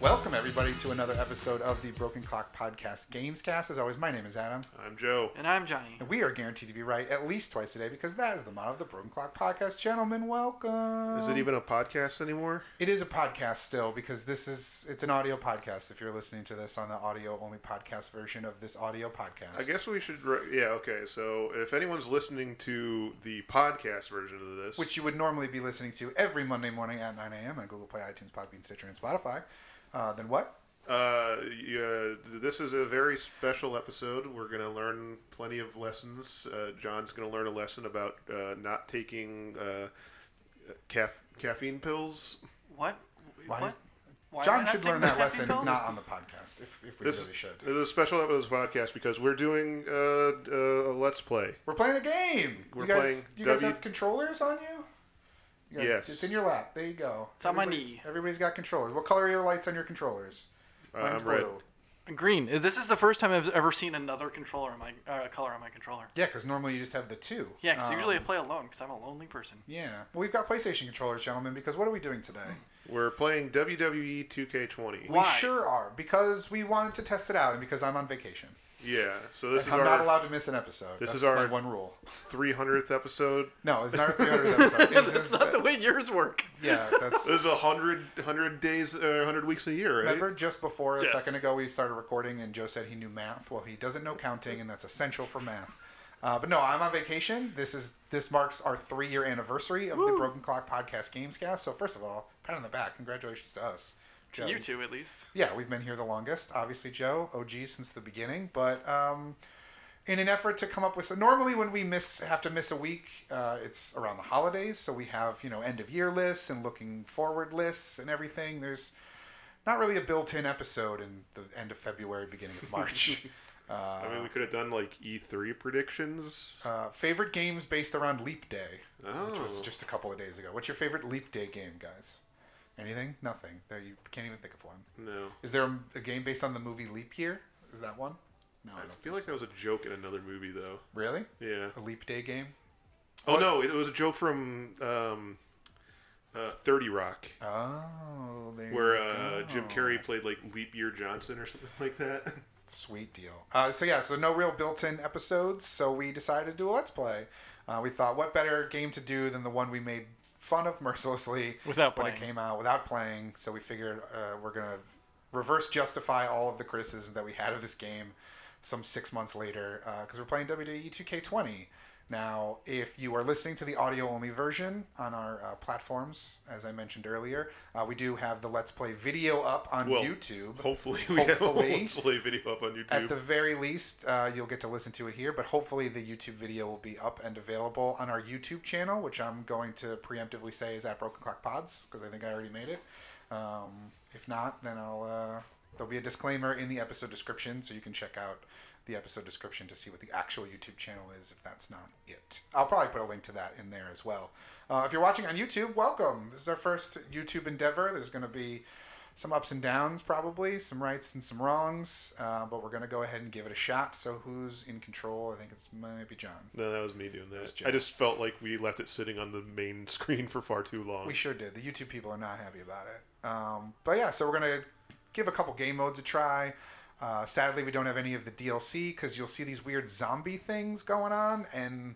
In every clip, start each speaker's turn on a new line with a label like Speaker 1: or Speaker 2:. Speaker 1: Welcome, everybody, to another episode of the Broken Clock Podcast Gamescast. As always, my name is Adam.
Speaker 2: I'm Joe.
Speaker 3: And I'm Johnny.
Speaker 1: And we are guaranteed to be right at least twice a day because that is the motto of the Broken Clock Podcast. Gentlemen, welcome.
Speaker 2: Is it even a podcast anymore?
Speaker 1: It is a podcast still because this is it's an audio podcast. If you're listening to this on the audio only podcast version of this audio podcast,
Speaker 2: I guess we should. re- Yeah, okay. So if anyone's listening to the podcast version of this,
Speaker 1: which you would normally be listening to every Monday morning at 9 a.m. on Google Play, iTunes, Podbean, Stitcher, and Spotify, uh, then what?
Speaker 2: uh, yeah, th- this is a very special episode. We're going to learn plenty of lessons. Uh, John's going to learn a lesson about uh, not taking uh, caf- caffeine pills.
Speaker 3: What?
Speaker 1: Why-
Speaker 3: What? Why am I
Speaker 1: John
Speaker 3: not
Speaker 1: should learn
Speaker 3: taking
Speaker 1: that
Speaker 3: happy
Speaker 1: lesson,
Speaker 3: pills?
Speaker 1: not on the podcast, if, if we
Speaker 2: This,
Speaker 1: really should.
Speaker 2: this is a special episode of this podcast because we're doing uh, uh, a let's play.
Speaker 1: We're playing a game.
Speaker 2: We're
Speaker 1: you guys,
Speaker 2: playing
Speaker 1: you guys
Speaker 2: W-
Speaker 1: have controllers on you? You guys-
Speaker 2: Yes.
Speaker 1: It's in your lap. There you go.
Speaker 3: It's on my
Speaker 1: Everybody's-
Speaker 3: knee.
Speaker 1: Everybody's got controllers. What color are your lights on your controllers?
Speaker 2: Uh,
Speaker 1: Mine's
Speaker 2: I'm red.
Speaker 1: blue.
Speaker 3: Green. This is the first time I've ever seen another controller on my uh, color on my controller.
Speaker 1: Yeah, because normally you just have the two.
Speaker 3: Yeah, 'cause
Speaker 1: Um,
Speaker 3: usually I play alone because I'm a lonely person.
Speaker 1: Yeah. Well, we've got PlayStation controllers, gentlemen, because what are we doing today?
Speaker 2: We're playing E WWE 2K20.
Speaker 3: Why?
Speaker 1: We sure are, because we wanted to test it out and because I'm on vacation.
Speaker 2: Yeah. So this
Speaker 1: And
Speaker 2: is
Speaker 1: I'm
Speaker 2: our
Speaker 1: not allowed to miss an episode.
Speaker 2: this
Speaker 1: That's
Speaker 2: is our-
Speaker 1: my one rule.
Speaker 2: 300th episode.
Speaker 1: No, it's not a 300 episode. It's
Speaker 3: That's
Speaker 1: just
Speaker 3: not the
Speaker 1: that-
Speaker 3: way yours work.
Speaker 1: yeah, that's.
Speaker 2: This is a hundred, hundred days, uh, hundred weeks a year, right?
Speaker 1: Remember just before a
Speaker 2: Yes.
Speaker 1: second ago we started recording and Joe said he knew math. Well, he doesn't know counting, and that's essential for math. Uh, but no, I'm on vacation. This is this marks our three year anniversary of the Broken Clock Podcast Gamescast. So first of all, pat on the back, congratulations to us. Joe.
Speaker 3: You two, at least.
Speaker 1: Yeah, we've been here the longest. Obviously, Joe, OG since the beginning, but um, in an effort to come up with so normally when we miss have to miss a week, uh, it's around the holidays, so we have you know end of year lists and looking forward lists and everything. There's not really a built-in episode in the end of February, beginning of March. uh,
Speaker 2: I mean, we could have done like E3 predictions.
Speaker 1: uh, favorite games based around Leap Day, Uh, which was
Speaker 2: Oh.
Speaker 1: just a couple of days ago. What's your favorite Leap Day game, guys? Anything? Nothing. There, you can't even think of one.
Speaker 2: Oh, no,
Speaker 1: Is there a, a game based on the movie Leap Year? Is that one? No, I
Speaker 2: I
Speaker 1: don't
Speaker 2: feel like that was a joke in another movie, though.
Speaker 1: really
Speaker 2: Yeah.
Speaker 1: a Leap Day game.
Speaker 2: Oh no, it was a joke from um, uh, Thirty Rock,
Speaker 1: Oh, there you
Speaker 2: where uh,
Speaker 1: go.
Speaker 2: Jim Carrey played like Leap Year Johnson or something like that.
Speaker 1: Sweet deal. Uh, so yeah, so no real built-in episodes. So we decided to do a let's play. Uh, we thought, what better game to do than the one we made fun of mercilessly
Speaker 3: Without
Speaker 1: when it
Speaker 3: playing.
Speaker 1: came out without playing. So we figured uh, we're gonna reverse justify all of the criticism that we had of this game some six months later because we're playing E WWE 2K20. Now, if you are listening to the audio only version on our uh, platforms, as I mentioned earlier, uh, we do have the Let's Play video up on
Speaker 2: Well,
Speaker 1: YouTube.
Speaker 2: Hopefully, we have a
Speaker 1: Hopefully.
Speaker 2: Let's Play video up on YouTube.
Speaker 1: At the very least, uh, you'll get to listen to it here, but hopefully the YouTube video will be up and available on our YouTube channel, which I'm going to preemptively say is at Broken Clock Pods because I think I already made it. Um, if not, then I'll uh, there'll be a disclaimer in the episode description, so you can check out the episode description to see what the actual YouTube channel is. If that's not it, I'll probably put a link to that in there as well. Uh, if you're watching on YouTube, welcome. This is our first YouTube endeavor. There's going to be some ups and downs, probably some rights and some wrongs, uh, but we're gonna go ahead and give it a shot. So who's in control? I think it's maybe John.
Speaker 2: no, that was me doing that.
Speaker 1: Joe.
Speaker 2: I just felt like we left it sitting on the main screen for far too long.
Speaker 1: We sure did. The YouTube people are not happy about it. Um, but yeah, so we're gonna give a couple game modes a try. Uh, sadly, we don't have any of the DLC because you'll see these weird zombie things going on, and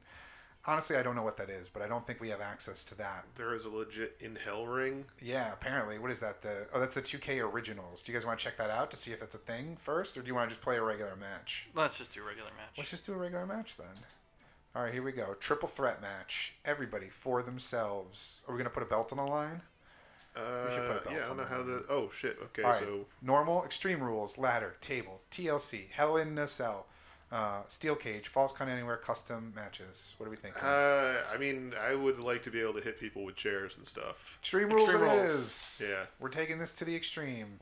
Speaker 1: honestly, I don't know what that is, but I don't think we have access to that.
Speaker 2: there is a legit in hell ring.
Speaker 1: Yeah, apparently, what is that? The oh, that's the 2K originals. Do you guys want to check that out to see if that's a thing first, or do you want to just play a regular match?
Speaker 3: Let's just do a regular match.
Speaker 1: Let's just do a regular match then. All right, here we go. Triple threat match. Everybody for themselves. Are we gonna put a belt on the line?
Speaker 2: Uh,
Speaker 1: should put a belt
Speaker 2: yeah, I
Speaker 1: on
Speaker 2: don't know
Speaker 1: that
Speaker 2: how the. Oh shit. Okay,
Speaker 1: All right.
Speaker 2: so
Speaker 1: Normal, extreme rules, ladder, table, TLC, Hell in a Cell, uh, steel cage, false count anywhere, custom matches. What are we thinking?
Speaker 2: uh, I mean, I would like to be able to hit people with chairs and stuff.
Speaker 1: extreme rules.
Speaker 3: extreme
Speaker 1: it
Speaker 3: rules.
Speaker 1: is.
Speaker 2: Yeah.
Speaker 1: We're taking this to the extreme.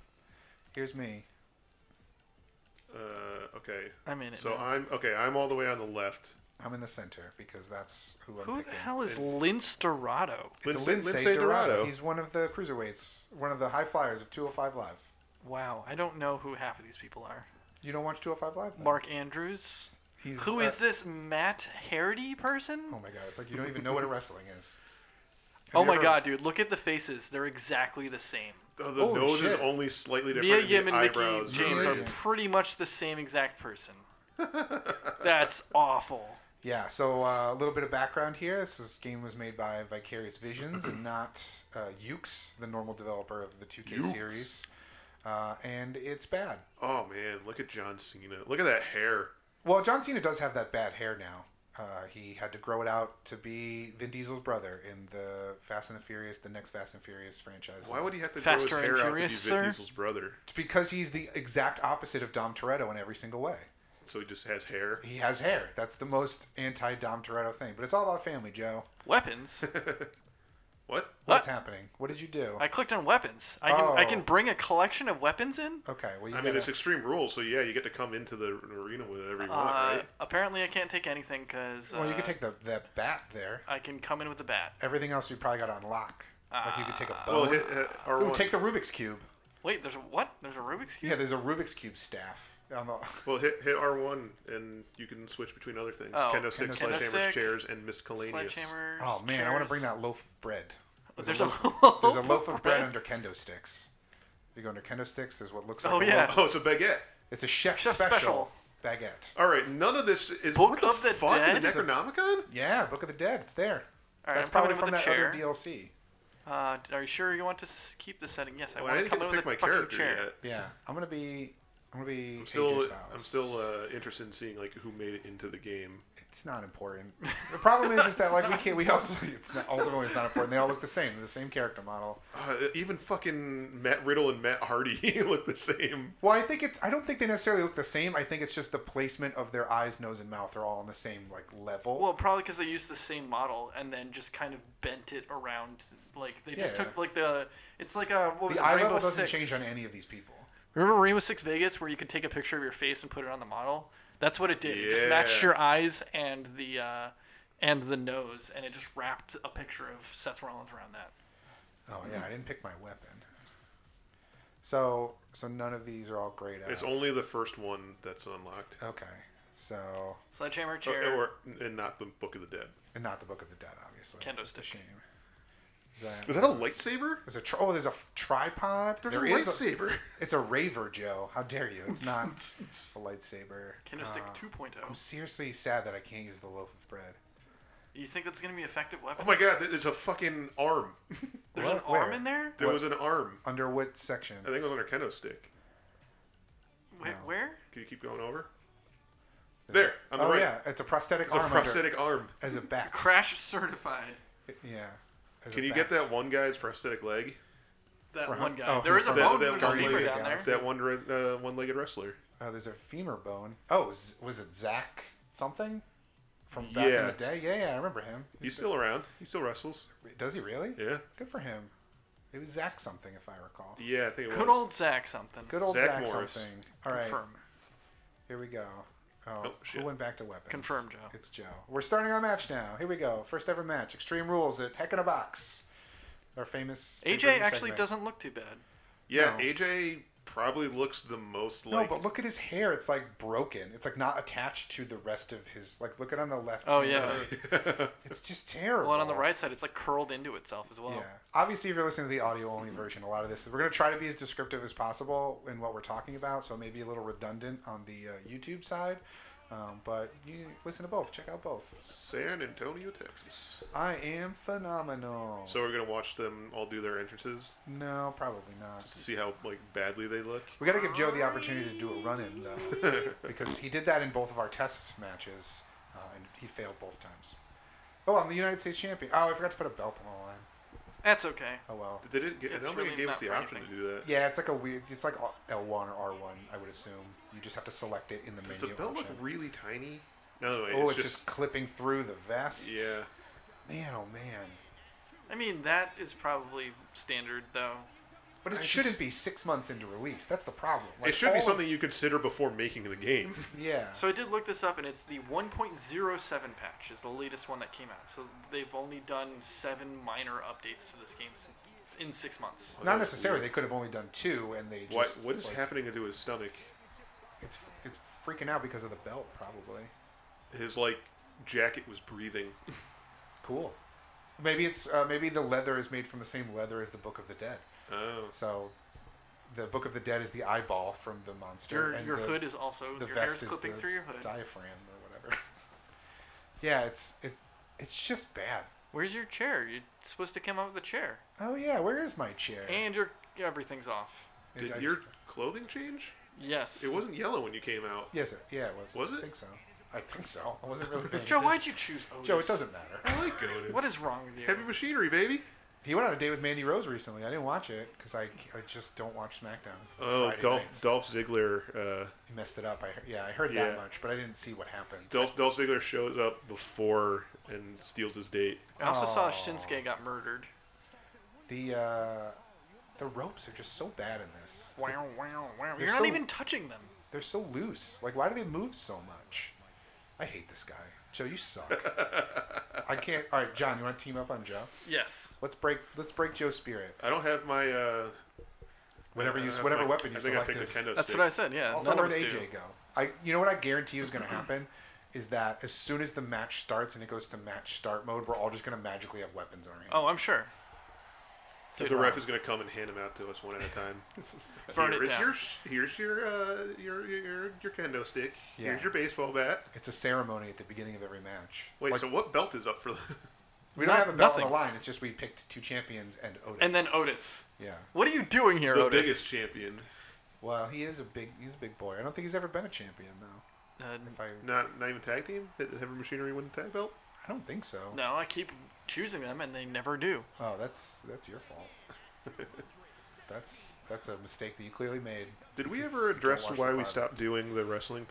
Speaker 1: Here's me.
Speaker 2: Uh, okay.
Speaker 3: I'm in it.
Speaker 2: So
Speaker 3: now.
Speaker 2: I'm okay. I'm all the way on the left.
Speaker 1: I'm in the center because that's who I'm
Speaker 3: Who the
Speaker 1: picking.
Speaker 3: hell is Lince Dorado?
Speaker 1: It's
Speaker 2: Lindsay-
Speaker 1: Lindsay
Speaker 2: Lindsay
Speaker 1: Dorado.
Speaker 2: Dorado.
Speaker 1: He's one of the cruiserweights, one of the high flyers of 205 Live.
Speaker 3: Wow, I don't know who half of these people are.
Speaker 1: You don't watch 205 Live? then?
Speaker 3: Mark Andrews.
Speaker 1: He's,
Speaker 3: Who
Speaker 1: uh,
Speaker 3: is this Matt Harity person?
Speaker 1: Oh my god, it's like you don't even know what a wrestling is.
Speaker 3: oh
Speaker 1: you
Speaker 3: my
Speaker 1: ever-
Speaker 3: god, dude! Look at the faces; they're exactly the same.
Speaker 2: Oh, the
Speaker 1: Holy
Speaker 2: nose is
Speaker 1: shit.
Speaker 2: only slightly
Speaker 3: Mia
Speaker 2: different.
Speaker 3: Yim
Speaker 2: the
Speaker 3: and Mickey
Speaker 2: eyebrows
Speaker 3: James
Speaker 2: are
Speaker 3: are
Speaker 1: really-
Speaker 3: pretty much the same exact person. That's awful.
Speaker 1: Yeah, so uh, a little bit of background here. This, this game was made by Vicarious Visions and not uh, Ukes, the normal developer of the 2K
Speaker 2: Yuke's.
Speaker 1: series. Uh, and it's bad.
Speaker 2: Oh man, look at John Cena. Look at that hair.
Speaker 1: Well, John Cena does have that bad hair now. Uh, he had to grow it out to be Vin Diesel's brother in the Fast and the Furious, the next Fast and Furious franchise.
Speaker 2: Why would he have to
Speaker 3: Faster
Speaker 2: grow his
Speaker 3: and
Speaker 2: hair out
Speaker 3: Furious,
Speaker 2: to be Vin
Speaker 3: sir?
Speaker 2: Diesel's brother?
Speaker 1: It's because he's the exact opposite of Dom Toretto in every single way.
Speaker 2: So he just has hair.
Speaker 1: He has hair. That's the most anti-Dom Toretto thing. But it's all about family, Joe.
Speaker 3: Weapons.
Speaker 2: What?
Speaker 1: What's
Speaker 3: What?
Speaker 1: happening? What did you do?
Speaker 3: I clicked on weapons. I can I
Speaker 1: Oh.
Speaker 3: can bring a collection of weapons in.
Speaker 1: Okay, well, you
Speaker 2: I
Speaker 1: got
Speaker 2: mean, it's extreme rules, so yeah, you get to come into the arena with whatever you want,
Speaker 3: Uh,
Speaker 2: right?
Speaker 3: Apparently, I can't take anything because
Speaker 1: well, you
Speaker 3: uh,
Speaker 1: could take the that bat there.
Speaker 3: I can come in with a bat.
Speaker 1: Everything else you probably got on lock. Like you could take a
Speaker 2: Ah. Well,
Speaker 1: bone.
Speaker 2: hit, hit
Speaker 1: Ooh,
Speaker 2: R1.
Speaker 1: take the Rubik's cube.
Speaker 3: Wait, there's a what? There's a Rubik's cube.
Speaker 1: Yeah, there's a Rubik's cube staff. On the, oh,
Speaker 2: well, hit, hit R1, and you can switch between other things.
Speaker 3: Oh,
Speaker 2: Kendo
Speaker 1: Kendo
Speaker 2: 6, Sledgehammer's
Speaker 3: Stick.
Speaker 2: chairs, and Miscellaneous.
Speaker 3: Sledgehammer.
Speaker 1: oh man, I want to bring that loaf of bread.
Speaker 3: There's a
Speaker 1: loaf, there's a
Speaker 3: loaf
Speaker 1: loaf
Speaker 3: of
Speaker 1: of bread
Speaker 3: bread?
Speaker 1: under kendo sticks. You go under kendo sticks. There's what looks like.
Speaker 3: Oh,
Speaker 1: a
Speaker 3: yeah.
Speaker 1: loaf.
Speaker 2: Oh, it's a baguette.
Speaker 1: It's a chef's
Speaker 3: Chef's
Speaker 1: special,
Speaker 3: special.
Speaker 1: baguette.
Speaker 2: All right, none of this is
Speaker 3: Book
Speaker 2: what the
Speaker 3: of the
Speaker 2: fuck?
Speaker 3: Dead?
Speaker 2: The Necronomicon?
Speaker 1: Yeah, Book of the Dead. It's there.
Speaker 3: All right,
Speaker 1: That's
Speaker 3: I'm coming
Speaker 1: probably
Speaker 3: in with
Speaker 1: from
Speaker 3: a
Speaker 1: that
Speaker 3: chair.
Speaker 1: other DLC.
Speaker 3: Uh, are you sure you want to s- keep this setting? Yes, I
Speaker 2: Well, I
Speaker 3: want to
Speaker 2: didn't
Speaker 3: come
Speaker 2: get
Speaker 3: in
Speaker 2: to
Speaker 3: with
Speaker 2: pick
Speaker 3: a
Speaker 2: my
Speaker 3: fucking
Speaker 2: character
Speaker 3: chair.
Speaker 2: yet.
Speaker 1: Yeah, I'm gonna be. I'm gonna be.
Speaker 2: I'm still,
Speaker 1: AJ Styles.
Speaker 2: I'm still uh, interested in seeing like who made it into the game.
Speaker 1: It's not important. The problem is, is that like we can't. We also. It's not, ultimately, it's not important. They all look the same. They're the same character model.
Speaker 2: Uh, even fucking Matt Riddle and Matt Hardy look the same.
Speaker 1: Well, I think it's. I don't think they necessarily look the same. I think it's just the placement of their eyes, nose, and mouth are all on the same like level.
Speaker 3: Well, probably because they used the same model and then just kind of bent it around. Like they just
Speaker 1: Yeah.
Speaker 3: took like the. It's like a what was
Speaker 1: the
Speaker 3: it?
Speaker 1: eye
Speaker 3: Rainbow
Speaker 1: level doesn't
Speaker 3: Six.
Speaker 1: change on any of these people.
Speaker 3: Remember Rainbow Six Vegas where you could take a picture of your face and put it on the model? That's what it did. It just matched
Speaker 2: Yeah.
Speaker 3: your eyes and the uh, and the nose, and it just wrapped a picture of Seth Rollins around that.
Speaker 1: Oh yeah, I didn't pick my weapon. So so none of these are all great.
Speaker 2: It's only the first one that's unlocked,
Speaker 1: okay. So
Speaker 3: Sledgehammer
Speaker 2: Or-
Speaker 3: chair.
Speaker 2: or and not the Book of the Dead.
Speaker 1: and not the Book of the Dead, obviously.
Speaker 3: Kendo
Speaker 1: It's a
Speaker 3: stick.
Speaker 1: shame. Is that,
Speaker 2: Is that a lightsaber?
Speaker 1: There's a tr- oh, there's a f- tripod.
Speaker 2: There's
Speaker 1: There
Speaker 2: a
Speaker 1: is
Speaker 2: lightsaber.
Speaker 1: it's a raver, Joe. How dare you? It's not a lightsaber.
Speaker 3: Kendo Stick oh.
Speaker 1: Uh,
Speaker 3: 2.0.
Speaker 1: I'm seriously sad that I can't use the loaf of bread.
Speaker 3: You think that's gonna be an effective
Speaker 2: Oh
Speaker 3: weapon?
Speaker 2: my god, there's a fucking arm.
Speaker 3: There's an
Speaker 1: What? Where?
Speaker 3: arm in there.
Speaker 2: There
Speaker 1: What?
Speaker 2: was an arm.
Speaker 1: Under what section?
Speaker 2: I think it was on a kendo stick.
Speaker 3: Wait, where?
Speaker 2: Can you keep going over? There, on the
Speaker 1: oh
Speaker 2: right.
Speaker 1: yeah, it's a prosthetic
Speaker 2: It's a
Speaker 1: arm. under-
Speaker 2: prosthetic arm.
Speaker 1: as a back.
Speaker 3: Crash certified.
Speaker 1: Yeah. as
Speaker 2: Can
Speaker 1: a
Speaker 2: you get
Speaker 1: back.
Speaker 2: that one guy's prosthetic leg?
Speaker 3: That
Speaker 1: Right.
Speaker 3: one guy.
Speaker 1: Oh,
Speaker 3: there is a
Speaker 1: that-
Speaker 3: bone.
Speaker 2: that
Speaker 3: There's a
Speaker 2: one
Speaker 3: femur
Speaker 2: lady
Speaker 3: down
Speaker 1: guy.
Speaker 3: there.
Speaker 2: It's that one uh, one-legged wrestler.
Speaker 1: Oh, there's a femur bone. Oh, was, was it Zach something from back in
Speaker 2: Yeah.
Speaker 1: the day? Yeah, yeah, I remember him.
Speaker 2: He's still around. He still wrestles.
Speaker 1: Does he really?
Speaker 2: Yeah.
Speaker 1: Good for him. It was Zach something, if I recall.
Speaker 2: Yeah, I think it was.
Speaker 3: Good old Zach something.
Speaker 1: Good old
Speaker 2: Zach
Speaker 1: Zach,
Speaker 2: Morris.
Speaker 1: something. All right,
Speaker 3: Confirm.
Speaker 1: here we go. Oh,
Speaker 2: Oh, shit.
Speaker 1: who went back to weapons?
Speaker 3: Confirm, Joe.
Speaker 1: It's Joe. We're starting our match now. Here we go. First ever match. Extreme Rules at Heck in a Box. Our famous
Speaker 3: AJ
Speaker 1: pay-per-view
Speaker 3: actually
Speaker 1: segment.
Speaker 3: doesn't look too bad.
Speaker 2: Yeah,
Speaker 1: No.
Speaker 2: AJ probably looks the most
Speaker 1: No,
Speaker 2: like.
Speaker 1: but look at his hair. It's like broken. It's like not attached to the rest of his. Like look at on the left.
Speaker 3: Oh
Speaker 1: hand.
Speaker 3: yeah.
Speaker 1: It's just terrible.
Speaker 3: Well, and on the right side, it's like curled into itself as well.
Speaker 1: Yeah. Obviously, if you're listening to the audio only version, a lot of this we're going to try to be as descriptive as possible in what we're talking about. So maybe a little redundant on the uh, YouTube side, um, but you listen to both. Check out both.
Speaker 2: San Antonio, Texas.
Speaker 1: I am phenomenal.
Speaker 2: So we're gonna watch them all do their entrances
Speaker 1: no, probably not.
Speaker 2: to see how like badly they look.
Speaker 1: We got to give Joe the opportunity to do a run in though, because he did that in both of our test matches, uh, and he failed both times. Oh, I'm the United States champion. Oh, I forgot to put a belt on the line.
Speaker 3: That's okay.
Speaker 1: Oh well.
Speaker 2: Did it? Get, I
Speaker 3: It's
Speaker 2: don't
Speaker 3: really
Speaker 2: think it gave us
Speaker 3: not
Speaker 2: the
Speaker 3: for
Speaker 2: option
Speaker 3: anything.
Speaker 2: to do that.
Speaker 1: Yeah, it's like a weird. It's like L1 or R1, I would assume. You just have to select it in the
Speaker 2: Does
Speaker 1: menu.
Speaker 2: the belt look
Speaker 1: option.
Speaker 2: really tiny? No, wait,
Speaker 1: Oh,
Speaker 2: it's, just,
Speaker 1: clipping through the vest.
Speaker 2: yeah.
Speaker 1: Man, oh man.
Speaker 3: I mean, that is probably standard though.
Speaker 1: But it
Speaker 2: I
Speaker 1: shouldn't
Speaker 2: just-
Speaker 1: be six months into release. That's the problem. Like,
Speaker 2: it should be
Speaker 1: all of-
Speaker 2: something you consider before making the game.
Speaker 1: Yeah.
Speaker 3: So I did look this up, and it's the 1.07 patch is the latest one that came out. So they've only done seven minor updates to this game s- in six months.
Speaker 1: not
Speaker 2: that's
Speaker 1: necessarily.
Speaker 2: weird.
Speaker 1: They could have only done two, and they just.
Speaker 2: What what is
Speaker 1: like,
Speaker 2: happening to his stomach?
Speaker 1: It's it's freaking out because of the belt, probably.
Speaker 2: His like jacket was breathing.
Speaker 1: Cool. Maybe it's uh, maybe the leather is made from the same leather as the Book of the Dead.
Speaker 2: Oh,
Speaker 1: So, the Book of the Dead is the eyeball from the monster.
Speaker 3: Your, your
Speaker 1: the,
Speaker 3: hood is also
Speaker 1: the
Speaker 3: your
Speaker 1: vest
Speaker 3: hair's
Speaker 1: is
Speaker 3: clipping
Speaker 1: the
Speaker 3: through your hood.
Speaker 1: diaphragm or whatever. yeah, it's it, it's just bad.
Speaker 3: Where's your chair? You're supposed to come out with a chair.
Speaker 1: Oh yeah, where is my chair?
Speaker 3: And your everything's off.
Speaker 1: It-
Speaker 2: did
Speaker 1: I
Speaker 2: your
Speaker 1: just-
Speaker 2: clothing change?
Speaker 3: Yes.
Speaker 2: It wasn't yellow when you came out.
Speaker 1: yes, it, yeah, it was.
Speaker 2: Was
Speaker 1: I
Speaker 2: it?
Speaker 1: think so. I think so. I wasn't really. paying
Speaker 3: Joe,
Speaker 1: attention.
Speaker 3: why'd you choose Otis?
Speaker 1: Joe, it doesn't matter.
Speaker 2: I like Otis.
Speaker 3: What is wrong with you?
Speaker 2: heavy machinery, baby?
Speaker 1: He went on a date with Mandy Rose recently. I didn't watch it because I, I just don't watch SmackDown. It's like
Speaker 2: Oh,
Speaker 1: Friday
Speaker 2: Dolph,
Speaker 1: nights.
Speaker 2: Dolph Ziggler. Uh,
Speaker 1: He messed it up. I heard, yeah, I heard
Speaker 2: Yeah.
Speaker 1: that much, but I didn't see what happened.
Speaker 2: Dolph, Dolph Ziggler shows up before and steals his date.
Speaker 3: I also saw
Speaker 1: Oh.
Speaker 3: Shinsuke got murdered.
Speaker 1: The uh, the ropes are just so bad in this.
Speaker 3: Wow, wow, wow.
Speaker 1: They're
Speaker 3: You're not
Speaker 1: so-
Speaker 3: even touching them.
Speaker 1: They're so loose. Like, why do they move so much? I hate this guy. Joe, you suck. I can't. All right, John, you want to team up on Joe?
Speaker 3: Yes.
Speaker 1: Let's break. Let's break Joe's spirit.
Speaker 2: I don't have my. Uh,
Speaker 1: Whatever
Speaker 2: I
Speaker 1: you,
Speaker 2: don't have
Speaker 1: whatever
Speaker 2: my-
Speaker 1: weapon you
Speaker 2: I think
Speaker 1: selected.
Speaker 2: I picked a kendo
Speaker 3: That's
Speaker 2: stick.
Speaker 3: what I said, yeah.
Speaker 1: Also,
Speaker 3: None
Speaker 1: where
Speaker 3: of us
Speaker 1: did
Speaker 3: do.
Speaker 1: AJ go? I, you know what I guarantee is going to happen is that as soon as the match starts and it goes to match start mode, we're all just going to magically have weapons in our hands.
Speaker 3: Oh, I'm sure.
Speaker 2: So the ref is going to come and hand them out to us one at a time.
Speaker 3: Burn
Speaker 2: Here
Speaker 3: it
Speaker 2: is
Speaker 3: down.
Speaker 2: your sh- here's your uh, your, your your kendo stick.
Speaker 1: Yeah.
Speaker 2: Here's your baseball bat.
Speaker 1: It's a ceremony at the beginning of every match.
Speaker 2: Wait,
Speaker 1: Like,
Speaker 2: so what belt is up for the?
Speaker 1: we don't
Speaker 3: not-
Speaker 1: have a belt on
Speaker 3: nothing.
Speaker 1: the line. It's just we picked two champions and Otis.
Speaker 3: And then Otis.
Speaker 1: yeah.
Speaker 3: What are you doing here,
Speaker 2: the
Speaker 3: Otis?
Speaker 2: biggest champion.
Speaker 1: Well, he is a big. He's a big boy. I don't think he's ever been a champion though.
Speaker 3: Uh,
Speaker 1: If I,
Speaker 2: Not not even tag team. Did Heavy Machinery win the tag belt?
Speaker 1: I don't think so.
Speaker 3: no, I keep choosing them and they never do.
Speaker 1: Oh, that's that's your fault. that's that's a mistake that you clearly made.
Speaker 2: Did we
Speaker 1: Because
Speaker 2: ever
Speaker 1: you don't
Speaker 2: address
Speaker 1: watch
Speaker 2: why
Speaker 1: the
Speaker 2: we
Speaker 1: pod.
Speaker 2: stopped doing the wrestling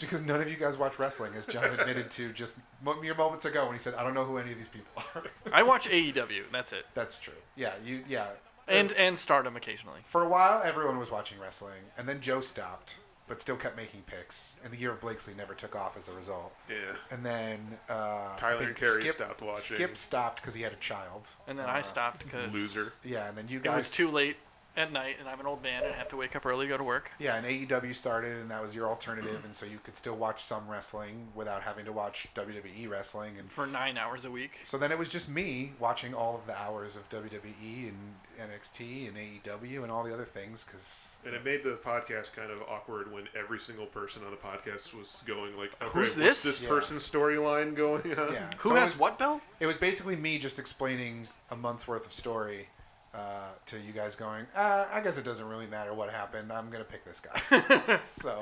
Speaker 1: Because none of you guys watch wrestling, as John admitted to just mo- mere moments ago when he said, "I don't know who any of these people are."
Speaker 3: I watch AEW, that's it.
Speaker 1: That's true. Yeah, you. Yeah.
Speaker 3: And and stardom occasionally.
Speaker 1: For a while, everyone was watching wrestling, and then Joe stopped, but still kept making picks. And the year of Blakesley never took off as a result.
Speaker 2: Yeah.
Speaker 1: And then uh, I
Speaker 2: Tyler
Speaker 1: think
Speaker 2: and Carrie stopped watching.
Speaker 1: Skip stopped because he had a child.
Speaker 3: And then I stopped because
Speaker 2: Loser.
Speaker 1: Yeah, and then you
Speaker 3: It
Speaker 1: guys.
Speaker 3: was too late at night, and I'm an old man and I have to wake up early to go to work.
Speaker 1: Yeah, and AEW started, and that was your alternative, and so you could still watch some wrestling without having to watch WWE wrestling. And
Speaker 3: for nine hours a week.
Speaker 1: so then it was just me watching all of the hours of WWE and NXT and AEW and all the other things because
Speaker 2: And it made the podcast kind of awkward when every single person on the podcast was going like, okay, what's
Speaker 3: Who's this?
Speaker 2: this
Speaker 1: Yeah.
Speaker 2: person's storyline going on?
Speaker 1: yeah,
Speaker 3: Who
Speaker 1: so it
Speaker 3: has
Speaker 1: was-
Speaker 3: what belt?
Speaker 1: It was basically me just explaining a month's worth of story uh, to you guys, going, uh, I guess it doesn't really matter what happened. I'm gonna pick this guy. so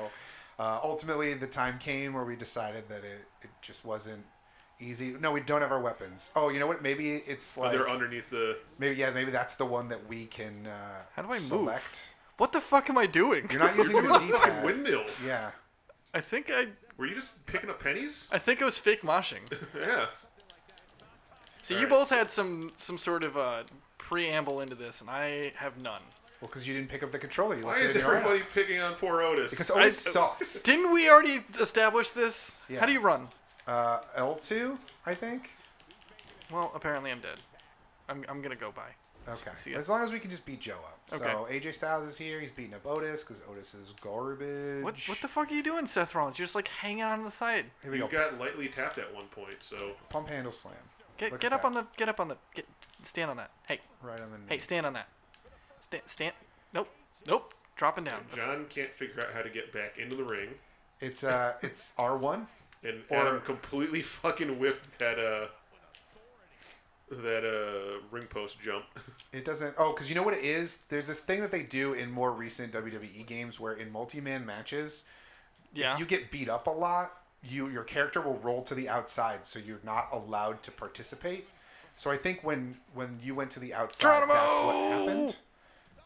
Speaker 1: uh, ultimately, the time came where we decided that it, it just wasn't easy. No, we don't have our weapons. Oh, you know what? Maybe it's
Speaker 2: But
Speaker 1: like
Speaker 2: they're underneath the.
Speaker 1: maybe yeah, maybe that's the one that we can. Uh,
Speaker 3: How do I move?
Speaker 1: select.
Speaker 3: What the fuck am I doing?
Speaker 1: You're not using the
Speaker 2: What the fucking
Speaker 1: D-pad.
Speaker 2: windmill?
Speaker 1: Yeah.
Speaker 3: I think I,
Speaker 2: Were you just picking up pennies?
Speaker 3: I think I was fake moshing.
Speaker 2: yeah.
Speaker 3: See,
Speaker 2: All
Speaker 3: you
Speaker 2: right.
Speaker 3: both had some some sort of uh, preamble into this, and I have none.
Speaker 1: Well, because you didn't pick up the controller. You
Speaker 2: Why
Speaker 1: left it
Speaker 2: is
Speaker 1: in your lap.
Speaker 2: everybody picking on poor Otis?
Speaker 1: Because Otis
Speaker 3: I-
Speaker 1: sucks.
Speaker 3: Didn't we already establish this?
Speaker 1: Yeah.
Speaker 3: How do you run?
Speaker 1: Uh, L two, I think.
Speaker 3: Well, apparently I'm dead. I'm, I'm gonna go by.
Speaker 1: Okay.
Speaker 3: See ya.
Speaker 1: as long as we can just beat Joe up. So
Speaker 3: Okay.
Speaker 1: AJ Styles is here. He's beating up Otis because Otis is garbage.
Speaker 3: What what the fuck are you doing, Seth Rollins? You're just like hanging on the side.
Speaker 1: Here we
Speaker 2: you
Speaker 1: go.
Speaker 2: got lightly tapped at one point, so
Speaker 1: Pump handle slam.
Speaker 3: Get
Speaker 1: Look
Speaker 3: get
Speaker 1: at
Speaker 3: up
Speaker 1: that.
Speaker 3: on the get up on the get stand on that. Hey
Speaker 1: Right on the knee.
Speaker 3: hey stand on that. Stand stand. Nope nope. Dropping down. That's-
Speaker 2: John can't figure out how to get back into the ring,
Speaker 1: It's uh, it's R one.
Speaker 2: and
Speaker 1: Or-
Speaker 2: Adam completely fucking whiffed that uh that uh ring post jump.
Speaker 1: It doesn't. Oh, because you know what it is. There's this thing that they do in more recent WWE games where in multi-man matches,
Speaker 3: yeah.
Speaker 1: if you get beat up a lot, you your character will roll to the outside, so you're not allowed to participate. So I think when when you went to the outside, that's what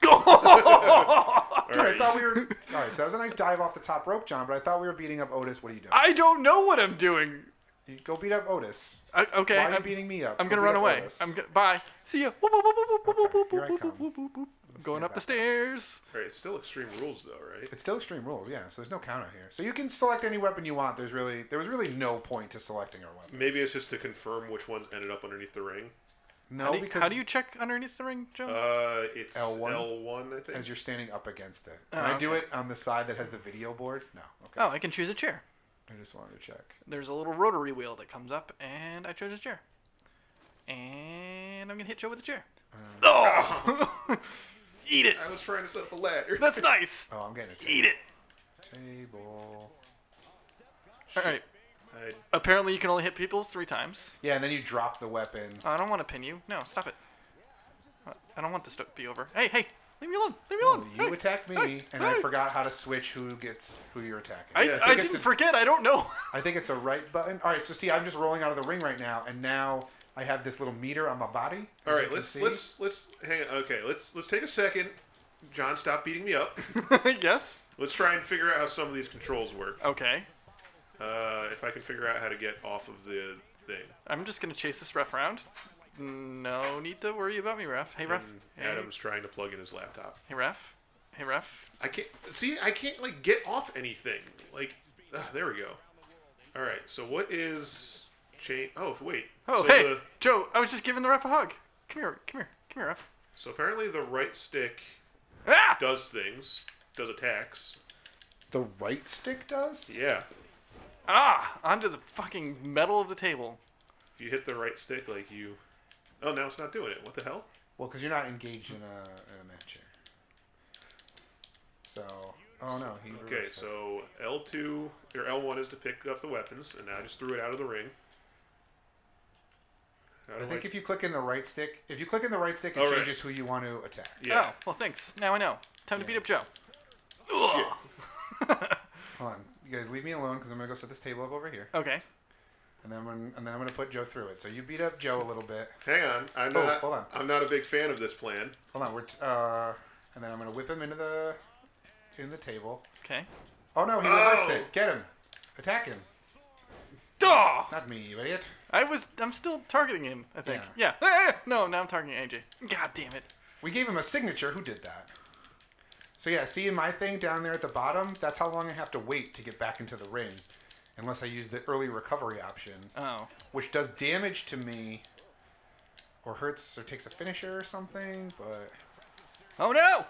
Speaker 3: Geronimo!
Speaker 1: happened.
Speaker 2: All
Speaker 1: Dude, I
Speaker 2: right.
Speaker 1: thought we were. All right, so that was a nice dive off the top rope, John. But I thought we were beating up Otis. What are you doing?
Speaker 3: I don't know what I'm doing.
Speaker 1: You go beat up Otis.
Speaker 3: I, okay,
Speaker 1: Why are you
Speaker 3: I'm,
Speaker 1: beating me up?
Speaker 3: I'm
Speaker 1: Go
Speaker 3: gonna
Speaker 1: beat
Speaker 3: run
Speaker 1: up
Speaker 3: away.
Speaker 1: Otis.
Speaker 3: I'm gonna, bye. See ya. Whoop, whoop, whoop, whoop, whoop,
Speaker 1: Okay,
Speaker 3: whoop,
Speaker 1: here I
Speaker 3: whoop,
Speaker 1: come.
Speaker 3: whoop, whoop, whoop, whoop. Going
Speaker 1: get
Speaker 3: up the
Speaker 1: back.
Speaker 3: stairs.
Speaker 2: All right, it's still extreme rules though, right?
Speaker 1: It's still extreme rules, yeah. So there's no count out here. So you can select any weapon you want. There's really there was really no point to selecting our weapon.
Speaker 2: Maybe it's just to confirm which ones ended up underneath the ring.
Speaker 1: no,
Speaker 3: How do, you,
Speaker 1: because
Speaker 3: how do you check underneath the ring, Joe?
Speaker 2: Uh, it's
Speaker 1: L1?
Speaker 2: L one, I think.
Speaker 1: as you're standing up against it.
Speaker 3: Oh,
Speaker 1: Can I do
Speaker 3: okay.
Speaker 1: it on the side that has the video board? No. Okay.
Speaker 3: oh, I can choose a chair.
Speaker 1: I just wanted to check.
Speaker 3: There's a little rotary wheel that comes up, and I chose a chair. And I'm gonna hit Joe with a chair.
Speaker 1: Uh, ah.
Speaker 3: oh! Eat it.
Speaker 2: I was trying to set up a ladder.
Speaker 3: That's nice.
Speaker 1: Oh, I'm getting a table.
Speaker 3: Eat it.
Speaker 1: table.
Speaker 3: All right.
Speaker 2: I-
Speaker 3: Apparently, you can only hit people three times.
Speaker 1: Yeah, and then you drop the weapon.
Speaker 3: I don't want to pin you. No, stop it. I- I don't want this to be over. Hey, hey, leave me alone. Leave me alone.
Speaker 1: You
Speaker 3: Hey.
Speaker 1: attack me, and I
Speaker 3: Oh, hey.
Speaker 1: forgot how to switch who gets who you're attacking.
Speaker 3: I,
Speaker 2: Yeah, I
Speaker 3: I,
Speaker 2: think
Speaker 1: it's
Speaker 3: didn't
Speaker 1: a-
Speaker 3: forget. I don't know.
Speaker 1: I think it's a right button. All right, so see, I'm just rolling out of the ring right now, and now I have this little meter on my body. as
Speaker 2: All
Speaker 1: you
Speaker 2: right,
Speaker 1: can
Speaker 2: let's
Speaker 1: see.
Speaker 2: let's let's hang. On. Okay, let's let's take a second. John, stop beating me up.
Speaker 3: yes.
Speaker 2: let's try and figure out how some of these controls work.
Speaker 3: Okay.
Speaker 2: Uh, if I can figure out how to get off of the thing.
Speaker 3: I'm just gonna chase this ref around. No need to worry about me, ref. Hey, ref.
Speaker 2: And
Speaker 3: Hey,
Speaker 2: Adam's trying to plug in his laptop.
Speaker 3: hey ref. Hey, ref.
Speaker 2: I can't see. I can't like get off anything. Like, ah, there we go. All right. So what is chain? Oh wait.
Speaker 3: Oh,
Speaker 2: so
Speaker 3: hey,
Speaker 2: The,
Speaker 3: Joe. I was just giving the ref a hug. Come here. Come here. Come here, ref.
Speaker 2: so apparently the right stick
Speaker 3: Ah!
Speaker 2: does things, does attacks.
Speaker 1: The right stick does.
Speaker 2: Yeah.
Speaker 3: Ah! Onto the fucking metal of the table.
Speaker 2: If you hit the right stick, like you. Oh, now it's not doing it. What the hell?
Speaker 1: Well, because you're not engaged in a, in a match here. So, oh no, he.
Speaker 2: Okay,
Speaker 1: reversed it.
Speaker 2: so L2 or L1 is to pick up the weapons, and I just threw it out of the ring. How
Speaker 1: I
Speaker 2: do
Speaker 1: think if you click in the right stick, if you click in the right stick, it
Speaker 2: Oh, right.
Speaker 1: changes who you want to attack.
Speaker 2: yeah.
Speaker 3: Oh, well, thanks. Now I know. Time to beat up Joe. Ugh.
Speaker 1: Hold on, you guys leave me alone because I'm gonna go set this table up over here,
Speaker 3: Okay.
Speaker 1: and then when, and then I'm gonna put Joe through it. So you beat up Joe a little bit.
Speaker 2: Hang on, I'm
Speaker 1: Oh,
Speaker 2: not.
Speaker 1: hold on.
Speaker 2: I'm not a big fan of this plan.
Speaker 1: Hold on, we're t- uh, and then I'm gonna whip him into the, in the table.
Speaker 3: Okay.
Speaker 1: Oh no, he reversed it. Get him, attack him.
Speaker 3: Duh!
Speaker 1: Not me, you idiot.
Speaker 3: I was. I'm still targeting him. I think. Yeah. Ah! No, now I'm targeting AJ. God damn it.
Speaker 1: We gave him a signature. Who did that? So yeah, see my thing down there at the bottom. That's how long I have to wait to get back into the ring, unless I use the early recovery option,
Speaker 3: Oh.
Speaker 1: which does damage to me, or hurts or takes a finisher or something. But
Speaker 3: Oh no!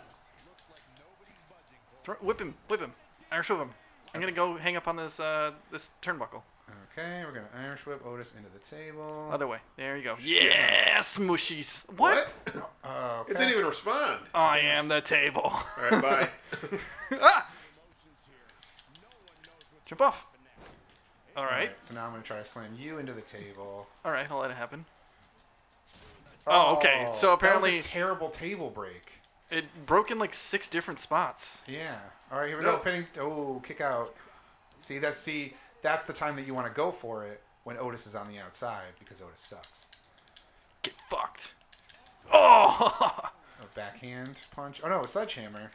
Speaker 3: Throw, whip him. Whip him. Irish whip him. I'm gonna go hang up on this uh this turnbuckle.
Speaker 1: okay, we're gonna Irish whip Otis into the table.
Speaker 3: Other way. There you go. Yes, mushies. What? Oh.
Speaker 1: Oh,
Speaker 2: It
Speaker 1: okay.
Speaker 2: didn't even respond.
Speaker 3: I am the table.
Speaker 2: All right, bye.
Speaker 3: ah! Jump off. All
Speaker 1: All
Speaker 3: right.
Speaker 1: right, so now I'm gonna try to slam you into the table.
Speaker 3: All right. I'll let it happen. Oh, okay. So
Speaker 1: that was a
Speaker 3: apparently-
Speaker 1: terrible table break.
Speaker 3: It broke in like six different spots.
Speaker 1: Yeah. All right, here we
Speaker 2: No.
Speaker 1: go. Pinning. Oh, kick out. See that's see that's the time that you want to go for it when Otis is on the outside because Otis sucks.
Speaker 3: Get fucked. Oh!
Speaker 1: A backhand punch. Oh no, a sledgehammer.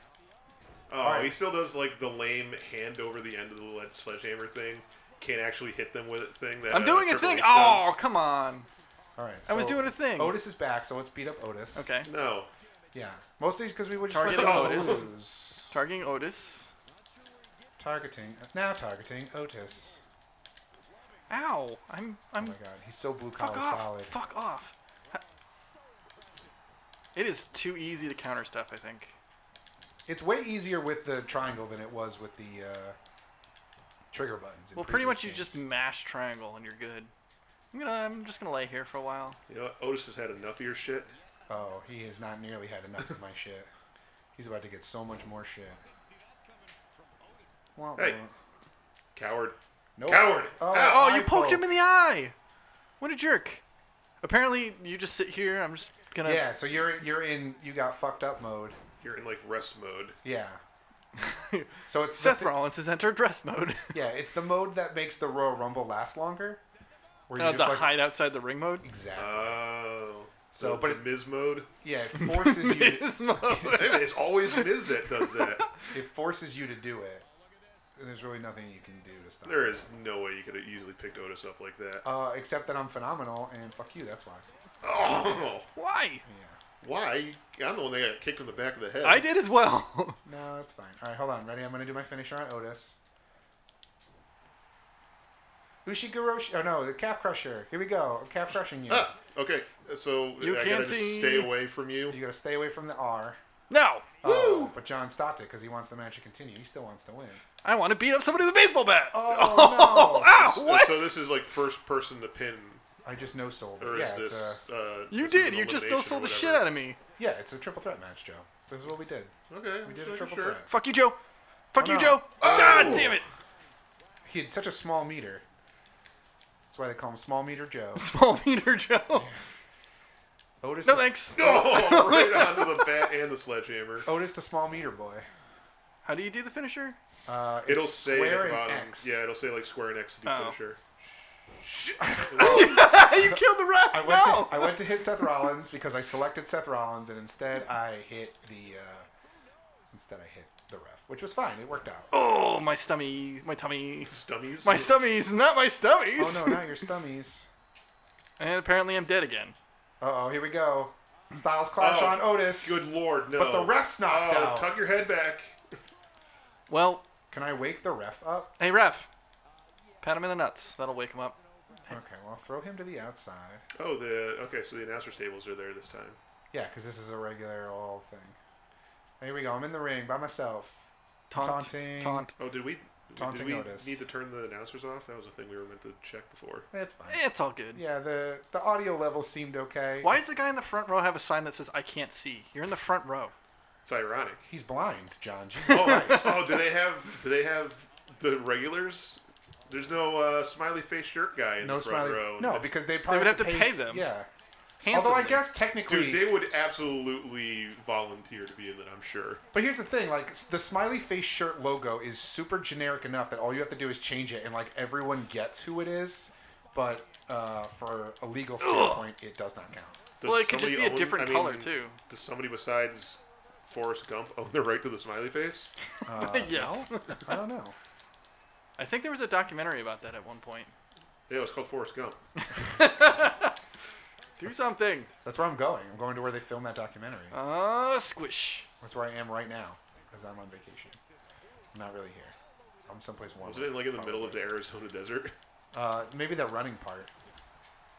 Speaker 2: Oh,
Speaker 1: right.
Speaker 2: he still does like the lame hand over the end of the led- sledgehammer thing. Can't actually hit them with it thing. That
Speaker 3: I'm
Speaker 2: uh,
Speaker 3: doing a
Speaker 2: Triple
Speaker 3: thing.
Speaker 2: H
Speaker 3: Oh,
Speaker 2: does.
Speaker 3: come on.
Speaker 1: All right.
Speaker 3: I was
Speaker 1: so
Speaker 3: doing a thing.
Speaker 1: Otis is back, so let's beat up Otis.
Speaker 3: Okay.
Speaker 2: no.
Speaker 1: Yeah. Mostly because we would just
Speaker 3: Targeting
Speaker 1: let them
Speaker 2: Otis.
Speaker 1: lose.
Speaker 3: Targeting Otis.
Speaker 1: Targeting. Now targeting Otis.
Speaker 3: Ow! I'm I'm
Speaker 1: Oh my God, he's so blue collar
Speaker 3: fuck off.
Speaker 1: solid.
Speaker 3: Fuck off. Ha- It is too easy to counter stuff. I think.
Speaker 1: It's way easier with the triangle than it was with the uh, trigger buttons. in
Speaker 3: Well, pretty
Speaker 1: previous
Speaker 3: much you
Speaker 1: games.
Speaker 3: just mash triangle and you're good. I'm gonna I'm just gonna lay here for a while.
Speaker 2: You know, what? Otis has had enough of your shit.
Speaker 1: Oh, he has not nearly had enough of my shit. He's about to get so much more shit. Wah,
Speaker 2: Hey.
Speaker 1: wah.
Speaker 2: Coward.
Speaker 1: Nope.
Speaker 2: Coward.
Speaker 1: Oh.
Speaker 2: Ow.
Speaker 3: Oh,
Speaker 1: I
Speaker 3: you poked
Speaker 1: poked.
Speaker 3: him in the eye. What a jerk. Apparently, you just sit here. I'm just gonna.
Speaker 1: Yeah, so you're you're in you got fucked up mode.
Speaker 2: You're in like rest mode.
Speaker 1: Yeah. So it's the
Speaker 3: Seth
Speaker 1: thi-
Speaker 3: Rollins has entered rest mode.
Speaker 1: Yeah, it's the mode that makes the Royal Rumble last longer. Where you
Speaker 3: Uh,
Speaker 1: just
Speaker 3: the
Speaker 1: like
Speaker 3: hide outside the ring mode.
Speaker 1: exactly.
Speaker 2: Oh.
Speaker 1: So,
Speaker 2: the,
Speaker 1: but
Speaker 2: the
Speaker 1: it-
Speaker 2: Miz mode.
Speaker 1: yeah, it forces you. To,
Speaker 3: Miz mode.
Speaker 2: Hey, it's always Miz that does that.
Speaker 1: it forces you to do it. And there's really nothing you can do to stop.
Speaker 2: There
Speaker 1: it.
Speaker 2: is no way you could have easily picked Otis up like that.
Speaker 1: Uh, except that I'm phenomenal and fuck you. That's why.
Speaker 2: Oh,
Speaker 3: Why?
Speaker 1: Yeah.
Speaker 2: why? I'm the one that got kicked in the back of the head.
Speaker 3: I did as well.
Speaker 1: No, it's fine. All right, hold on. Ready? I'm going to do my finisher on Otis. Ushiguroshi. Oh, no, the calf crusher. Here we go. calf crushing you.
Speaker 2: Ah, okay, so
Speaker 3: You
Speaker 2: I
Speaker 3: can't
Speaker 2: gotta just
Speaker 3: see.
Speaker 2: stay away from you.
Speaker 1: You got to stay away from the R.
Speaker 3: no.
Speaker 1: Oh, but John stopped it because he wants the match to continue. He still wants to win.
Speaker 3: I want to beat up somebody with a baseball bat.
Speaker 1: Oh, no.
Speaker 3: Ow,
Speaker 2: So-
Speaker 3: what?
Speaker 2: So this is like first person to pin.
Speaker 1: I just no sold
Speaker 2: Or
Speaker 1: it. Yeah,
Speaker 2: is
Speaker 1: it's
Speaker 2: this?
Speaker 1: a
Speaker 2: uh,
Speaker 3: You
Speaker 2: this is
Speaker 3: did.
Speaker 2: an
Speaker 3: You just
Speaker 2: elimination
Speaker 3: no
Speaker 2: or
Speaker 3: sold the shit
Speaker 2: whatever?
Speaker 3: out of me.
Speaker 1: yeah, it's a triple threat match, Joe. This is what we did.
Speaker 2: Okay,
Speaker 1: We did a
Speaker 2: so
Speaker 1: triple
Speaker 2: sure.
Speaker 1: threat.
Speaker 3: Fuck you, Joe. Fuck
Speaker 1: Oh,
Speaker 3: you,
Speaker 1: no.
Speaker 3: Joe. God damn it.
Speaker 1: He had such a small meter. That's why they call him Small Meter Joe.
Speaker 3: Small meter, Joe.
Speaker 1: Otis.
Speaker 3: No
Speaker 1: the-
Speaker 3: thanks.
Speaker 2: Oh, right onto the bat and the sledgehammer.
Speaker 1: Otis the Small Meter Boy.
Speaker 3: How do you do the finisher?
Speaker 1: Uh,
Speaker 2: It'll
Speaker 1: it's
Speaker 2: say
Speaker 1: square
Speaker 2: at the
Speaker 1: and
Speaker 2: bottom.
Speaker 1: X.
Speaker 2: Yeah, it'll say like square and X to do
Speaker 3: Oh.
Speaker 2: finisher.
Speaker 3: you killed the
Speaker 1: I
Speaker 3: ref.
Speaker 1: went,
Speaker 3: No.
Speaker 1: to, I went to hit Seth Rollins because I selected Seth Rollins, and instead I hit the uh, instead I hit the ref, which was fine. It worked out.
Speaker 3: Oh, my stummy. My tummy.
Speaker 2: Stummies.
Speaker 3: My stummies, not my stummies.
Speaker 1: Oh no, not your stummies.
Speaker 3: And apparently I'm dead again.
Speaker 1: Uh oh, here we go. Styles clash
Speaker 2: Oh,
Speaker 1: on Otis.
Speaker 2: Good lord, no.
Speaker 1: But the ref's knocked
Speaker 2: oh,
Speaker 1: out.
Speaker 2: Tuck your head back.
Speaker 3: Well,
Speaker 1: Can I wake the ref up?
Speaker 3: hey ref, pat him in the nuts. That'll wake him up.
Speaker 1: Okay, well throw him to the outside.
Speaker 2: Oh, the okay. So the announcer tables are there this time.
Speaker 1: Yeah, because this is a regular old thing. Here we go. I'm in the ring by myself.
Speaker 3: Taunt,
Speaker 1: Taunting.
Speaker 3: taunt.
Speaker 2: Oh, did we?
Speaker 1: Taunting
Speaker 2: did we
Speaker 1: Otis.
Speaker 2: need to turn the announcers off? That was a thing we were meant to check before.
Speaker 1: That's fine.
Speaker 3: Eh, It's all good.
Speaker 1: Yeah, the the audio level seemed okay.
Speaker 3: Why does the guy in the front row have a sign that says "I can't see"? You're in the front row.
Speaker 2: It's ironic.
Speaker 1: He's blind, John. Jesus
Speaker 2: Oh,
Speaker 1: Christ.
Speaker 2: oh, do they have? Do they have the regulars? There's no uh, smiley face shirt guy in
Speaker 1: No
Speaker 2: the front
Speaker 1: smiley.
Speaker 2: row.
Speaker 1: No, because they probably
Speaker 3: would have to pay
Speaker 1: s-
Speaker 3: them.
Speaker 1: Yeah.
Speaker 3: Handsomely.
Speaker 1: Although I guess technically,
Speaker 2: dude, they would absolutely volunteer to be in that. I'm sure.
Speaker 1: but here's the thing: like s- the smiley face shirt logo is super generic enough that all you have to do is change it, and like everyone gets who it is. But uh, for a legal standpoint, it does not count.
Speaker 2: Does
Speaker 3: Well, it could just
Speaker 2: somebody
Speaker 3: be a
Speaker 2: own-
Speaker 3: different
Speaker 2: I mean,
Speaker 3: color, too.
Speaker 2: Does somebody besides Forrest Gump own the right to the smiley face?
Speaker 1: Uh,
Speaker 3: Yes.
Speaker 1: no? I don't know.
Speaker 3: I think there was a documentary about that at one point.
Speaker 2: Yeah, it's called Forrest Gump.
Speaker 3: Do something.
Speaker 1: That's where I'm going. I'm going to where they filmed that documentary.
Speaker 3: Uh, squish.
Speaker 1: That's where I am right now, because I'm on vacation. I'm not really here. I'm someplace warm.
Speaker 2: Was it in like in the middle of the Arizona desert?
Speaker 1: Uh, maybe that running part.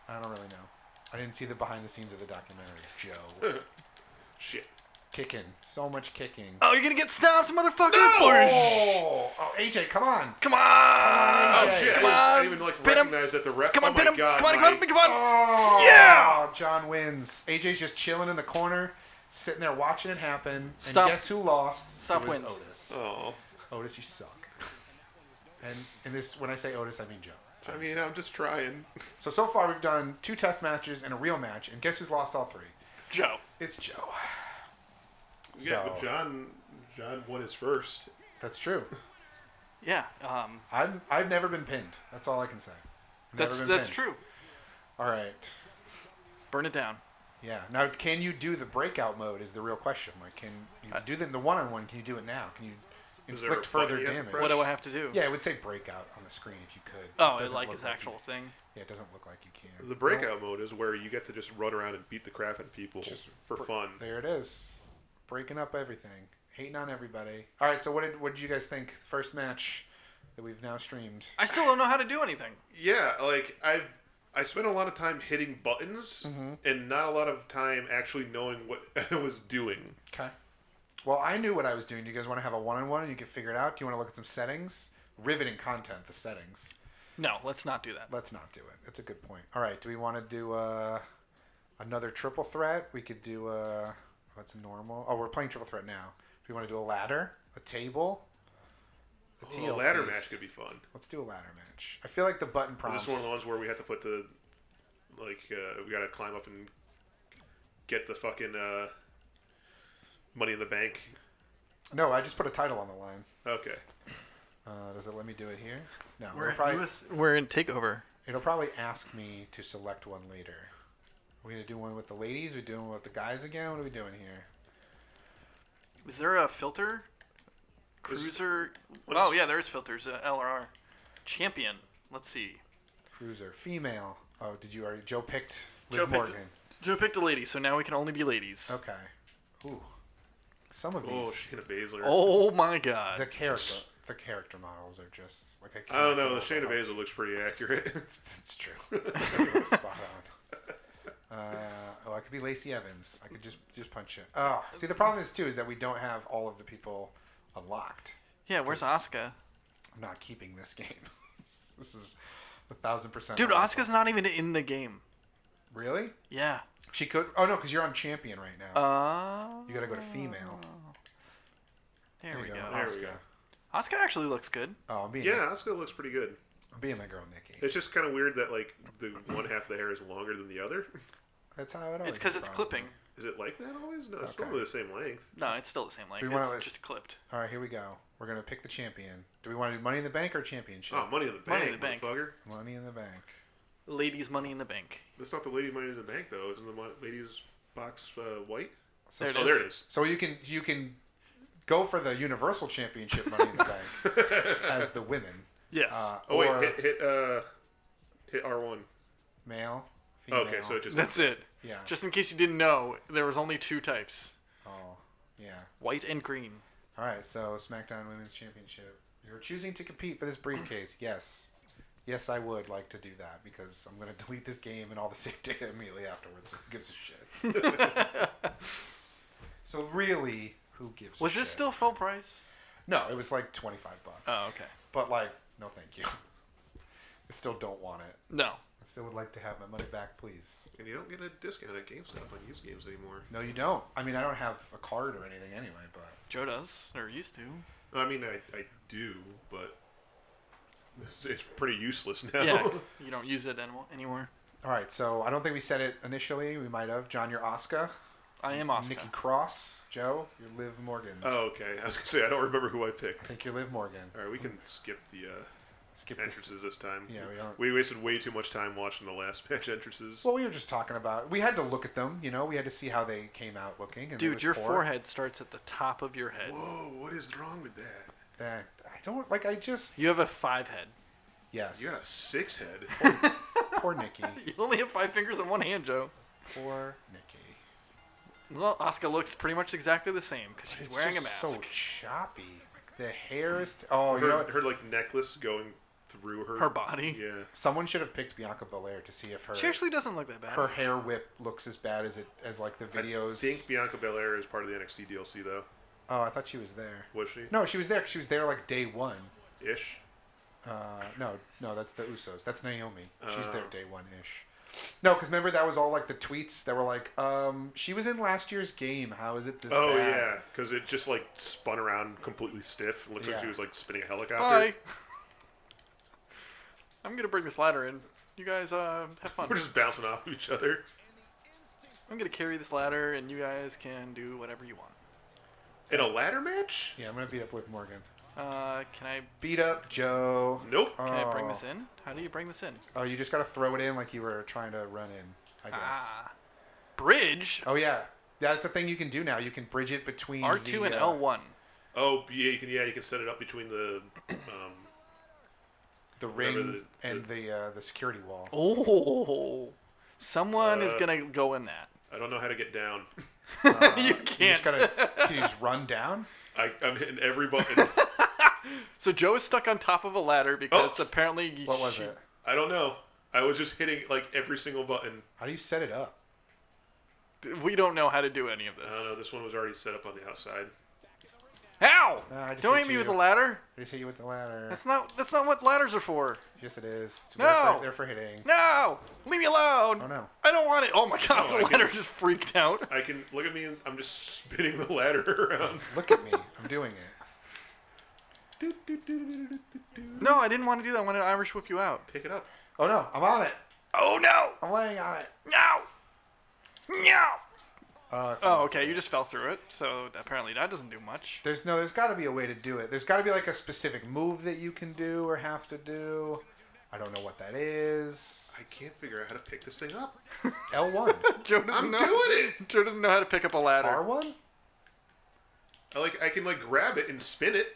Speaker 1: I don't really know. I didn't see the behind the scenes of the documentary. Joe,
Speaker 2: Shit.
Speaker 1: kicking, so much kicking.
Speaker 3: Oh, you're gonna get stomped, motherfucker! Push.
Speaker 1: Oh, oh, AJ, come on!
Speaker 3: Come on!
Speaker 2: Oh
Speaker 1: Jay.
Speaker 2: shit!
Speaker 1: Come
Speaker 2: I
Speaker 3: on,
Speaker 2: didn't even like
Speaker 3: pin 'em.
Speaker 2: recognize that the ref.
Speaker 3: Come on,
Speaker 2: oh
Speaker 3: pin
Speaker 2: my
Speaker 3: him!
Speaker 2: God,
Speaker 3: come on,
Speaker 2: my-
Speaker 3: come on, come on!
Speaker 1: Oh,
Speaker 3: Yeah!
Speaker 1: John wins. AJ's just chilling in the corner, sitting there watching it happen.
Speaker 3: Stop.
Speaker 1: And guess who lost?
Speaker 3: Stop
Speaker 1: It was
Speaker 3: wins.
Speaker 1: Otis.
Speaker 2: Oh,
Speaker 1: Otis, you suck. And in this, when I say Otis, I mean Joe.
Speaker 2: I mean, I'm just trying.
Speaker 1: So so far we've done two test matches and a real match, and guess who's lost all three?
Speaker 3: Joe.
Speaker 1: It's Joe.
Speaker 2: Yeah, but
Speaker 1: So-
Speaker 2: John, John won his first.
Speaker 1: That's true.
Speaker 3: Yeah. Um.
Speaker 1: I'm I've never been pinned. That's all I can say. I've never
Speaker 3: That's
Speaker 1: been
Speaker 3: that's
Speaker 1: pinned.
Speaker 3: true.
Speaker 1: All right.
Speaker 3: Burn it down.
Speaker 1: Yeah. Now, can you do the breakout mode? Is the real question. Like, can you
Speaker 3: Uh,
Speaker 1: do the, the one-on-one? Can you do it now? Can you
Speaker 2: Is there a
Speaker 1: inflict further
Speaker 2: button you have to
Speaker 1: damage?
Speaker 2: press?
Speaker 3: What do I have to do?
Speaker 1: Yeah, it would say breakout on the screen if you could.
Speaker 3: Oh,
Speaker 1: doesn't
Speaker 3: like
Speaker 1: look
Speaker 3: his
Speaker 1: you-
Speaker 3: actual thing.
Speaker 1: yeah, it doesn't look like you can.
Speaker 2: The breakout mode is where you get to just run around and beat the crap out of people for
Speaker 1: Br-
Speaker 2: fun.
Speaker 1: There it is. Breaking up everything. Hating on everybody. All right, so what did what did you guys think? First match that we've now streamed.
Speaker 3: I still don't know how to do anything.
Speaker 2: Yeah, like I, I spent a lot of time hitting buttons
Speaker 3: Mm-hmm.
Speaker 2: and not a lot of time actually knowing what I was doing.
Speaker 1: Okay. Well, I knew what I was doing. Do you guys want to have a one on one and you can figure it out? Do you want to look at some settings? Riveting content, the settings.
Speaker 3: No, let's not do that.
Speaker 1: Let's not do it. That's a good point. All right, do we want to do uh, another triple threat? We could do uh, what's normal? Oh, we're playing triple threat now. Do we want to do a ladder, a table? The
Speaker 2: Oh, a ladder
Speaker 1: TLCs.
Speaker 2: match could be fun.
Speaker 1: Let's do a ladder match. I feel like the button
Speaker 2: This
Speaker 1: prompts.
Speaker 2: is one of the ones where we have to put the, like, uh, we got to climb up and get the fucking uh, money in the bank.
Speaker 1: No, I just put a title on the line.
Speaker 2: Okay.
Speaker 1: Uh, does it let me do it here? No.
Speaker 3: We're
Speaker 1: it'll, probably,
Speaker 3: US, we're in takeover.
Speaker 1: it'll probably ask me to select one later. We're gonna do one with the ladies. We're doing one with the guys again. What are we doing here?
Speaker 3: Is there a filter? Cruiser.
Speaker 2: What's-
Speaker 3: Oh yeah, there is filters. Uh, LRR. Champion. Let's see.
Speaker 1: Cruiser, female. Oh, did you already? Joe picked Liv
Speaker 3: Joe picked-
Speaker 1: Morgan.
Speaker 3: Joe picked a lady, so now we can only be ladies.
Speaker 1: Okay. Ooh. Some of these.
Speaker 2: Oh, Shayna Baszler.
Speaker 3: Oh my God.
Speaker 1: the character, the character models are just like I.
Speaker 2: I don't know. The
Speaker 1: cannot go
Speaker 2: Shayna
Speaker 1: over
Speaker 2: Baszler looks pretty accurate.
Speaker 1: It's it's true. You're Spot on. Uh, oh, I could be Lacey Evans. I could just just punch it. Oh, see, the problem is too is that we don't have all of the people unlocked.
Speaker 3: Yeah, where's Asuka?
Speaker 1: I'm not keeping this game. this is A thousand percent.
Speaker 3: Dude,
Speaker 1: Oracle.
Speaker 3: Asuka's not even in the game.
Speaker 1: Really?
Speaker 3: Yeah.
Speaker 1: She could. Oh no, because you're on champion right now.
Speaker 3: Uh,
Speaker 1: you gotta go to female.
Speaker 3: There, we go.
Speaker 2: There we go.
Speaker 1: Asuka.
Speaker 3: Asuka actually looks good.
Speaker 1: Oh, I'm being
Speaker 2: Yeah, Asuka looks pretty good.
Speaker 1: I'm being my girl Nikki.
Speaker 2: It's just kind of weird that like the one half of the hair is longer than the other.
Speaker 1: That's how it always.
Speaker 3: It's because
Speaker 1: is,
Speaker 3: it's
Speaker 1: probably.
Speaker 3: clipping.
Speaker 2: Is it like that always? No, it's
Speaker 1: Okay.
Speaker 2: normally the same length.
Speaker 3: No, it's still the same length.
Speaker 1: we wanna-
Speaker 3: It's just clipped.
Speaker 1: All right, here we go. We're gonna pick the champion. Do we want to do Money in the Bank or Championship?
Speaker 2: Oh, money in the bank,
Speaker 3: Money in the Bank.
Speaker 2: motherfucker.
Speaker 1: Money in the Bank.
Speaker 3: Ladies' money in the bank.
Speaker 2: That's not the lady money in the bank though. Isn't the mon- lady's box uh, white?
Speaker 1: So,
Speaker 3: There it
Speaker 2: Oh,
Speaker 3: is.
Speaker 2: there it is.
Speaker 1: so you can you can go for the Universal Championship Money in the Bank as the women.
Speaker 3: Yes.
Speaker 1: Uh,
Speaker 2: Oh
Speaker 1: or
Speaker 2: wait, hit hit uh, hit R one.
Speaker 1: male. Female.
Speaker 2: Okay, so it just
Speaker 3: That's it.
Speaker 1: Yeah.
Speaker 3: Just in case you didn't know, there was only two types
Speaker 1: Oh, yeah.
Speaker 3: white and green.
Speaker 1: All right, so SmackDown Women's Championship. You're choosing to compete for this briefcase. Yes. Yes, I would like to do that because I'm going to delete this game and all the save data immediately afterwards. Who gives a shit? so, really, who gives a
Speaker 3: Was
Speaker 1: shit?
Speaker 3: this still full price?
Speaker 1: No, it was like 25 bucks.
Speaker 3: Oh, okay.
Speaker 1: But, like, no thank you. I still don't want it.
Speaker 3: No.
Speaker 1: I still would like to have my money back, please.
Speaker 2: and you don't get a discount at GameStop on used games anymore.
Speaker 1: No, you don't. I mean, I don't have a card or anything anyway, but.
Speaker 3: Joe does, or used to.
Speaker 2: I mean, I, I do, but it's, it's pretty useless now.
Speaker 3: Yeah, 'cause you don't use it animo- anymore.
Speaker 1: All right, so I don't think we said it initially. We might have. John, you're Oscar.
Speaker 3: I am Oscar.
Speaker 1: Nikki Cross, Joe, you're Liv Morgan.
Speaker 2: oh, okay. I was gonna say I don't remember who I
Speaker 1: I
Speaker 2: picked.
Speaker 1: think you're Liv Morgan.
Speaker 2: All right, we can skip the uh,
Speaker 1: Skip this.
Speaker 2: entrances this time.
Speaker 1: Yeah, we don't-
Speaker 2: we wasted way too much time watching the last match entrances.
Speaker 1: Well, we were just talking about. We had to look at them, you know. We had to see how they came out looking. And it
Speaker 3: Dude,
Speaker 1: was
Speaker 3: your
Speaker 1: poor.
Speaker 3: forehead starts at the top of your head.
Speaker 2: Whoa, what is wrong with that?
Speaker 1: That I don't like. I just.
Speaker 3: You have a five head.
Speaker 1: yes.
Speaker 2: You got a six head.
Speaker 1: Poor Nikki.
Speaker 3: You only have five fingers on one hand, Joe.
Speaker 1: poor Nikki.
Speaker 3: Well, Oscar looks pretty much exactly the same because she's
Speaker 1: It's
Speaker 3: wearing a
Speaker 1: just
Speaker 3: mask.
Speaker 1: so choppy. Like the hair is. oh, you
Speaker 2: her,
Speaker 1: know. What?
Speaker 2: her like necklace going through her.
Speaker 3: Her body.
Speaker 2: Yeah.
Speaker 1: Someone should have picked Bianca Belair to see if her
Speaker 3: She actually doesn't look that bad.
Speaker 1: her hair whip looks as bad as it as like the videos.
Speaker 2: I think Bianca Belair is part of the NXT DLC though.
Speaker 1: Oh, I thought she was there.
Speaker 2: Was she?
Speaker 1: No, she was there. 'cause She was there like day one.
Speaker 2: Ish.
Speaker 1: Uh, no, no, that's the Usos. That's Naomi. She's there
Speaker 2: Oh.
Speaker 1: day one ish. No, because remember that was all like the tweets that were like, um, she was in last year's game. How is it this?
Speaker 2: Oh
Speaker 1: bad?
Speaker 2: yeah, because it just like spun around completely stiff. It looks
Speaker 1: Yeah.
Speaker 2: like she was like spinning a helicopter.
Speaker 3: Bye. I'm gonna bring this ladder in. You guys uh, have fun.
Speaker 2: We're just bouncing off of each other.
Speaker 3: I'm gonna carry this ladder, and you guys can do whatever you want.
Speaker 2: In a ladder match?
Speaker 1: Yeah, I'm gonna beat up Liv Morgan.
Speaker 3: Uh, can I
Speaker 1: Beat up Joe.
Speaker 2: Nope.
Speaker 1: Oh.
Speaker 3: can I bring this in? How do you bring this in?
Speaker 1: Oh, you just gotta throw it in like you were trying to run in. I guess.
Speaker 3: Ah, bridge
Speaker 1: Oh yeah, that's a thing you can do now. You can bridge it between
Speaker 3: R two
Speaker 1: the,
Speaker 3: and
Speaker 1: uh,
Speaker 3: L one.
Speaker 2: Oh yeah, you can yeah you can set it up between the um,
Speaker 1: the
Speaker 2: Whatever
Speaker 1: ring
Speaker 2: the-
Speaker 1: and the uh, the security wall.
Speaker 3: Oh, someone is
Speaker 2: Uh,
Speaker 3: gonna go in that.
Speaker 2: I don't know how to get down.
Speaker 3: you
Speaker 1: You just
Speaker 3: can't.
Speaker 1: gotta can you just run down.
Speaker 2: I, I'm hitting every button.
Speaker 3: So Joe is stuck on top of a ladder because
Speaker 2: Oh.
Speaker 3: apparently y-
Speaker 1: What was
Speaker 3: she-
Speaker 1: it?
Speaker 2: I don't know. I was just hitting like every single button.
Speaker 1: How do you set it up?
Speaker 3: We don't know how to do any of
Speaker 2: I don't know.
Speaker 3: this.
Speaker 2: This one was already set up on the outside.
Speaker 3: How?
Speaker 1: Ah, I just
Speaker 3: don't
Speaker 1: hit
Speaker 3: hit me with
Speaker 1: you.
Speaker 3: the ladder.
Speaker 1: I just hit you with the ladder.
Speaker 3: That's not. That's not what ladders are for.
Speaker 1: Yes, it is. It's
Speaker 3: No!
Speaker 1: they're for hitting.
Speaker 3: No! Leave me alone!
Speaker 1: Oh, no.
Speaker 3: I don't want it. Oh my
Speaker 2: No,
Speaker 3: god, the
Speaker 2: I can-
Speaker 3: ladder just freaked out.
Speaker 2: I can look at me. and I'm just spinning the ladder around.
Speaker 1: Look at me. I'm doing it.
Speaker 2: Do, do, do, do, do, do, do.
Speaker 3: No, I didn't want to do that. I wanted to Irish whip you out.
Speaker 2: Pick it up.
Speaker 1: Oh no, I'm on it.
Speaker 3: Oh no!
Speaker 1: I'm laying on it.
Speaker 3: No! No!
Speaker 1: Uh,
Speaker 3: Oh, okay. You just fell through it, so apparently that doesn't do much.
Speaker 1: There's no. There's got to be a way to do it. There's got to be like a specific move that you can do or have to do. I don't know what that is.
Speaker 2: I can't figure out how to pick this thing up.
Speaker 1: L1,
Speaker 3: Joe doesn't
Speaker 2: I'm
Speaker 3: know.
Speaker 2: doing it.
Speaker 3: Joe doesn't know how to pick up a ladder.
Speaker 1: R1.
Speaker 2: I like I can like grab it and spin it.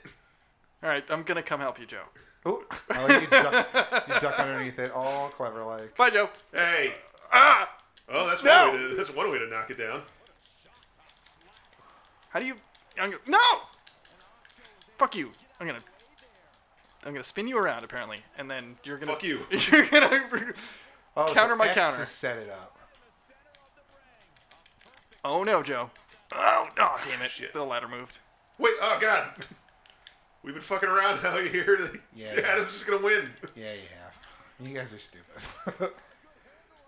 Speaker 3: All right, I'm gonna come help you, Joe.
Speaker 1: Oh, I like you duck, you duck underneath it, all clever like.
Speaker 3: Bye, Joe.
Speaker 2: Hey.
Speaker 3: Ah!
Speaker 2: Oh, that's
Speaker 3: No!
Speaker 2: one way to, that's one way to knock it down.
Speaker 3: How do you? I'm gonna, no! Fuck you! I'm gonna. I'm gonna spin you around apparently, and then you're gonna.
Speaker 2: Fuck you.
Speaker 3: You're gonna.
Speaker 1: Oh, so
Speaker 3: Counter my
Speaker 1: X
Speaker 3: counter.
Speaker 1: Is set it up.
Speaker 3: Oh no, Joe. Oh, oh damn it.
Speaker 2: Ah, Shit.
Speaker 3: The ladder moved.
Speaker 2: Wait. Oh God. We've been fucking around now. You hear?
Speaker 1: Yeah.
Speaker 2: Adam's just gonna win.
Speaker 1: Yeah, you have. You guys are stupid.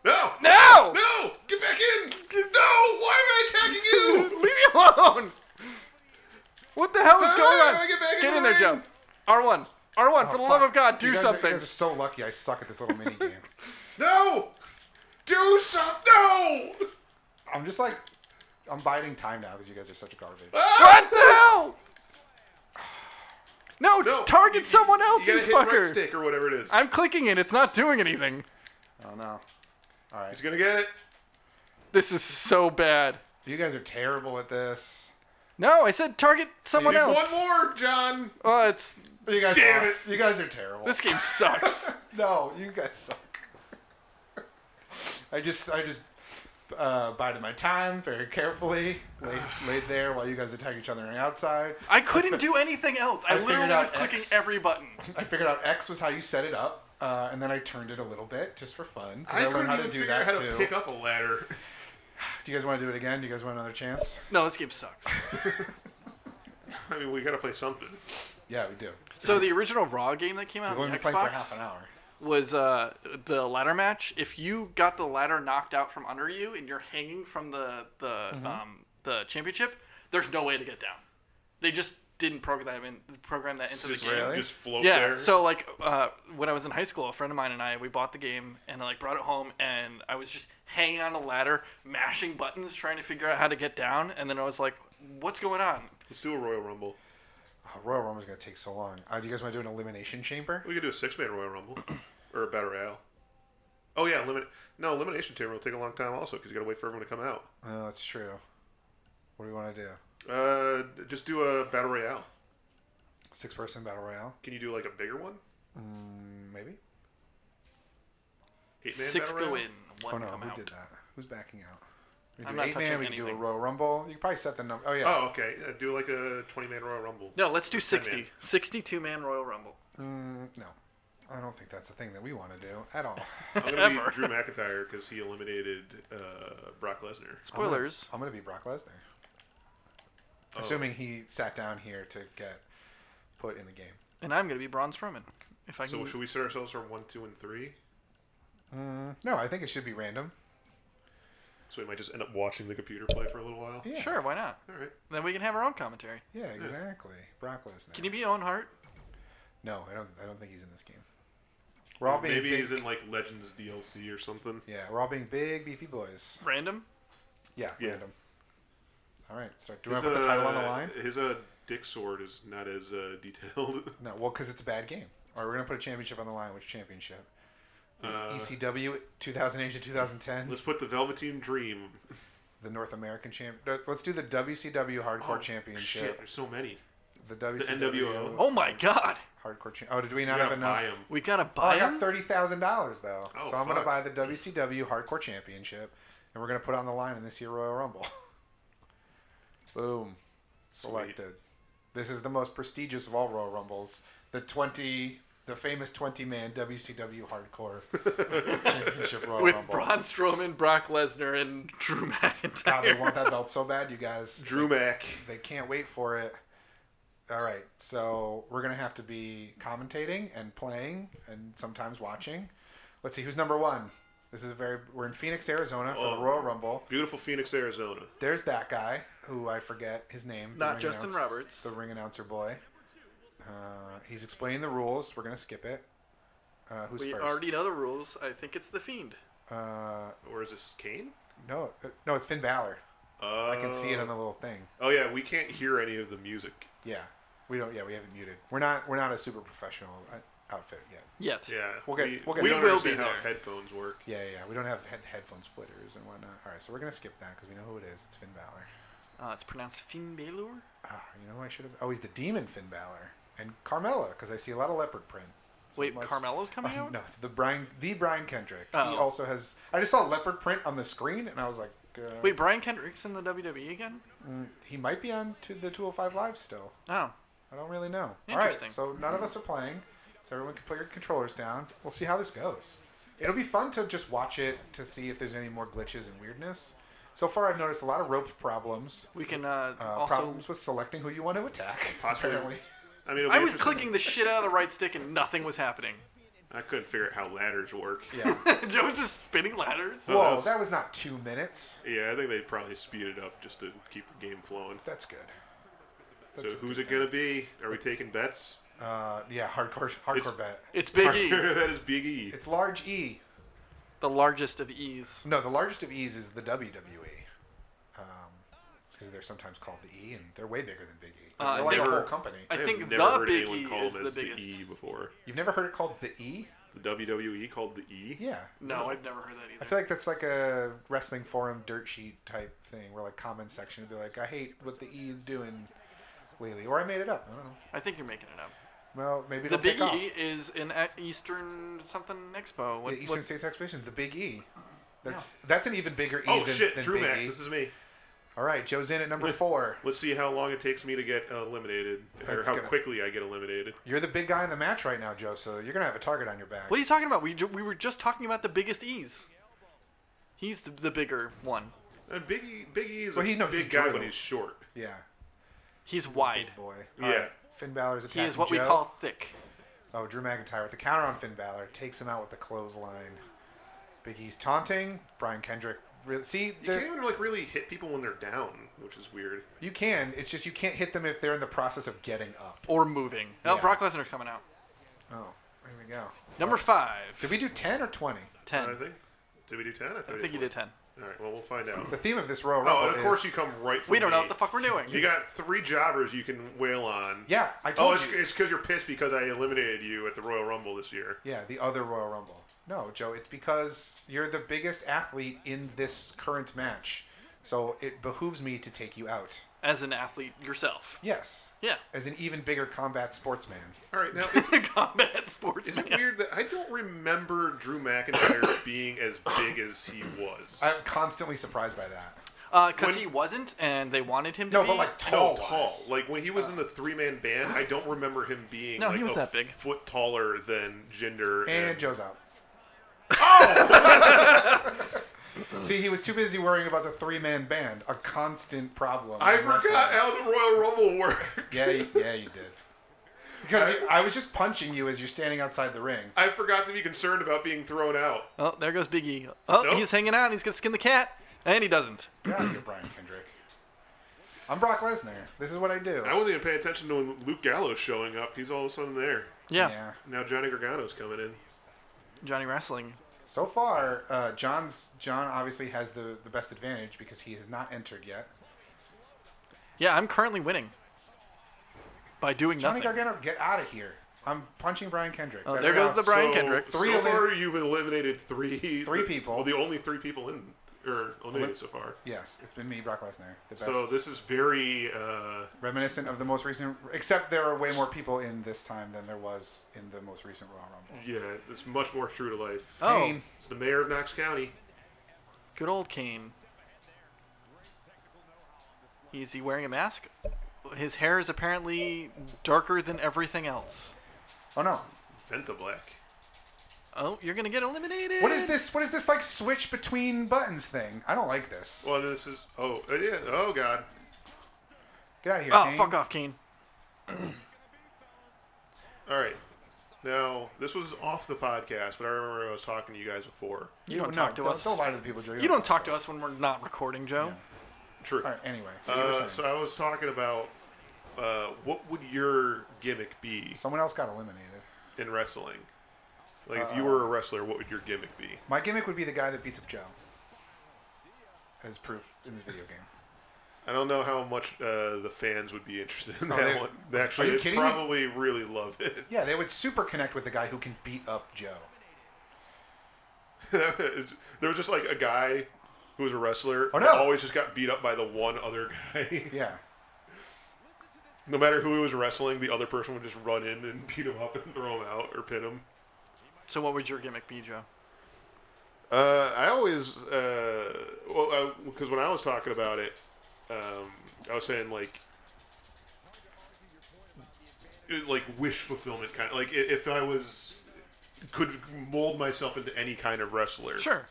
Speaker 2: No!
Speaker 3: No!
Speaker 2: No! Get back in! No! Why am I attacking you?
Speaker 3: Leave me alone! What the hell is
Speaker 2: Ah,
Speaker 3: going on?
Speaker 2: I get Oh, back in
Speaker 3: Get
Speaker 2: the
Speaker 3: in there, Joe.
Speaker 2: ring.
Speaker 3: R1. R1, for the love
Speaker 1: Fuck.
Speaker 3: of God, do
Speaker 1: you guys are-
Speaker 3: something.
Speaker 1: you guys are so lucky. I suck at this little mini game.
Speaker 2: No! Do something! No!
Speaker 1: I'm just like, I'm biding time now because you guys are such garbage.
Speaker 2: Ah!
Speaker 3: What the hell? No,
Speaker 2: No,
Speaker 3: just target someone else, you,
Speaker 2: You gotta hit right
Speaker 3: fucker.
Speaker 2: stick or whatever it is.
Speaker 3: I'm clicking it. It's not doing anything.
Speaker 1: I don't know. All right,
Speaker 2: He's gonna get it.
Speaker 3: This is so bad.
Speaker 1: you guys are terrible at this.
Speaker 3: No, I said target someone
Speaker 2: You have
Speaker 3: else.
Speaker 2: one more, John.
Speaker 3: Oh, it's
Speaker 1: You guys,
Speaker 2: Damn
Speaker 1: lost. you guys are terrible.
Speaker 3: this game sucks.
Speaker 1: No, you guys suck. I just, I just uh, bided my time very carefully, laid, laid there while you guys attack each other on the outside.
Speaker 3: I couldn't do anything else. I,
Speaker 1: I figured
Speaker 3: literally
Speaker 1: out
Speaker 3: was clicking
Speaker 1: X.
Speaker 3: every button.
Speaker 1: I figured out X was how you set it up, uh, and then I turned it a little bit just for fun. 'cause
Speaker 2: I
Speaker 1: learned
Speaker 2: couldn't
Speaker 1: how
Speaker 2: even
Speaker 1: to do
Speaker 2: figure out
Speaker 1: that
Speaker 2: how to
Speaker 1: too.
Speaker 2: pick up a ladder.
Speaker 1: Do you guys want to do it again? Do you guys want another chance?
Speaker 3: No, this game sucks.
Speaker 2: I mean, we gotta play something.
Speaker 1: Yeah, we do.
Speaker 3: So the original Raw game that came out
Speaker 1: We've
Speaker 3: on
Speaker 1: only
Speaker 3: the
Speaker 1: been playing for half
Speaker 3: Xbox
Speaker 1: an hour.
Speaker 3: was uh, the ladder match. If you got the ladder knocked out from under you and you're hanging from the the
Speaker 1: Mm-hmm.
Speaker 3: um, the championship, there's no way to get down. They just didn't program that in, program that into the
Speaker 2: Just,
Speaker 3: game.
Speaker 1: Really?
Speaker 2: just float
Speaker 3: Yeah.
Speaker 2: there.
Speaker 3: So like uh, when I was in high school, a friend of mine and I we bought the game and I like brought it home and I was just hanging on a ladder, mashing buttons, trying to figure out how to get down. And then I was like, "What's going on?"
Speaker 2: Let's do a Royal Rumble.
Speaker 1: Oh, Royal Rumble's gonna take so long. Uh, do you guys want to do an elimination chamber?
Speaker 2: We could do a six-man Royal Rumble or a battle royale. Oh yeah, limit. No, elimination chamber will take a long time also because you gotta wait for everyone to come out.
Speaker 1: No, Uh, that's true. What do we want to do?
Speaker 2: Uh, just do a battle royale.
Speaker 1: Six person battle royale,
Speaker 2: Can you do like a bigger one?
Speaker 1: maybe?
Speaker 2: Eight man
Speaker 3: Six
Speaker 2: battle royale.
Speaker 3: go in, one
Speaker 1: Oh no,
Speaker 3: come
Speaker 1: who
Speaker 3: out.
Speaker 1: did that? Who's backing out? We
Speaker 3: I'm
Speaker 1: can do
Speaker 3: not
Speaker 1: eight
Speaker 3: touching
Speaker 1: man. We can do a
Speaker 3: anything.
Speaker 1: Royal Rumble. You can probably set the number. Oh yeah.
Speaker 2: Oh okay. Yeah, do like a twenty-man Royal Rumble.
Speaker 3: No, let's do
Speaker 2: Ten
Speaker 3: 60.
Speaker 2: man.
Speaker 3: 62 man Royal Rumble. Oh.
Speaker 1: Mm, no, I don't think that's a thing that we want to do at all.
Speaker 2: I'm gonna be
Speaker 3: Ever.
Speaker 2: Drew McIntyre because he eliminated uh, Brock Lesnar.
Speaker 3: Spoilers. Oh.
Speaker 1: I'm gonna be Brock Lesnar. Assuming he sat down here to get put in the game.
Speaker 3: And I'm going to be Braun Strowman. If I can.
Speaker 2: So should we set ourselves for one, two, and three?
Speaker 1: No, I think it should be random.
Speaker 2: So we might just end up watching the computer play for a little while.
Speaker 1: Yeah.
Speaker 3: Sure, why not?
Speaker 2: All right.
Speaker 3: Then we can have our own commentary.
Speaker 1: Yeah, exactly. Brock Lesnar.
Speaker 3: Can you be Owen Hart?
Speaker 1: No, I don't. I don't think he's in this game. We're all being
Speaker 2: Maybe
Speaker 1: big,
Speaker 2: he's in like Legends DLC or something.
Speaker 1: yeah. We're all being big beefy boys.
Speaker 3: Random?
Speaker 1: Yeah.
Speaker 2: Yeah.
Speaker 1: Random. All right. Start. Do you want to put the title on the line?
Speaker 2: His uh, dick sword is not as uh, detailed.
Speaker 1: No. Well, because it's a bad game. All right. We're gonna put a championship on the line. Which championship? The E ECW 2008 to 2010.
Speaker 2: Uh, Let's put the Velveteen Dream.
Speaker 1: The North American champ. no, Let's do the WCW
Speaker 2: Oh,
Speaker 1: Hardcore Championship.
Speaker 2: Shit, there's so many.
Speaker 1: The WCW
Speaker 2: NWO.
Speaker 3: Oh my god!
Speaker 1: Hardcore Champ. Oh, did we not
Speaker 2: You
Speaker 1: have
Speaker 2: gotta
Speaker 1: enough?
Speaker 2: buy him.
Speaker 3: We got to
Speaker 1: Oh, I
Speaker 3: buy
Speaker 1: got
Speaker 3: him?
Speaker 1: thirty thousand dollars though,
Speaker 2: Oh,
Speaker 1: so I'm gonna
Speaker 2: fuck.
Speaker 1: buy the WCW Hardcore Championship, and we're gonna put it on the line in this year Royal Rumble. Boom, selected. This is the most prestigious of all Royal Rumbles. The twenty, the famous twenty-man WCW Hardcore Championship Royal
Speaker 3: With
Speaker 1: Rumble.
Speaker 3: Braun Strowman, Brock Lesnar, and Drew McIntyre.
Speaker 1: God, they want that belt so bad, you guys.
Speaker 2: Drew Mac.
Speaker 1: They can't wait for it. All right, so we're gonna have to be commentating and playing and sometimes watching. Let's see who's number one. This is a very we're in Phoenix, Arizona for the
Speaker 2: Oh.
Speaker 1: Royal Rumble.
Speaker 2: Beautiful Phoenix, Arizona.
Speaker 1: There's that guy who I forget his name. the
Speaker 3: Not
Speaker 1: ring
Speaker 3: Justin
Speaker 1: announce-
Speaker 3: Roberts.
Speaker 1: the ring announcer boy. Uh, he's explaining the rules. We're gonna skip it. Uh, who's
Speaker 3: We
Speaker 1: first?
Speaker 3: already know the rules. I think it's the Fiend.
Speaker 1: Uh,
Speaker 2: Or is this Kane?
Speaker 1: no, uh, no, it's Finn Balor.
Speaker 2: Uh,
Speaker 1: I can see it on the little thing.
Speaker 2: Oh yeah, we can't hear any of the music.
Speaker 1: Yeah, we don't. Yeah, we haven't muted. We're not. We're not a super professional uh, outfit yet.
Speaker 3: Yet.
Speaker 2: Yeah,
Speaker 1: We'll get-
Speaker 2: we,
Speaker 1: we'll get-
Speaker 2: we
Speaker 1: We
Speaker 2: don't
Speaker 3: will
Speaker 2: understand
Speaker 3: be
Speaker 2: how
Speaker 3: there.
Speaker 2: headphones work.
Speaker 1: Yeah, yeah, yeah. We don't have head- headphone splitters and whatnot. All right, so we're gonna skip that because we know who it is. It's Finn Balor.
Speaker 3: Uh, it's pronounced Fiend Balor.
Speaker 1: Ah, you know who I should have. Oh, he's the demon Finn Balor and Carmella because I see a lot of leopard print. So it
Speaker 3: Wait,
Speaker 1: must-
Speaker 3: Carmelo's coming
Speaker 1: Oh,
Speaker 3: out?
Speaker 1: no, it's the Brian, the Brian Kendrick. He
Speaker 3: Oh.
Speaker 1: also has. I just saw leopard print on the screen and I was like, uh,
Speaker 3: Wait, Brian Kendrick's in the WWE again?
Speaker 1: he might be on to the 205 Live still.
Speaker 3: No.
Speaker 1: I don't really know.
Speaker 3: Interesting.
Speaker 1: All right, so none of us are playing, so everyone can put your controllers down. We'll see how this goes. It'll be fun to just watch it to see if there's any more glitches and weirdness. So far, I've noticed a lot of rope problems.
Speaker 3: We can uh,
Speaker 1: Uh,
Speaker 3: also.
Speaker 1: problems with selecting who you want to attack.
Speaker 2: Possibly.
Speaker 1: Apparently,
Speaker 2: I mean, it'll
Speaker 3: I
Speaker 2: be
Speaker 3: was
Speaker 2: interesting.
Speaker 3: clicking the shit out of the right stick and nothing was happening.
Speaker 2: I I couldn't figure out how ladders work.
Speaker 1: Yeah.
Speaker 3: Joe was just spinning ladders.
Speaker 2: that
Speaker 1: Whoa,
Speaker 2: was-
Speaker 1: that was not two minutes.
Speaker 2: Yeah, I think they probably speed it up just to keep the game flowing.
Speaker 1: That's good.
Speaker 2: so who's it gonna be? Are we taking bets?
Speaker 1: Uh, yeah, hardcore, hardcore
Speaker 2: It's-
Speaker 1: bet.
Speaker 3: It's Big E,
Speaker 2: that is Big E.
Speaker 1: It's large E.
Speaker 3: the largest of E's.
Speaker 1: No, the largest of E's is the WWE. Because um, they're sometimes called the E, and they're way bigger than Big E. They're
Speaker 3: Uh,
Speaker 1: like a
Speaker 2: never-
Speaker 1: whole company.
Speaker 3: I
Speaker 2: I've
Speaker 3: think
Speaker 2: never
Speaker 3: the
Speaker 2: heard
Speaker 3: Big
Speaker 2: anyone
Speaker 3: E
Speaker 2: call
Speaker 3: is
Speaker 2: this
Speaker 3: the biggest.
Speaker 2: E before.
Speaker 1: You've never heard it called the E?
Speaker 2: The WWE called the E.
Speaker 1: Yeah.
Speaker 3: No, I've never heard that
Speaker 1: I
Speaker 3: either.
Speaker 1: feel like that's like a wrestling forum dirt sheet type thing where like comment section would be like, I hate what the E is doing lately. Or I made it up. I don't know.
Speaker 3: I think you're making it up.
Speaker 1: Well, maybe
Speaker 3: The
Speaker 1: it'll
Speaker 3: Big
Speaker 1: take off.
Speaker 3: E is in a- Eastern something Expo. What,
Speaker 1: the Eastern
Speaker 3: what-
Speaker 1: States Exhibition, the Big E. That's that's an even bigger E
Speaker 2: Oh
Speaker 1: than,
Speaker 2: shit,
Speaker 1: than
Speaker 2: Drew
Speaker 1: Big
Speaker 2: Mac,
Speaker 1: E.
Speaker 2: this is me.
Speaker 1: All right, Joe's in at number four.
Speaker 2: Let's see how long it takes me to get eliminated, or
Speaker 1: That's
Speaker 2: how
Speaker 1: gonna-
Speaker 2: quickly I get eliminated.
Speaker 1: You're the big guy in the match right now, Joe. So you're gonna have a target on your back.
Speaker 3: what are you talking about? We, ju- we were just talking about the biggest E's. He's the, the bigger one.
Speaker 2: And Big E, Big E is
Speaker 1: Well,
Speaker 2: a
Speaker 1: he- no, he's
Speaker 2: big guy,
Speaker 1: Drew.
Speaker 2: but he's short.
Speaker 1: Yeah,
Speaker 3: He's wide.
Speaker 1: big boy. All
Speaker 2: Yeah.
Speaker 1: Finn Balor's
Speaker 3: He
Speaker 1: attacking
Speaker 3: is what we
Speaker 1: Joe.
Speaker 3: call thick.
Speaker 1: Oh, Drew McIntyre with the counter on Finn Balor takes him out with the clothesline. Big E's taunting. Brian Kendrick. Really, see,
Speaker 2: You
Speaker 1: there-
Speaker 2: can't even like really hit people when they're down, which is weird.
Speaker 1: you can. It's just you can't hit them if they're in the process of getting up.
Speaker 3: Or moving. Oh,
Speaker 1: Yeah.
Speaker 3: Brock Lesnar coming out.
Speaker 1: Oh, there we go.
Speaker 3: Number five.
Speaker 1: Did we do ten or twenty?
Speaker 2: I
Speaker 3: 10.
Speaker 2: think. Did we do ten? I,
Speaker 3: I think you did 10.
Speaker 2: All right. Well, we'll find out.
Speaker 1: The theme of this Royal Rumble
Speaker 2: Oh, and of course
Speaker 1: is-
Speaker 2: you come right. For
Speaker 3: We don't know
Speaker 2: me.
Speaker 3: what the fuck we're doing.
Speaker 2: You got three jobbers you can wail on.
Speaker 1: Yeah, I told
Speaker 2: Oh, it's
Speaker 1: you.
Speaker 2: it's because you're pissed because I eliminated you at the Royal Rumble this year.
Speaker 1: Yeah, the other Royal Rumble. No, Joe, it's because you're the biggest athlete in this current match. So it behooves me to take you out.
Speaker 3: As an athlete yourself.
Speaker 1: Yes.
Speaker 3: Yeah.
Speaker 1: As an even bigger combat sportsman.
Speaker 2: All right, now is,
Speaker 3: Combat sports
Speaker 2: is it weird that I don't remember Drew McIntyre being as big as he was?
Speaker 1: I'm constantly surprised by that.
Speaker 2: When-
Speaker 3: Because Uh, he wasn't, and they wanted him to
Speaker 1: No,
Speaker 3: be.
Speaker 1: but like
Speaker 2: no,
Speaker 1: tall.
Speaker 2: tall.
Speaker 1: wise.
Speaker 2: Like when he was in the three-man band, I don't remember him being
Speaker 3: No,
Speaker 2: like
Speaker 3: he was
Speaker 2: a
Speaker 3: that big.
Speaker 2: foot taller than Jinder
Speaker 1: and Joe's out. Oh! See, he was too busy worrying about the three man band, a constant problem.
Speaker 2: I
Speaker 1: in wrestling.
Speaker 2: forgot how the Royal Rumble worked.
Speaker 1: Yeah, you- yeah, you did. Because you- I was just punching you as you're standing outside the ring.
Speaker 2: I forgot to be concerned about being thrown out.
Speaker 3: oh, there goes Biggie. Oh,
Speaker 2: Nope.
Speaker 3: he's hanging out. He's going to skin the cat. And he doesn't.
Speaker 1: Get out of here, Brian Kendrick. I'm Brock Lesnar. This is what I do.
Speaker 2: I wasn't even paying attention to when Luke Gallows showing up. He's all of a sudden there.
Speaker 3: Yeah.
Speaker 2: Now Johnny Gargano's coming in.
Speaker 3: Johnny Wrestling.
Speaker 1: So far, uh, John's John obviously has the the best advantage because he has not entered yet.
Speaker 3: Yeah, I'm currently winning. By doing
Speaker 1: Johnny
Speaker 3: nothing.
Speaker 1: Gargano, get out of here! I'm punching Brian Kendrick.
Speaker 3: Oh,
Speaker 1: That's
Speaker 3: there goes
Speaker 1: enough.
Speaker 3: the Brian
Speaker 2: so,
Speaker 3: Kendrick.
Speaker 2: So
Speaker 1: Three elim-
Speaker 2: far, you've eliminated three.
Speaker 1: Three people.
Speaker 2: Well, the only three people in, or eliminated so far.
Speaker 1: Yes, it's been me, Brock Lesnar. The best.
Speaker 2: So this is very. Uh,
Speaker 1: reminiscent of the most recent, except there are way more people in this time than there was in the most recent Royal Rumble.
Speaker 2: yeah, it's much more true to life.
Speaker 3: Oh.
Speaker 1: Kane,
Speaker 2: It's the mayor of Knox County.
Speaker 3: Good old Kane. Is he wearing a mask? His hair is apparently darker than everything else.
Speaker 1: oh no!
Speaker 2: Venta Black.
Speaker 3: Oh, you're gonna get eliminated.
Speaker 1: What is this? What is this like switch between buttons thing? I don't like this.
Speaker 2: Well, this is. Oh uh, yeah. Oh God.
Speaker 1: Get out of here!
Speaker 3: Oh,
Speaker 1: Kane.
Speaker 3: fuck off, Kane.
Speaker 2: All right. Now this was off the podcast, but I remember I was talking to you guys before.
Speaker 3: You don't talk to
Speaker 1: don't-
Speaker 3: us.
Speaker 1: Don't lie to the people, Joe.
Speaker 3: You don't talk to us when we're not recording, Joe.
Speaker 2: True.
Speaker 1: All right. Anyway, so, you were
Speaker 2: Uh,
Speaker 1: saying.
Speaker 2: so I was talking about uh, what would your gimmick be
Speaker 1: someone else got eliminated.
Speaker 2: in wrestling? Like if you
Speaker 1: Uh,
Speaker 2: were a wrestler, what would your gimmick be?
Speaker 1: My gimmick would be the guy that beats up Joe. As proof in this video game.
Speaker 2: I don't know how much uh, the fans would be interested in
Speaker 1: Oh,
Speaker 2: that
Speaker 1: they-
Speaker 2: one. They actually
Speaker 1: Are you
Speaker 2: they'd
Speaker 1: kidding me?
Speaker 2: probably really love it.
Speaker 1: Yeah, they would super connect with the guy who can beat up Joe.
Speaker 2: there was just like a guy who was a wrestler
Speaker 1: Oh,
Speaker 2: that
Speaker 1: no.
Speaker 2: always just got beat up by the one other guy.
Speaker 1: Yeah.
Speaker 2: no matter who he was wrestling, the other person would just run in and beat him up and throw him out or pin him.
Speaker 3: So what would your gimmick be, Joe?
Speaker 2: Uh, I always, uh, well, because when I was talking about it, um, I was saying like, it- like wish fulfillment kind of like i- if I was could mold myself into any kind of wrestler.
Speaker 3: Sure.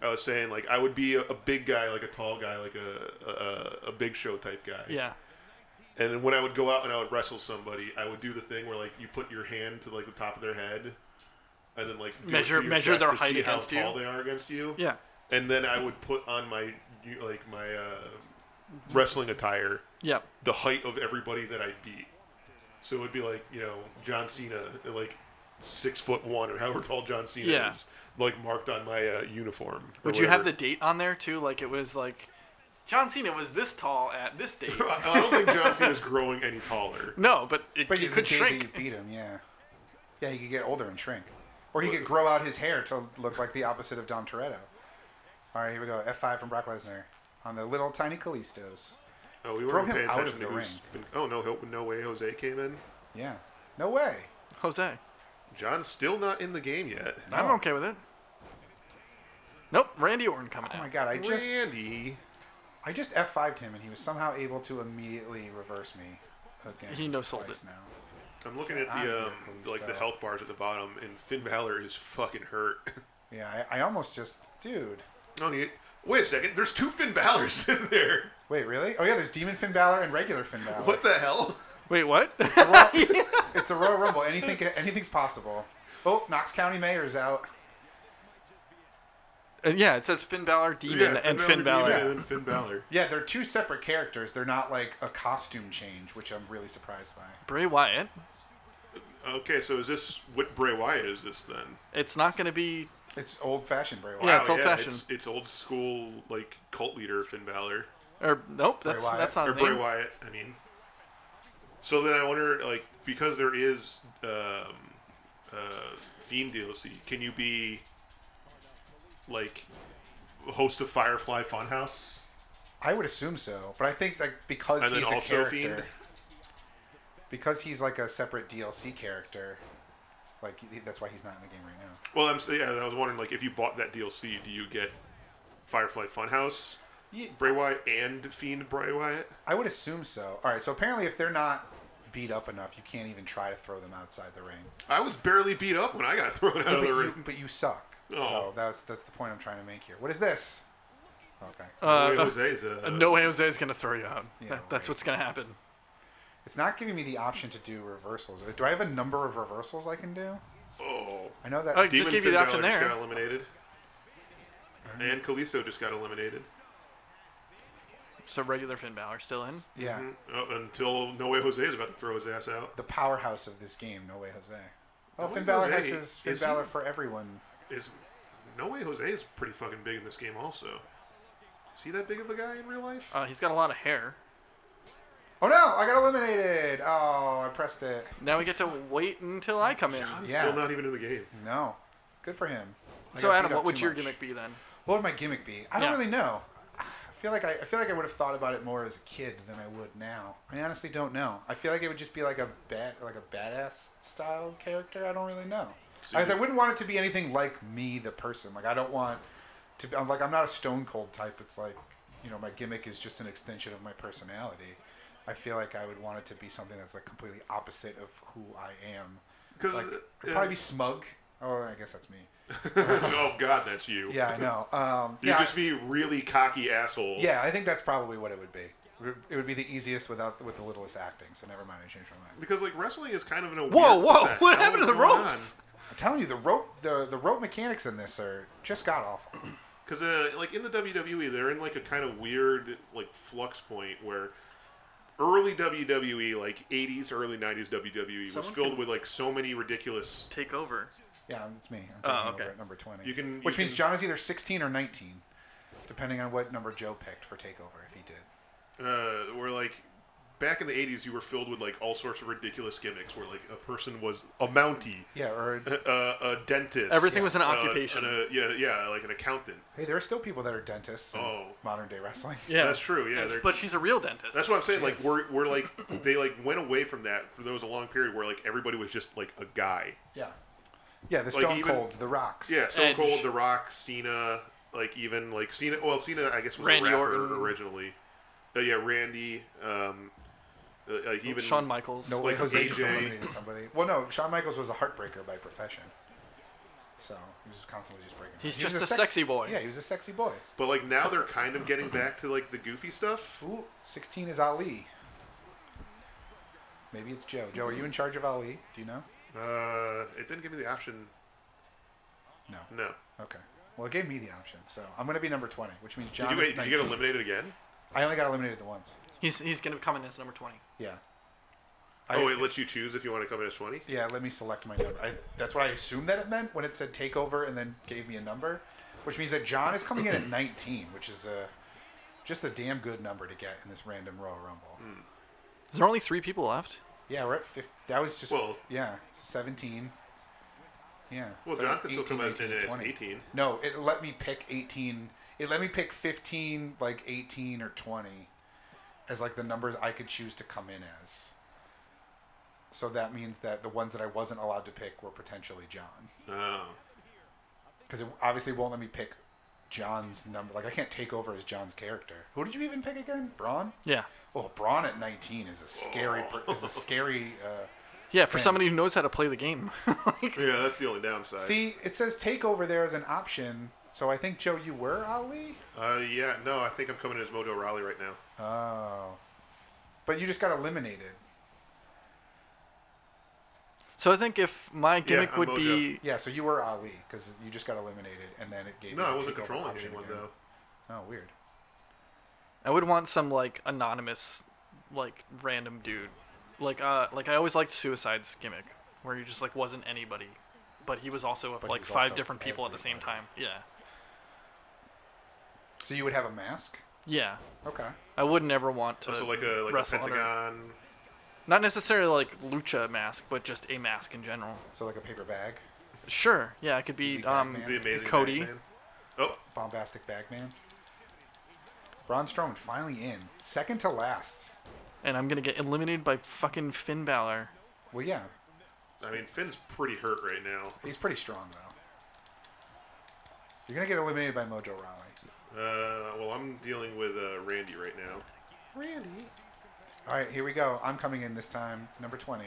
Speaker 2: I was saying like I would be a, a big guy, like a tall guy, like a, a a big show type guy.
Speaker 3: Yeah.
Speaker 2: And then when I would go out and I would wrestle somebody, I would do the thing where like you put your hand to like the top of their head. and then like do it
Speaker 3: Measure-
Speaker 2: to your
Speaker 3: measure
Speaker 2: chest
Speaker 3: their
Speaker 2: to
Speaker 3: height
Speaker 2: see how
Speaker 3: against you.
Speaker 2: tall they are against you.
Speaker 3: Yeah.
Speaker 2: And then I would put on my like my uh, wrestling attire
Speaker 3: Yep.
Speaker 2: the height of everybody that I beat. So it would be like you know John Cena, like six foot one or however tall John Cena
Speaker 3: Yeah.
Speaker 2: is, like marked on my uh, uniform. or
Speaker 3: Would you have the
Speaker 2: whatever.
Speaker 3: date on there too? Like it was like John Cena was this tall at this date.
Speaker 2: I I don't think John Cena's growing any taller.
Speaker 3: no, but it,
Speaker 1: But
Speaker 3: it
Speaker 1: you
Speaker 3: could
Speaker 1: could
Speaker 3: shrink.
Speaker 1: That you beat him, yeah. Yeah, he could get older and shrink, or he could grow out his hair to look like the opposite of Dom Toretto. All right, here we go. F five from Brock Lesnar on the little tiny Kalistos.
Speaker 2: Oh, we
Speaker 1: Throw
Speaker 2: weren't
Speaker 1: him
Speaker 2: paying
Speaker 1: out
Speaker 2: attention
Speaker 1: of
Speaker 2: to
Speaker 1: the
Speaker 2: who's been. Oh no, Ho- no way! Jose came in.
Speaker 1: Yeah, no way.
Speaker 3: Jose,
Speaker 2: John's still not in the game yet.
Speaker 3: I'm
Speaker 1: No.
Speaker 3: okay with it. Nope, Randy Orton coming
Speaker 1: Oh
Speaker 3: out.
Speaker 1: my god, I just
Speaker 2: Randy.
Speaker 1: I just F fived him and he was somehow able to immediately reverse me again.
Speaker 3: He no-sold
Speaker 1: twice
Speaker 3: it.
Speaker 1: now.
Speaker 2: I'm looking at
Speaker 1: I'm
Speaker 2: the um,
Speaker 1: gonna
Speaker 2: like the
Speaker 1: stop.
Speaker 2: health bars at the bottom, and Finn Balor is fucking hurt.
Speaker 1: Yeah, I, I almost just dude.
Speaker 2: oh, he, wait a second. There's two Finn Balors in there.
Speaker 1: Wait, really? Oh yeah, there's Demon Finn Balor and regular Finn Balor.
Speaker 2: What the hell?
Speaker 3: Wait, what?
Speaker 1: It's a Royal Rumble. Anything anything's possible. Oh, Knox County Mayor's out.
Speaker 3: And Uh, yeah, it says Finn Balor, Demon, and Finn
Speaker 2: Balor,
Speaker 3: Balor.
Speaker 2: Demon, and Finn Balor.
Speaker 1: Yeah, they're two separate characters. They're not like a costume change, which I'm really surprised by.
Speaker 3: Bray Wyatt.
Speaker 2: Okay, so is this what Bray Wyatt is this then?
Speaker 3: It's not going to be.
Speaker 1: It's old fashioned Bray Wyatt.
Speaker 3: Yeah, it's
Speaker 2: Wow,
Speaker 3: old-fashioned.
Speaker 2: It's, it's old school like cult leader Finn Balor
Speaker 3: Or nope, that's
Speaker 1: Wyatt.
Speaker 3: that's not.
Speaker 2: or
Speaker 3: a
Speaker 2: Bray
Speaker 3: name.
Speaker 2: Wyatt. I mean, so then I wonder like because there is um, uh, Fiend DLC, can you be like host of Firefly Funhouse
Speaker 1: I would assume so, but I think like because
Speaker 2: and
Speaker 1: he's
Speaker 2: then
Speaker 1: a
Speaker 2: also
Speaker 1: character,
Speaker 2: Fiend?
Speaker 1: because he's like a separate DLC character, like he- that's why he's not in the game right now.
Speaker 2: Well, I'm s- yeah, I was wondering like if you bought that DLC, do you get Firefly Funhouse?
Speaker 1: Ye-
Speaker 2: Bray Wyatt and Fiend Bray Wyatt.
Speaker 1: I would assume so. All right, so apparently if they're not beat up enough, you can't even try to throw them outside the ring.
Speaker 2: I was barely beat up when I got thrown out
Speaker 1: But
Speaker 2: of the
Speaker 1: you,
Speaker 2: ring.
Speaker 1: but you suck.
Speaker 2: Oh.
Speaker 1: So that's that's the point I'm trying to make here. What is this? Okay.
Speaker 2: Jose
Speaker 3: Uh,
Speaker 2: Jose's a,
Speaker 3: uh, no way Jose is going to throw you out.
Speaker 1: Yeah,
Speaker 3: That- that's
Speaker 1: right.
Speaker 3: what's going to happen.
Speaker 1: It's not giving me the option to do reversals. Do I have a number of reversals I can do?
Speaker 2: oh.
Speaker 1: I know that.
Speaker 3: Oh,
Speaker 2: Demon
Speaker 3: just give
Speaker 2: Finn
Speaker 3: you the
Speaker 2: Balor
Speaker 3: option
Speaker 2: just
Speaker 3: there.
Speaker 2: got eliminated. And Kalisto just got eliminated.
Speaker 3: So regular Finn Balor still in.
Speaker 1: yeah.
Speaker 2: Uh, until No Way Jose is about to throw his ass out.
Speaker 1: Mm-hmm. The powerhouse of this game, No Way Jose. Oh,
Speaker 2: Way
Speaker 1: Finn Balor has
Speaker 2: Jose
Speaker 1: his Finn
Speaker 2: is-
Speaker 1: Balor for everyone.
Speaker 2: Is No Way Jose is pretty fucking big in this game also. Is he that big of a guy in real life?
Speaker 3: Uh, he's got a lot of hair.
Speaker 1: Oh no, I got eliminated. Oh, I pressed it.
Speaker 3: Now we get to wait until I come in.
Speaker 2: I'm
Speaker 1: yeah. Mm.
Speaker 2: still not even in the game.
Speaker 1: No, good for him. I
Speaker 3: So
Speaker 1: got
Speaker 3: Adam,
Speaker 1: beat up
Speaker 3: what would
Speaker 1: too
Speaker 3: your
Speaker 1: much.
Speaker 3: gimmick be then?
Speaker 1: What would my gimmick be? I don't
Speaker 3: Yeah.
Speaker 1: really know. I feel like I, I feel like I would have thought about it more as a kid than I would now. I honestly don't know. I feel like it would just be like a bad like a badass style character. I don't really know.
Speaker 2: So
Speaker 1: I, guess I
Speaker 2: you-
Speaker 1: wouldn't want it to be anything like me, the person. Like I don't want to. Be, I'm like I'm not a stone cold type. It's like you know my gimmick is just an extension of my personality. I feel like I would want it to be something that's like completely opposite of who I am.
Speaker 2: 'Cause,
Speaker 1: Like
Speaker 2: uh,
Speaker 1: I'd probably be smug. Oh, I guess that's me.
Speaker 2: oh god, that's you.
Speaker 1: Yeah, I know. Um,
Speaker 2: You'd
Speaker 1: yeah,
Speaker 2: just be really cocky asshole.
Speaker 1: Yeah, I think that's probably what it would be. It would be the easiest without with the littlest acting. So never mind, I changed my mind.
Speaker 2: Because like wrestling is kind of in a
Speaker 3: Whoa,
Speaker 2: weird-
Speaker 3: whoa!
Speaker 2: the
Speaker 3: What
Speaker 2: hell
Speaker 3: happened
Speaker 2: is
Speaker 3: to the
Speaker 2: going
Speaker 3: ropes?
Speaker 2: on?
Speaker 1: I'm telling you, the rope the the rope mechanics in this are just god awful.
Speaker 2: Because uh, like in the WWE, they're in like a kind of weird like flux point where early WWE, like '80s, early '90s WWE, E was
Speaker 3: Someone
Speaker 2: filled
Speaker 3: can-
Speaker 2: with like so many ridiculous.
Speaker 3: Take over.
Speaker 1: Yeah, it's me. I'm
Speaker 3: Oh,
Speaker 1: taking
Speaker 3: okay.
Speaker 1: over at number twenty.
Speaker 2: You can-
Speaker 1: which
Speaker 2: you
Speaker 1: means
Speaker 2: can-
Speaker 1: John is either sixteen or nineteen, depending on what number Joe picked for takeover. If he did,
Speaker 2: Uh, where like back in the '80s, you were filled with like all sorts of ridiculous gimmicks, where like a person was a Mountie,
Speaker 1: yeah. Or
Speaker 2: uh, a dentist.
Speaker 3: Everything was an
Speaker 2: uh,
Speaker 3: occupation.
Speaker 2: and a- yeah, yeah, like an accountant.
Speaker 1: hey, there are still people that are dentists. In
Speaker 2: Oh.
Speaker 1: modern day wrestling.
Speaker 3: Yeah,
Speaker 2: That's true, yeah,
Speaker 3: It's-
Speaker 2: they're-
Speaker 3: but she's a real dentist.
Speaker 2: That's what I'm saying. Like
Speaker 1: Jeez.
Speaker 2: we're we're like they like went away from that for there was a long period where like everybody was just like a guy.
Speaker 1: Yeah, yeah. The
Speaker 2: Like,
Speaker 1: Stone
Speaker 2: even-
Speaker 1: Colds, the Rocks.
Speaker 2: Yeah, Stone
Speaker 3: Edge.
Speaker 2: Cold, The Rock, Cena, like even like Cena. Well, Cena, I guess was
Speaker 3: Randy
Speaker 2: a rapper
Speaker 3: Orton.
Speaker 2: originally. Uh, yeah, Randy. Um, uh, like even
Speaker 3: Shawn Michaels.
Speaker 1: No
Speaker 2: Like
Speaker 1: way, Jose just
Speaker 2: AJ.
Speaker 1: eliminated somebody. Well, no, Shawn Michaels was a heartbreaker by profession, so he was constantly just breaking.
Speaker 3: He's
Speaker 1: hearts. He was
Speaker 3: just a
Speaker 1: sex-
Speaker 3: sexy boy.
Speaker 1: Yeah, he was a sexy boy.
Speaker 2: But like now they're kind of getting back to like the goofy stuff.
Speaker 1: Ooh, 16 is Ali. Maybe it's Joe. Joe, are you in charge of Ali? Do you know?
Speaker 2: Uh, it didn't give me the option.
Speaker 1: No.
Speaker 2: No.
Speaker 1: Okay. Well, it gave me the option, so I'm gonna be number 20, which means John.
Speaker 2: Did you,
Speaker 1: is
Speaker 2: wait, did you get
Speaker 1: 19.
Speaker 2: eliminated again?
Speaker 1: I only got eliminated the once.
Speaker 3: He's he's gonna come in as number twenty.
Speaker 1: Yeah. I-
Speaker 2: Oh, it lets you choose if you want to come in as 20?
Speaker 1: Yeah, let me select my number. I, that's what I assumed that it meant when it said takeover and then gave me a number, which means that John is coming in at 19, which is a, just a damn good number to get in this random Royal Rumble.
Speaker 3: Is there only three people left?
Speaker 1: Yeah, we're at 50. That was just,
Speaker 2: Well-
Speaker 1: yeah, so 17. Yeah.
Speaker 2: Well,
Speaker 1: so
Speaker 2: John can still
Speaker 1: 18,
Speaker 2: come out in
Speaker 1: 19,
Speaker 2: as
Speaker 1: 20.
Speaker 2: 18.
Speaker 1: No, it let me pick 18. It let me pick 15, like 18 or 20 as like the numbers I could choose to come in as. So that means that the ones that I wasn't allowed to pick were potentially John.
Speaker 2: Oh.
Speaker 1: because it obviously won't let me pick John's number. Like I can't take over as John's character. Who did you even pick again? Braun.
Speaker 3: Yeah.
Speaker 1: Oh, Braun at 19 is a scary. per- Is a scary. Uh...
Speaker 3: Yeah, for somebody who knows how to play the game. Like,
Speaker 2: Yeah, that's the only downside.
Speaker 1: See, it says take over there as an option. So I think Joe, you were Ali.
Speaker 2: Uh, yeah, no, I think I'm coming in as Mojo Raleigh right now.
Speaker 1: Oh, but you just got eliminated.
Speaker 3: so I think if my gimmick
Speaker 2: I'm
Speaker 3: would
Speaker 2: Mojo.
Speaker 3: be
Speaker 1: Yeah, so you were Ali because you just got eliminated, and then it gave.
Speaker 2: No,
Speaker 1: you
Speaker 2: I
Speaker 1: the
Speaker 2: wasn't
Speaker 1: takeover
Speaker 2: controlling
Speaker 1: option
Speaker 2: anyone,
Speaker 1: again.
Speaker 2: though.
Speaker 1: Oh, weird.
Speaker 3: I would want some like anonymous, like random dude, like uh, like I always liked Suicide's gimmick, where he just like wasn't anybody, but he was also with
Speaker 1: he
Speaker 3: like
Speaker 1: was
Speaker 3: five
Speaker 1: also
Speaker 3: different people at the same
Speaker 1: everybody.
Speaker 3: time. Yeah,
Speaker 1: So you would have a mask.
Speaker 3: yeah.
Speaker 1: Okay.
Speaker 3: I would never want to
Speaker 2: So like a like a
Speaker 3: wrestle under-
Speaker 2: pentagon.
Speaker 3: not necessarily like lucha mask, but just a mask in general.
Speaker 1: So like a paper bag,
Speaker 3: Sure, yeah, I could be
Speaker 1: Be
Speaker 3: um,
Speaker 1: Batman.
Speaker 2: The amazing
Speaker 3: Cody.
Speaker 2: Batman. Oh,
Speaker 1: bombastic bag man. Braun Strowman finally in, second to last.
Speaker 3: and I'm gonna get eliminated by fucking Finn Balor.
Speaker 1: Well, yeah,
Speaker 2: I mean Finn's pretty hurt right now.
Speaker 1: he's pretty strong though. You're gonna get eliminated by Mojo Raleigh.
Speaker 2: Uh, well, I'm dealing with uh, Randy right now.
Speaker 1: All right, here we go. I'm coming in this time, number 20.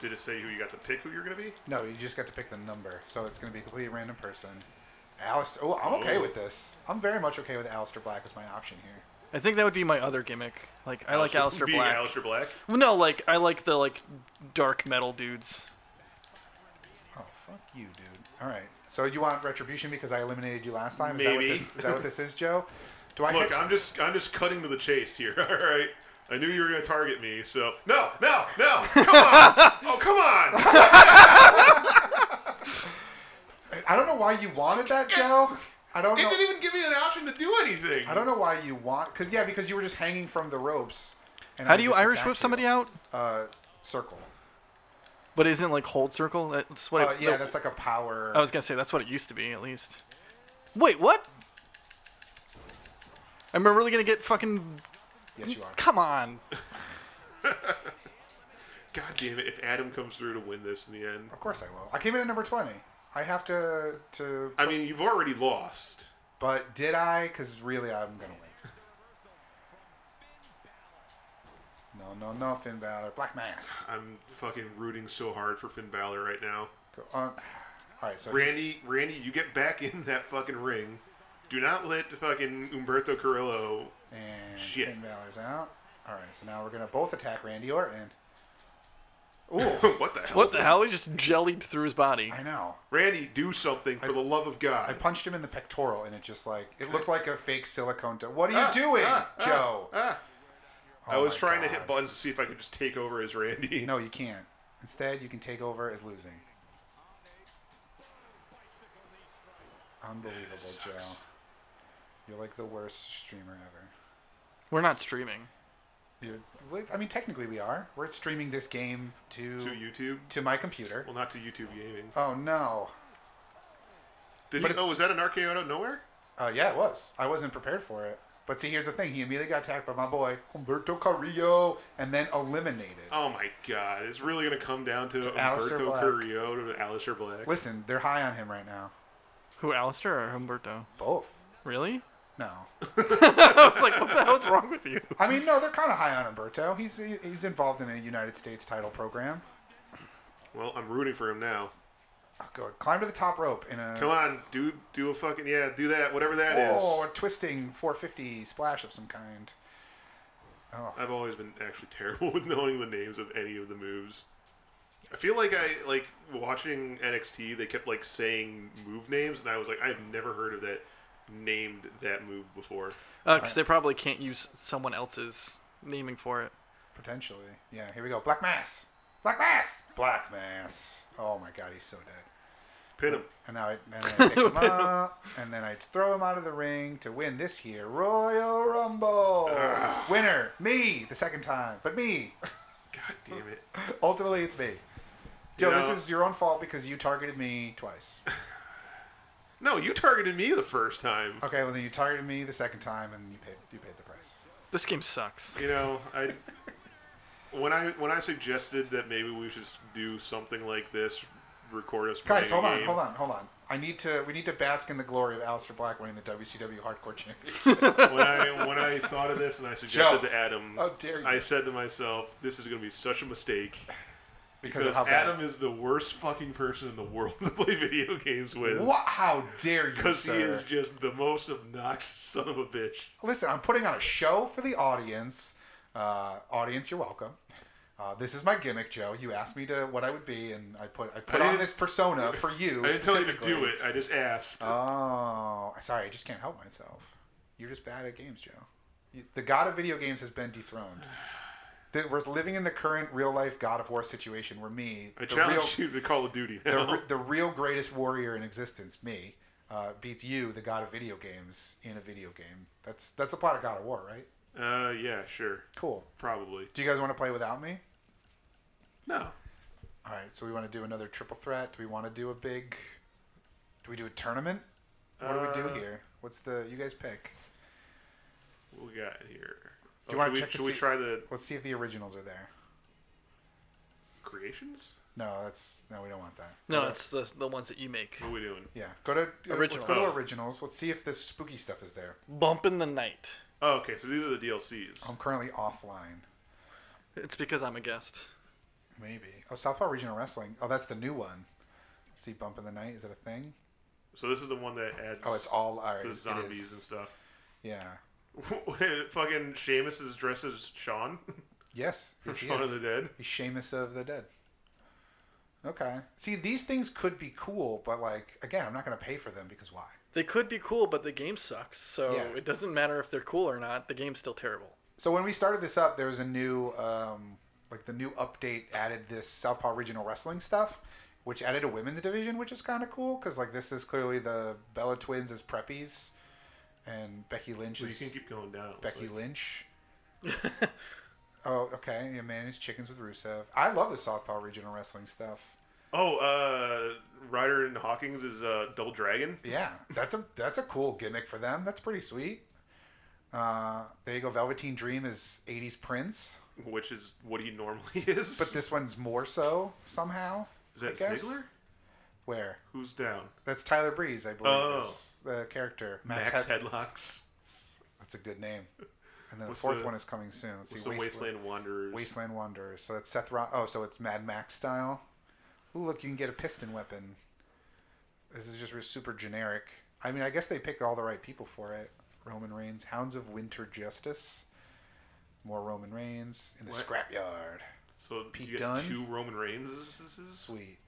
Speaker 2: Did it say who you got to pick? Who you're gonna be?
Speaker 1: No, you just got to pick the number, so it's gonna be a completely random person. Alistair. Oh, I'm okay
Speaker 2: Ooh.
Speaker 1: with this. I'm very much okay with Alistair Black as my option here.
Speaker 3: I think that would be my other gimmick. Like I like Aleister
Speaker 2: being
Speaker 3: Black.
Speaker 2: Aleister Black.
Speaker 3: Well, No, like I like the like dark metal dudes.
Speaker 1: Oh, fuck you, dude. All right. So you want retribution because I eliminated you last time? Is That what
Speaker 2: Maybe.
Speaker 1: this, is that what this is, Joe? Do I
Speaker 2: Look,
Speaker 1: hit-
Speaker 2: I'm just I'm just cutting to the chase here. All right. I knew you were gonna target me, so no, no, no! Come on! oh, come on!
Speaker 1: I don't know why you wanted that, Joe. I don't
Speaker 2: It
Speaker 1: know.
Speaker 2: didn't even give me an option to do anything.
Speaker 1: I don't know why you want because yeah, because you were just hanging from the ropes. And
Speaker 3: How
Speaker 1: I
Speaker 3: do you
Speaker 1: just
Speaker 3: Irish
Speaker 1: attacked
Speaker 3: whip
Speaker 1: you.
Speaker 3: somebody out?
Speaker 1: Uh, circle.
Speaker 3: But isn't like hold circle? That's what.
Speaker 1: Uh,
Speaker 3: it,
Speaker 1: yeah,
Speaker 3: Oh, that-
Speaker 1: that's like a power.
Speaker 3: I was gonna say that's what it used to be at least. Wait, what? I'm really gonna get fucking.
Speaker 1: yes, you are.
Speaker 3: Come on.
Speaker 2: God damn it! If Adam comes through to win this in the end,
Speaker 1: Of course I will. I came in at number twenty. I have to to.
Speaker 2: I mean, you've already lost.
Speaker 1: But did I? Because really, I'm gonna win. No, no, no, Finn Balor, Black Mass.
Speaker 2: I'm fucking rooting so hard for Finn Balor right now.
Speaker 1: Go on. All right, so he's-
Speaker 2: Randy, Randy, you get back in that fucking ring. Do not let the fucking Umberto Carrillo.
Speaker 1: And
Speaker 2: Shit.
Speaker 1: Finn Balor's out. All right, so now we're gonna both attack Randy Orton. Ooh,
Speaker 2: what the hell?
Speaker 3: What the hell? He just jellied through his body.
Speaker 1: I know.
Speaker 2: Randy, do something for the love of God.
Speaker 1: I punched him in the pectoral, and it just like it looked like a fake silicone. do- what are you
Speaker 2: Ah,
Speaker 1: doing,
Speaker 2: ah, ah,
Speaker 1: Joe?
Speaker 2: ah.
Speaker 1: Oh
Speaker 2: I was
Speaker 1: my
Speaker 2: trying to
Speaker 1: God.
Speaker 2: hit buttons to see if I could just take over as Randy.
Speaker 1: No, you can't. Instead, you can take over as losing. Unbelievable, Joe.
Speaker 2: sucks.
Speaker 1: You're like the worst streamer ever.
Speaker 3: We're not streaming.
Speaker 1: You're, well, I mean, technically we are. We're streaming this game to
Speaker 2: To YouTube?
Speaker 1: to my computer.
Speaker 2: Well, not to YouTube gaming.
Speaker 1: Oh no.
Speaker 2: Did
Speaker 1: but
Speaker 2: you,
Speaker 1: it's-
Speaker 2: oh, was that an RKO out of nowhere?
Speaker 1: Uh, yeah, it was. I wasn't prepared for it. But see, here's the thing. He immediately got attacked by my boy Humberto Carrillo, and then eliminated.
Speaker 2: Oh my God! It's really gonna come down to,
Speaker 1: Aleister
Speaker 2: Umberto
Speaker 1: Black.
Speaker 2: Carrillo to Aleister Black.
Speaker 1: Listen, they're high on him right now.
Speaker 3: Who, Alistair or Humberto?
Speaker 1: Both.
Speaker 3: Really?
Speaker 1: No.
Speaker 3: I was like, what the hell's wrong with you?
Speaker 1: I mean, no, they're kind of high on Umberto. He's he- he's involved in a United States title program.
Speaker 2: Well, I'm rooting for him now.
Speaker 1: Oh, go climb to the top rope in a
Speaker 2: Come on, do do a fucking yeah, do that, whatever that is.
Speaker 1: oh, a twisting 450 splash of some kind.
Speaker 2: I've always been actually terrible with knowing the names of any of the moves. I feel like I like watching NXT. They kept like saying move names, and I was like, I've never heard of that named that move before.
Speaker 3: Because Uh, they probably can't use someone else's naming for it.
Speaker 1: Potentially. Yeah, here we go. Black Mass. Black Mass. Black Mass. Oh my god, he's so dead.
Speaker 2: Pin him.
Speaker 1: And now I, and then I pick him up, and then I throw him out of the ring to win this year Royal Rumble. Winner, me, the second time, but me.
Speaker 2: God damn it.
Speaker 1: Ultimately, it's me. Joe,
Speaker 2: You know-
Speaker 1: this is your own fault because you targeted me twice.
Speaker 2: No, you targeted me the first time.
Speaker 1: Okay, well then you targeted me the second time, and you paid you paid the price.
Speaker 3: This game sucks.
Speaker 2: You know, I when I when I suggested that maybe we should do something like this, record us playing
Speaker 1: Guys, hold
Speaker 2: a
Speaker 1: on,
Speaker 2: game.
Speaker 1: hold on, hold on. I need to. We need to bask in the glory of Aleister Black winning the WCW Hardcore Championship.
Speaker 2: When I when I thought of this and I suggested
Speaker 1: Joe,
Speaker 2: to Adam,
Speaker 1: how dare you.
Speaker 2: I said to myself, this is going to be such a mistake
Speaker 1: Because,
Speaker 2: because
Speaker 1: of how bad.
Speaker 2: Adam is the worst fucking person in the world to play video games with.
Speaker 1: What? How dare you,
Speaker 2: Because he
Speaker 1: sir?
Speaker 2: is just the most obnoxious son of a bitch.
Speaker 1: Listen, I'm putting on a show for the audience. Uh, audience, you're welcome. Uh, this is my gimmick, Joe. You asked me to what I would be, and I put I put
Speaker 2: I
Speaker 1: on
Speaker 2: didn't-
Speaker 1: this persona for you.
Speaker 2: I didn't tell you to do
Speaker 1: specifically. Uh,
Speaker 2: it. I just asked.
Speaker 1: Oh, sorry, I just can't help myself. You're just bad at games, Joe. You, the god of video games has been dethroned. The, we're living in the current real life God of War situation where me,
Speaker 2: I
Speaker 1: the
Speaker 2: challenge
Speaker 1: real,
Speaker 2: you to Call of Duty
Speaker 1: the,
Speaker 2: now.
Speaker 1: re- the real greatest warrior in existence, me, uh, beats you, the god of video games, in a video game. That's that's the plot of God of War, right?
Speaker 2: uh, yeah, sure,
Speaker 1: Cool.
Speaker 2: probably.
Speaker 1: Do you guys want to play without me?
Speaker 2: No,
Speaker 1: All right. So we want to do another triple threat. Do we want to do a big? Do we do a tournament? What do we
Speaker 2: Uh,
Speaker 1: do here? What's the you guys pick?
Speaker 2: what we got here?
Speaker 1: Do you
Speaker 2: Oh,
Speaker 1: wanna
Speaker 2: should we,
Speaker 1: check to
Speaker 2: should we
Speaker 1: see-
Speaker 2: try the
Speaker 1: Let's see if the originals are there.
Speaker 2: creations?
Speaker 1: No, that's no, we don't want that.
Speaker 3: No,
Speaker 1: Go to-
Speaker 3: it's the the ones that you make.
Speaker 2: What are we doing?
Speaker 1: yeah. Go to originals. Let's
Speaker 3: Originals.
Speaker 1: go
Speaker 2: Oh.
Speaker 1: to originals. Let's see if this spooky stuff is there.
Speaker 3: Bump in the night.
Speaker 2: Oh, okay. So these are the DLCs.
Speaker 1: I'm currently offline.
Speaker 3: It's because I'm a guest.
Speaker 1: Maybe. Oh, Southpaw Regional Wrestling. Oh, that's the new one. Let's see, Bump in the Night. Is that a thing?
Speaker 2: So this is the one that adds
Speaker 1: Oh, it's all all right.
Speaker 2: the
Speaker 1: it
Speaker 2: zombies
Speaker 1: is.
Speaker 2: and stuff.
Speaker 1: Yeah.
Speaker 2: Fucking Seamus is dressed as Sean
Speaker 1: Yes.
Speaker 2: from
Speaker 1: yes he
Speaker 2: Shaun
Speaker 1: is.
Speaker 2: of the Dead.
Speaker 1: He's Seamus of the Dead. Okay. See, these things could be cool, but like again, I'm not gonna pay for them because why?
Speaker 3: They could be cool, but the game sucks. So
Speaker 1: Yeah.
Speaker 3: it doesn't matter if they're cool or not. The game's still terrible.
Speaker 1: So when we started this up, there was a new um, like the new update added this Southpaw Regional Wrestling stuff, which added a women's division, which is kind of cool because like this is clearly the Bella Twins as preppies, and Becky Lynch
Speaker 2: Well, you
Speaker 1: is
Speaker 2: can keep going down. It's
Speaker 1: Becky
Speaker 2: like-
Speaker 1: Lynch. oh, okay. Yeah, man, he's chickens with Rusev. I love the Southpaw Regional Wrestling stuff.
Speaker 2: Oh, uh, Ryder and Hawkins is uh, Dull Dragon.
Speaker 1: Yeah, that's a that's a cool gimmick for them. That's pretty sweet. Uh, there you go. Velveteen Dream is '80s Prince,
Speaker 2: which is what he normally is.
Speaker 1: but this one's more so somehow.
Speaker 2: is that
Speaker 1: I guess.
Speaker 2: Ziggler?
Speaker 1: Where?
Speaker 2: Who's down?
Speaker 1: That's Tyler Breeze, I believe.
Speaker 2: Oh.
Speaker 1: is the character
Speaker 2: Max,
Speaker 1: Max. Head-
Speaker 2: Headlocks.
Speaker 1: that's a good name. And then
Speaker 2: What's
Speaker 1: the fourth
Speaker 2: the-
Speaker 1: one is coming soon. Let's
Speaker 2: What's
Speaker 1: see.
Speaker 2: the
Speaker 1: Wasteland, Wasteland,
Speaker 2: Wasteland Wanderers?
Speaker 1: Wanderers. So that's Seth. Ro- oh, so it's Mad Max style. Ooh, look, you can get a piston weapon. This is just re- super generic. I mean, I guess they picked all the right people for it. Roman Reigns, Hounds of Winter Justice. More Roman Reigns in the
Speaker 2: What?
Speaker 1: scrapyard.
Speaker 2: So do
Speaker 1: Pete
Speaker 2: you get
Speaker 1: Dunne?
Speaker 2: two Roman Reigns.
Speaker 1: Sweet.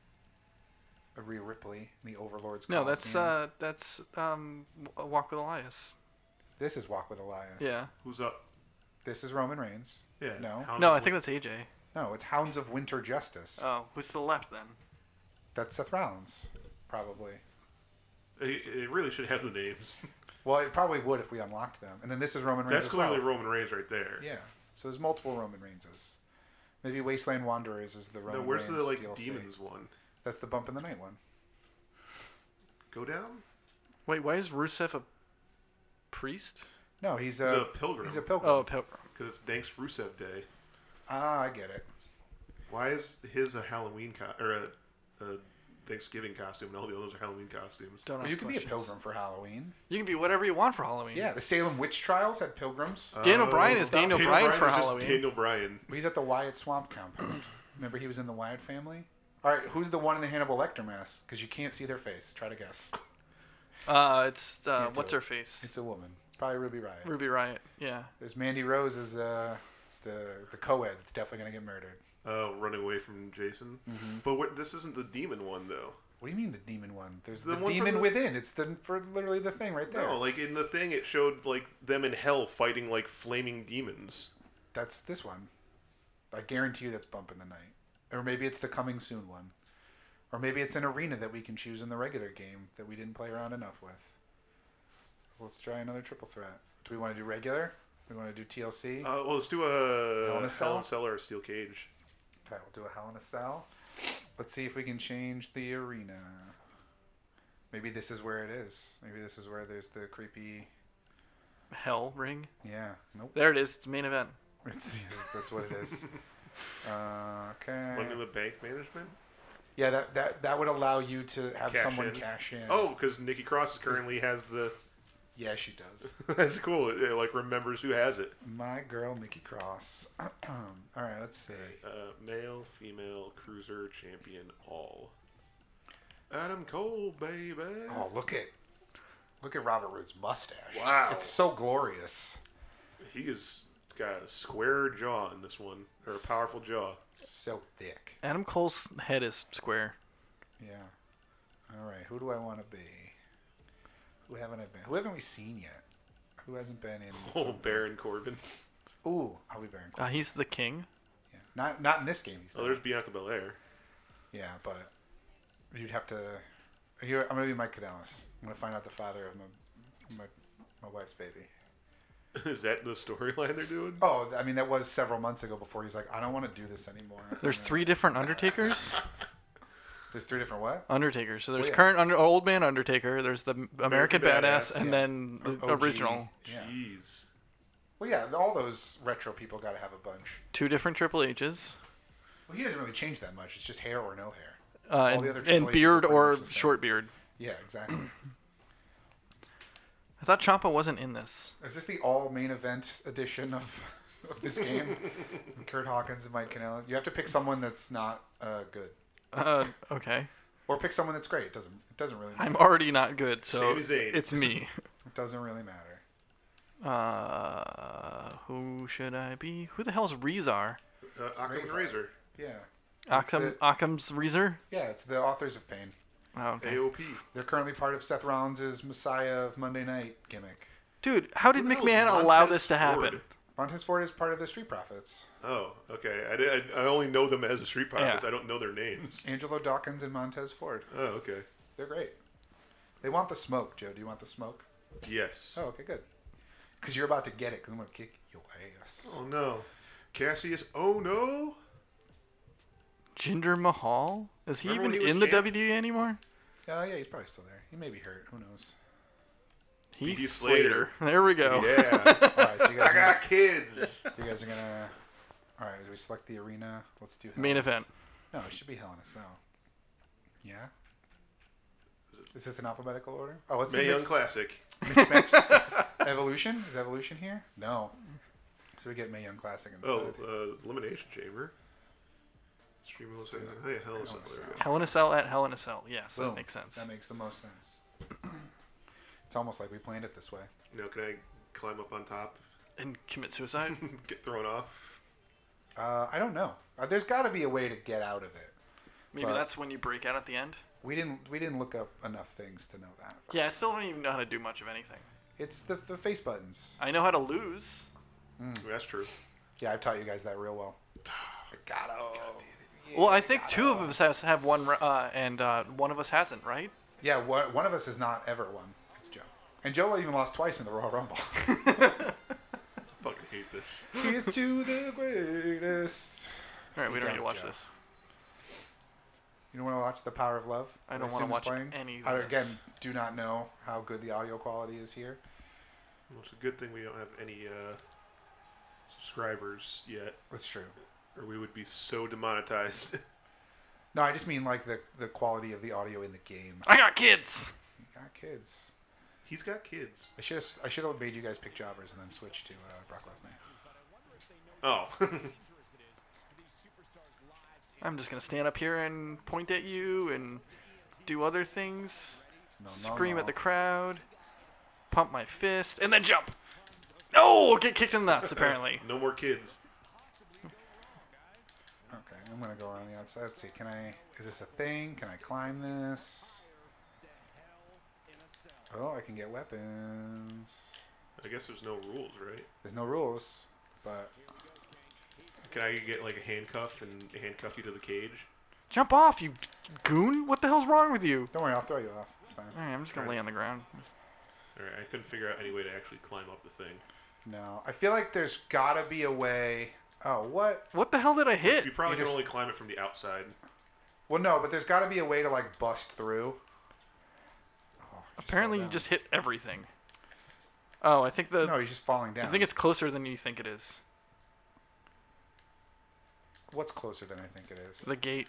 Speaker 1: A Rhea Ripley in the Overlord's.
Speaker 3: No, that's
Speaker 1: Coliseum.
Speaker 3: uh, that's um, Walk with Elias.
Speaker 1: This is Walk with Elias.
Speaker 3: Yeah.
Speaker 2: Who's up?
Speaker 1: This is Roman Reigns.
Speaker 2: Yeah.
Speaker 1: No.
Speaker 2: Hound
Speaker 3: No,
Speaker 2: of
Speaker 3: I
Speaker 2: Wi-
Speaker 3: think that's AJ.
Speaker 1: No, it's Hounds of Winter Justice.
Speaker 3: Oh, who's to the left then?
Speaker 1: That's Seth Rollins, probably.
Speaker 2: It, it really should have the names.
Speaker 1: Well, it probably would if we unlocked them. And then this is Roman Reigns.
Speaker 2: That's
Speaker 1: as
Speaker 2: clearly
Speaker 1: well.
Speaker 2: Roman Reigns right there.
Speaker 1: Yeah. So there's multiple Roman Reigses. Maybe Wasteland Wanderers is the Roman
Speaker 2: No, where's
Speaker 1: Reigns
Speaker 2: the like
Speaker 1: DLC.
Speaker 2: demons one?
Speaker 1: That's the Bump in the Night one.
Speaker 2: Go down.
Speaker 3: Wait, why is Rusev a priest?
Speaker 1: No, he's a,
Speaker 2: He's a pilgrim.
Speaker 1: He's a pilgrim.
Speaker 3: Oh, Pil-
Speaker 2: Because thanks Rusev Day.
Speaker 1: Ah, I get it.
Speaker 2: Why is his a Halloween co- or a, a Thanksgiving costume and all the others are Halloween costumes?
Speaker 3: don't ask
Speaker 1: Well, you can be a
Speaker 3: questions.
Speaker 1: pilgrim for Halloween.
Speaker 3: You can be whatever you want for Halloween.
Speaker 1: Yeah, the Salem Witch Trials had pilgrims.
Speaker 3: Daniel
Speaker 2: Oh,
Speaker 3: Bryan is
Speaker 1: stop.
Speaker 3: Daniel,
Speaker 2: Daniel
Speaker 3: Bryan,
Speaker 2: Bryan
Speaker 3: for
Speaker 2: is just
Speaker 3: Halloween.
Speaker 2: Daniel Bryan.
Speaker 1: He's at the Wyatt Swamp compound. Remember, he was in the Wyatt family. All right, who's the one in the Hannibal Lecter mask? Because you can't see their face. Try to guess.
Speaker 3: Uh, it's uh,
Speaker 1: do
Speaker 3: what's
Speaker 1: it.
Speaker 3: her face?
Speaker 1: It's a woman. It's probably Ruby Riot.
Speaker 3: Ruby Riot. Yeah.
Speaker 1: There's Mandy Rose as uh, the the co-ed that's definitely gonna get murdered.
Speaker 2: uh, running away from Jason.
Speaker 3: Mm-hmm.
Speaker 2: But what, this isn't the demon one though.
Speaker 1: What do you mean the demon one? There's
Speaker 2: The
Speaker 1: the,
Speaker 2: one from
Speaker 1: demon
Speaker 2: the-
Speaker 1: within. It's the for literally the thing right there.
Speaker 2: No, like in the thing, it showed like them in hell fighting like flaming demons.
Speaker 1: That's this one. I guarantee you that's Bump in the Night. Or maybe it's the coming soon one. Or maybe it's an arena that we can choose in the regular game that we didn't play around enough with. Let's try another triple threat. Do we want to do regular? We want to do TLC?
Speaker 2: Uh, well, let's do a
Speaker 1: Hell in a
Speaker 2: Hell
Speaker 1: Cell?
Speaker 2: in a Cell or a Steel Cage.
Speaker 1: Okay, we'll do a Hell in a Cell. Let's see if we can change the arena. Maybe this is where it is. Maybe this is where there's the creepy.
Speaker 3: Hell ring.
Speaker 1: Yeah, nope.
Speaker 3: There it is. It's main event.
Speaker 1: It's, that's what it is. Uh, okay.
Speaker 2: One in the bank management.
Speaker 1: Yeah, that, that that would allow you to have
Speaker 2: Cash
Speaker 1: someone
Speaker 2: in.
Speaker 1: cash in.
Speaker 2: Oh, because Nikki Cross currently has the.
Speaker 1: yeah, she does.
Speaker 2: That's cool. It, it, like remembers who has it.
Speaker 1: My girl, Nikki Cross. All right, let's see.
Speaker 2: Uh, male, female, cruiser, champion, all. Adam Cole, baby.
Speaker 1: Oh, look at look at Robert Rood's mustache.
Speaker 2: Wow.
Speaker 1: it's so glorious.
Speaker 2: He has got a square jaw in this one, or a powerful jaw.
Speaker 1: So thick.
Speaker 3: Adam Cole's head is square.
Speaker 1: Yeah. All right, who do I want to be? Who haven't I been? Who haven't we seen yet? Who hasn't been in?
Speaker 2: Oh, Baron Corbin.
Speaker 1: Ooh, I'll be Baron. Corbin.
Speaker 3: Uh, he's the king.
Speaker 1: Yeah. Not not in this game. He's
Speaker 2: Oh,
Speaker 1: not.
Speaker 2: there's Bianca Belair.
Speaker 1: Yeah, but you'd have to. Here, I'm gonna be Mike Cadenas. I'm gonna find out the father of my my, my wife's baby.
Speaker 2: Is that the storyline they're doing?
Speaker 1: Oh, I mean that was several months ago. Before he's like, I don't want to do this anymore.
Speaker 3: There's
Speaker 1: And
Speaker 3: three different Undertakers.
Speaker 1: then- There's three different what?
Speaker 3: Undertakers. So there's
Speaker 1: Oh, yeah.
Speaker 3: current under, old man Undertaker. There's the American,
Speaker 2: American
Speaker 3: Badass,
Speaker 2: Badass.
Speaker 3: and
Speaker 2: Yeah.
Speaker 3: then the
Speaker 1: OG.
Speaker 3: original.
Speaker 1: Yeah.
Speaker 2: Jeez.
Speaker 1: Well, yeah, all those retro people got to have a bunch.
Speaker 3: Two different Triple H's.
Speaker 1: Well, he doesn't really change that much. It's just hair or no hair.
Speaker 3: Uh,
Speaker 1: the
Speaker 3: and,
Speaker 1: other
Speaker 3: and
Speaker 1: Triple H's are
Speaker 3: beard
Speaker 1: pretty
Speaker 3: or
Speaker 1: much the same.
Speaker 3: short beard.
Speaker 1: Yeah, exactly.
Speaker 3: I thought Champa wasn't in this.
Speaker 1: Is this the all main event edition of, of this game? Kurt Hawkins and Mike Canella. You have to pick someone that's not uh, good,
Speaker 3: Uh, okay.
Speaker 1: or pick someone that's great. It doesn't. It doesn't really. Matter.
Speaker 3: I'm already not good, so
Speaker 2: Sami Zayn.
Speaker 3: it's me.
Speaker 1: It doesn't really matter.
Speaker 3: Uh, who should I be? Who the hell's Rezar?
Speaker 2: Uh, Occam and Razor.
Speaker 1: Yeah.
Speaker 3: Occam,
Speaker 1: the-
Speaker 3: Occam's Rezar?
Speaker 1: Yeah, it's the authors of pain.
Speaker 3: Oh, okay.
Speaker 2: AOP.
Speaker 1: They're currently part of Seth Rollins' Messiah of Monday Night gimmick.
Speaker 3: Dude, how did
Speaker 2: Who the hell's
Speaker 3: McMahon allow
Speaker 2: Montez
Speaker 3: this to
Speaker 2: Ford?
Speaker 3: happen?
Speaker 1: Montez Ford is part of the Street Profits.
Speaker 2: Oh, okay. I, did- I, I only know them as the Street Profits.
Speaker 3: Yeah.
Speaker 2: I don't know their names.
Speaker 1: Angelo Dawkins and Montez Ford.
Speaker 2: Oh, okay.
Speaker 1: They're great. They want the smoke, Joe. Do you want the smoke?
Speaker 2: Yes.
Speaker 1: Oh, okay, good. Because you're about to get it, because I'm going to kick your ass.
Speaker 2: Oh, no. Cassius. Oh no.
Speaker 3: Jinder Mahal? Is he
Speaker 2: Remember when
Speaker 3: even
Speaker 2: he was
Speaker 3: in the
Speaker 2: champ?
Speaker 3: WWE anymore?
Speaker 1: Oh, yeah, he's probably still there. He may be hurt. Who knows?
Speaker 3: Heath
Speaker 2: Heath
Speaker 3: Slater. There we go.
Speaker 2: Yeah.
Speaker 1: All right, so you guys
Speaker 2: I
Speaker 1: are,
Speaker 2: got kids.
Speaker 1: you guys are going to. All right, we select the arena. Let's do Hell
Speaker 3: Main
Speaker 1: in a-
Speaker 3: event.
Speaker 1: No, it should be Hell in a Cell. Yeah? Is this in alphabetical order? Oh, what's
Speaker 2: May
Speaker 1: the
Speaker 2: Young
Speaker 1: next?
Speaker 2: Classic.
Speaker 1: Next- Evolution? Is Evolution here? No. So we get May Young Classic instead.
Speaker 2: Oh, uh, Elimination Chamber. Stream of Hey, hell is
Speaker 1: Hell in a
Speaker 2: there.
Speaker 1: Cell.
Speaker 3: Hell in a Cell at Hell in a Cell. Yes,
Speaker 1: Boom.
Speaker 3: that makes sense.
Speaker 1: That makes the most sense. it's almost like we planned it this way.
Speaker 2: Now can I climb up on top?
Speaker 3: and commit suicide?
Speaker 2: Get thrown off.
Speaker 1: Uh, I don't know. Uh, there's got to be a way to get out of it.
Speaker 3: Maybe
Speaker 1: But-
Speaker 3: that's when you break out at the end?
Speaker 1: We didn't. We didn't look up enough things to know that.
Speaker 3: Yeah, I still don't even know how to do much of anything.
Speaker 1: It's the, the face buttons.
Speaker 3: I know how to lose.
Speaker 2: That's true.
Speaker 1: Yeah, I've taught you guys that real well. I gotta.
Speaker 3: Well, I think two of us has have one, uh, and uh, one of us hasn't, right?
Speaker 1: Yeah, one, one of us is not ever one. It's Joe. And Joe even lost twice in the Royal Rumble.
Speaker 2: I fucking hate this.
Speaker 1: he is to the greatest.
Speaker 3: All right, we
Speaker 1: Good job,
Speaker 3: don't need to watch
Speaker 1: Joe.
Speaker 3: this.
Speaker 1: You don't want to watch The Power of Love?
Speaker 3: I don't
Speaker 1: that
Speaker 3: wanna
Speaker 1: Sim's
Speaker 3: watch any of
Speaker 1: I,
Speaker 3: this.
Speaker 1: again, do not know how good the audio quality is here.
Speaker 2: Well, it's a good thing we don't have any uh, subscribers yet,
Speaker 1: That's true.
Speaker 2: or we would be so demonetized.
Speaker 1: No, I just mean like the, the quality of the audio in the game.
Speaker 3: I got kids.
Speaker 1: Got kids.
Speaker 2: He's got kids.
Speaker 1: I should have I should have made you guys pick jobbers and then switch to uh, Brock Lesnar.
Speaker 2: Oh,
Speaker 3: I'm just gonna stand up here and point at you and do other things,
Speaker 1: Oh, No, no,
Speaker 3: scream
Speaker 1: no.
Speaker 3: at the crowd, pump my fist, and then jump. No, get kicked in the nuts. Apparently,
Speaker 2: no more kids.
Speaker 1: Okay. I'm gonna go around the outside. Let's see. Can I? Is this a thing? Can I climb this? Oh, I can get weapons.
Speaker 2: I guess there's no rules, right?
Speaker 1: There's no rules, but
Speaker 2: Can I get like a handcuff and handcuff you to the cage?
Speaker 3: Jump off, you goon! What the hell's wrong with you?
Speaker 1: don't worry, I'll throw you off. It's fine.
Speaker 3: All right, I'm just gonna lay on the ground.
Speaker 2: All right, I couldn't figure out any way to actually climb up the thing.
Speaker 1: No, I feel like there's gotta be a way. Oh, what?
Speaker 3: What the hell did I hit?
Speaker 2: You probably
Speaker 1: You
Speaker 2: can
Speaker 1: just-
Speaker 2: only climb it from the outside.
Speaker 1: Well, no, but there's gotta be a way to like bust through.
Speaker 3: Apparently,
Speaker 1: fell
Speaker 3: you
Speaker 1: down.
Speaker 3: just hit everything. Oh, I think the
Speaker 1: No, he's just falling down.
Speaker 3: I think it's closer than you think it is.
Speaker 1: what's closer than I think it is.
Speaker 3: The gate,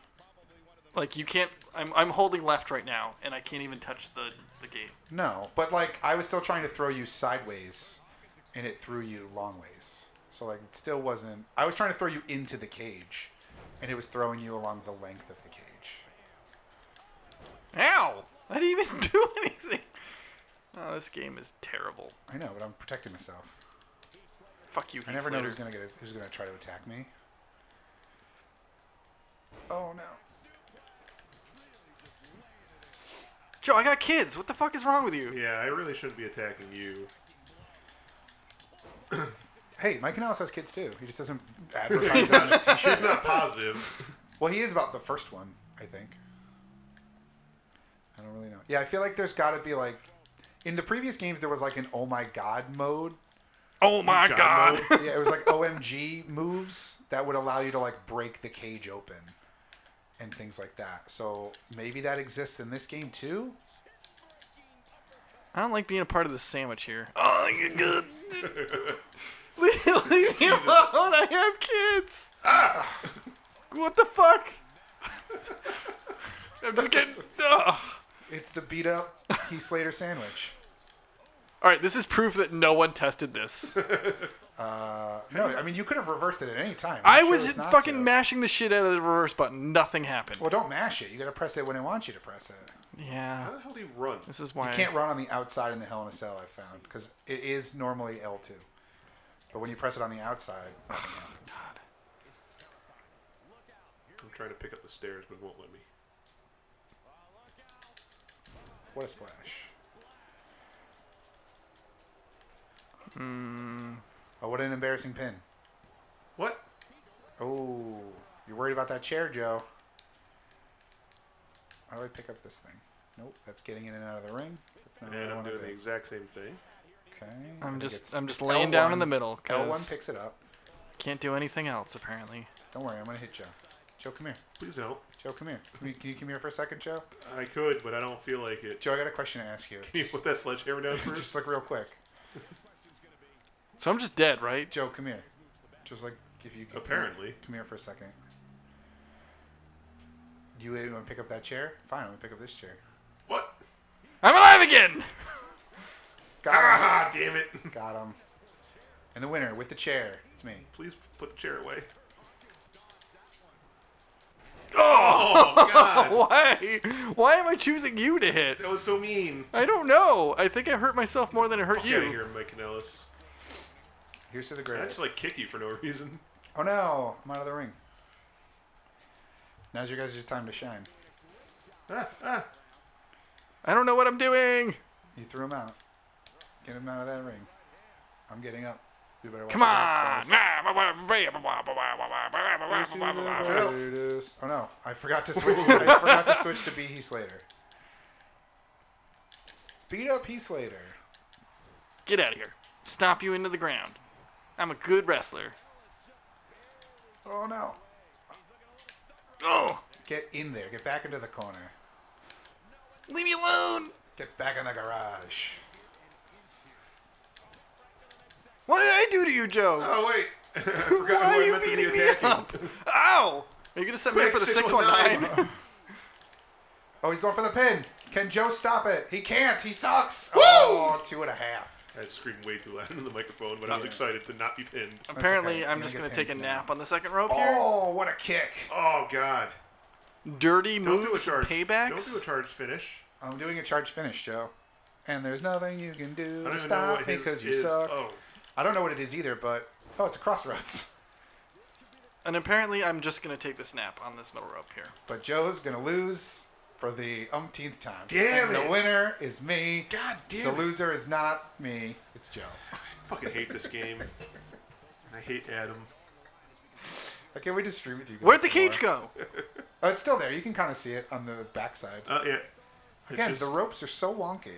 Speaker 3: like you can't. I'm I'm holding left right now, and I can't even touch the the gate.
Speaker 1: No, but like I was still trying to throw you sideways, and it threw you long ways. So like it still wasn't. I was trying to throw you into the cage, and it was throwing you along the length of the cage.
Speaker 3: Ow! I didn't even do anything. Oh, this game is terrible.
Speaker 1: I know, but I'm protecting myself.
Speaker 3: Fuck you.
Speaker 1: I never know who's gonna get who's gonna try to attack me. Oh no!
Speaker 3: Joe, I got kids. What the fuck is wrong with you?
Speaker 2: Yeah, I really shouldn't be attacking you.
Speaker 1: Hey, Mike Canales has kids too. He just doesn't advertise it on his t-shirt.
Speaker 2: It's not positive.
Speaker 1: Well, he is about the first one, I think. I don't really know. Yeah, I feel like there's got to be like in the previous games there was like an oh my god mode.
Speaker 3: Oh my
Speaker 2: God,
Speaker 3: god!
Speaker 2: no.
Speaker 1: Yeah, it was like OMG moves that would allow you to like break the cage open and things like that. So maybe that exists in this game too.
Speaker 3: I don't like being a part of the sandwich here. Oh, you're good. leave, leave me alone. I have kids. Ah. what the fuck? I'm just getting. Ugh.
Speaker 1: It's the beat up Heath Slater sandwich.
Speaker 3: All right, this is proof that no one tested this.
Speaker 1: Uh, No, I mean you could have reversed it at any time.
Speaker 3: I
Speaker 1: You
Speaker 3: was
Speaker 1: chose not
Speaker 3: fucking
Speaker 1: to.
Speaker 3: mashing the shit out of the reverse button. Nothing happened.
Speaker 1: Well, don't mash it. You got to press it when it wants you to press it.
Speaker 3: Yeah,
Speaker 2: How the hell do you run?
Speaker 3: this is why.
Speaker 1: You can't run on the outside in the Hell in a Cell, I found, because it is normally L2. But when you press it on the outside, nothing happens.
Speaker 2: I'm trying to pick up the stairs, but it won't let me.
Speaker 1: What a splash.
Speaker 3: Hmm.
Speaker 1: Oh, what an embarrassing pin.
Speaker 2: What?
Speaker 1: Oh, you're worried about that chair, Joe. How do I pick up this thing? Nope, that's getting in and out of the ring. That's not what
Speaker 2: And
Speaker 1: I
Speaker 2: I'm
Speaker 1: wanna
Speaker 2: doing
Speaker 1: do.
Speaker 2: the exact same thing.
Speaker 1: Okay. I
Speaker 3: I'm
Speaker 1: think
Speaker 3: just
Speaker 1: it's
Speaker 3: I'm just laying down in the
Speaker 1: L1.
Speaker 3: middle.
Speaker 1: L1
Speaker 3: Cause
Speaker 1: picks it up.
Speaker 3: can't do anything else apparently.
Speaker 1: Don't worry, I'm going to hit Joe. Joe, come here.
Speaker 2: Please don't.
Speaker 1: Joe, come here. Can you, can you come here for a second, Joe?
Speaker 2: I could, but I don't feel like it.
Speaker 1: Joe, I got a question to ask you.
Speaker 2: Can you put that sledgehammer down first?
Speaker 1: Just like real quick.
Speaker 3: So I'm just dead, right?
Speaker 1: Joe, come here. Just like if you could-
Speaker 2: Apparently.
Speaker 1: come here for a second. You want to pick up that chair? Fine, I'm gonna pick up this chair.
Speaker 2: What?
Speaker 3: I'm alive again.
Speaker 1: Got him.
Speaker 2: Ah, damn it.
Speaker 1: Got him. And the winner with the chair, it's me.
Speaker 2: Please put the chair away.
Speaker 3: Oh.
Speaker 2: Oh, God.
Speaker 3: Why? Why am I choosing you to hit?
Speaker 2: that was so mean.
Speaker 3: I don't know. I think I hurt myself more than I hurt
Speaker 2: Fuck
Speaker 3: you.
Speaker 2: out of here, Mike Canellis.
Speaker 1: Here's to the
Speaker 2: I
Speaker 1: greatest.
Speaker 2: just like kicked you for no reason.
Speaker 1: oh no, I'm out of the ring. Now's your guys' time to shine.
Speaker 2: Ah, ah.
Speaker 3: I don't know what I'm doing.
Speaker 1: You threw him out. Get him out of that ring. I'm getting up. You better watch
Speaker 3: Come
Speaker 1: your
Speaker 3: on.
Speaker 1: backs, guys. Here's to the
Speaker 3: All
Speaker 1: greatest- Oh no, I forgot to switch. I forgot to switch to be Heath Slater. Beat up Heath Slater.
Speaker 3: Get out of here. Stomp you into the ground. I'm a good wrestler.
Speaker 1: Oh no,
Speaker 3: Oh,
Speaker 1: get in there. Get back into the corner.
Speaker 3: leave me alone.
Speaker 1: Get back in the garage.
Speaker 3: What did I do to you, Joe?
Speaker 2: Oh, wait. I forgot who
Speaker 3: Why are
Speaker 2: I
Speaker 3: you
Speaker 2: meant to be
Speaker 3: beating me
Speaker 2: attacking.
Speaker 3: up? Ow! Are you gonna set me up
Speaker 2: Quick,
Speaker 3: for the
Speaker 2: 619.
Speaker 3: 619?
Speaker 1: Oh, he's going for the pin. Can Joe stop it? He can't. He sucks. Oh, two and a half.
Speaker 2: I screamed way too loud in the microphone, but I was
Speaker 1: Yeah.
Speaker 2: excited to not be pinned.
Speaker 3: Apparently,
Speaker 1: okay.
Speaker 3: I'm
Speaker 1: You're
Speaker 3: just
Speaker 1: gonna
Speaker 3: gonna
Speaker 1: get
Speaker 3: take a
Speaker 1: pinned
Speaker 3: nap on the second rope here.
Speaker 1: Oh, what a kick!
Speaker 2: Oh, God.
Speaker 3: Dirty
Speaker 2: Don't do a
Speaker 3: moves,
Speaker 2: charge. Don't do a
Speaker 3: paybacks.
Speaker 2: charge finish.
Speaker 1: I'm doing a charge finish, Joe. And there's nothing you can do
Speaker 2: I don't
Speaker 1: to
Speaker 2: even know
Speaker 1: stop
Speaker 2: what
Speaker 1: me
Speaker 2: his
Speaker 1: because you
Speaker 2: is.
Speaker 1: suck.
Speaker 2: Oh,
Speaker 1: I don't know what it is either, but oh, it's a crossroads.
Speaker 3: And apparently, I'm just gonna take this nap on this middle rope here.
Speaker 1: But Joe's gonna lose for the umpteenth time.
Speaker 2: Damn
Speaker 1: and
Speaker 2: it.
Speaker 1: The winner is me.
Speaker 2: God damn
Speaker 1: The
Speaker 2: it.
Speaker 1: loser is not me. It's Joe.
Speaker 2: I fucking hate this game. I hate Adam.
Speaker 1: Why can't we just stream with you? guys
Speaker 3: Where'd
Speaker 1: some
Speaker 3: the cage
Speaker 1: more?
Speaker 3: go?
Speaker 1: Oh, it's still there. You can kind of see it on the backside.
Speaker 2: Uh, yeah. It's
Speaker 1: Again,
Speaker 2: just,
Speaker 1: the ropes are so wonky.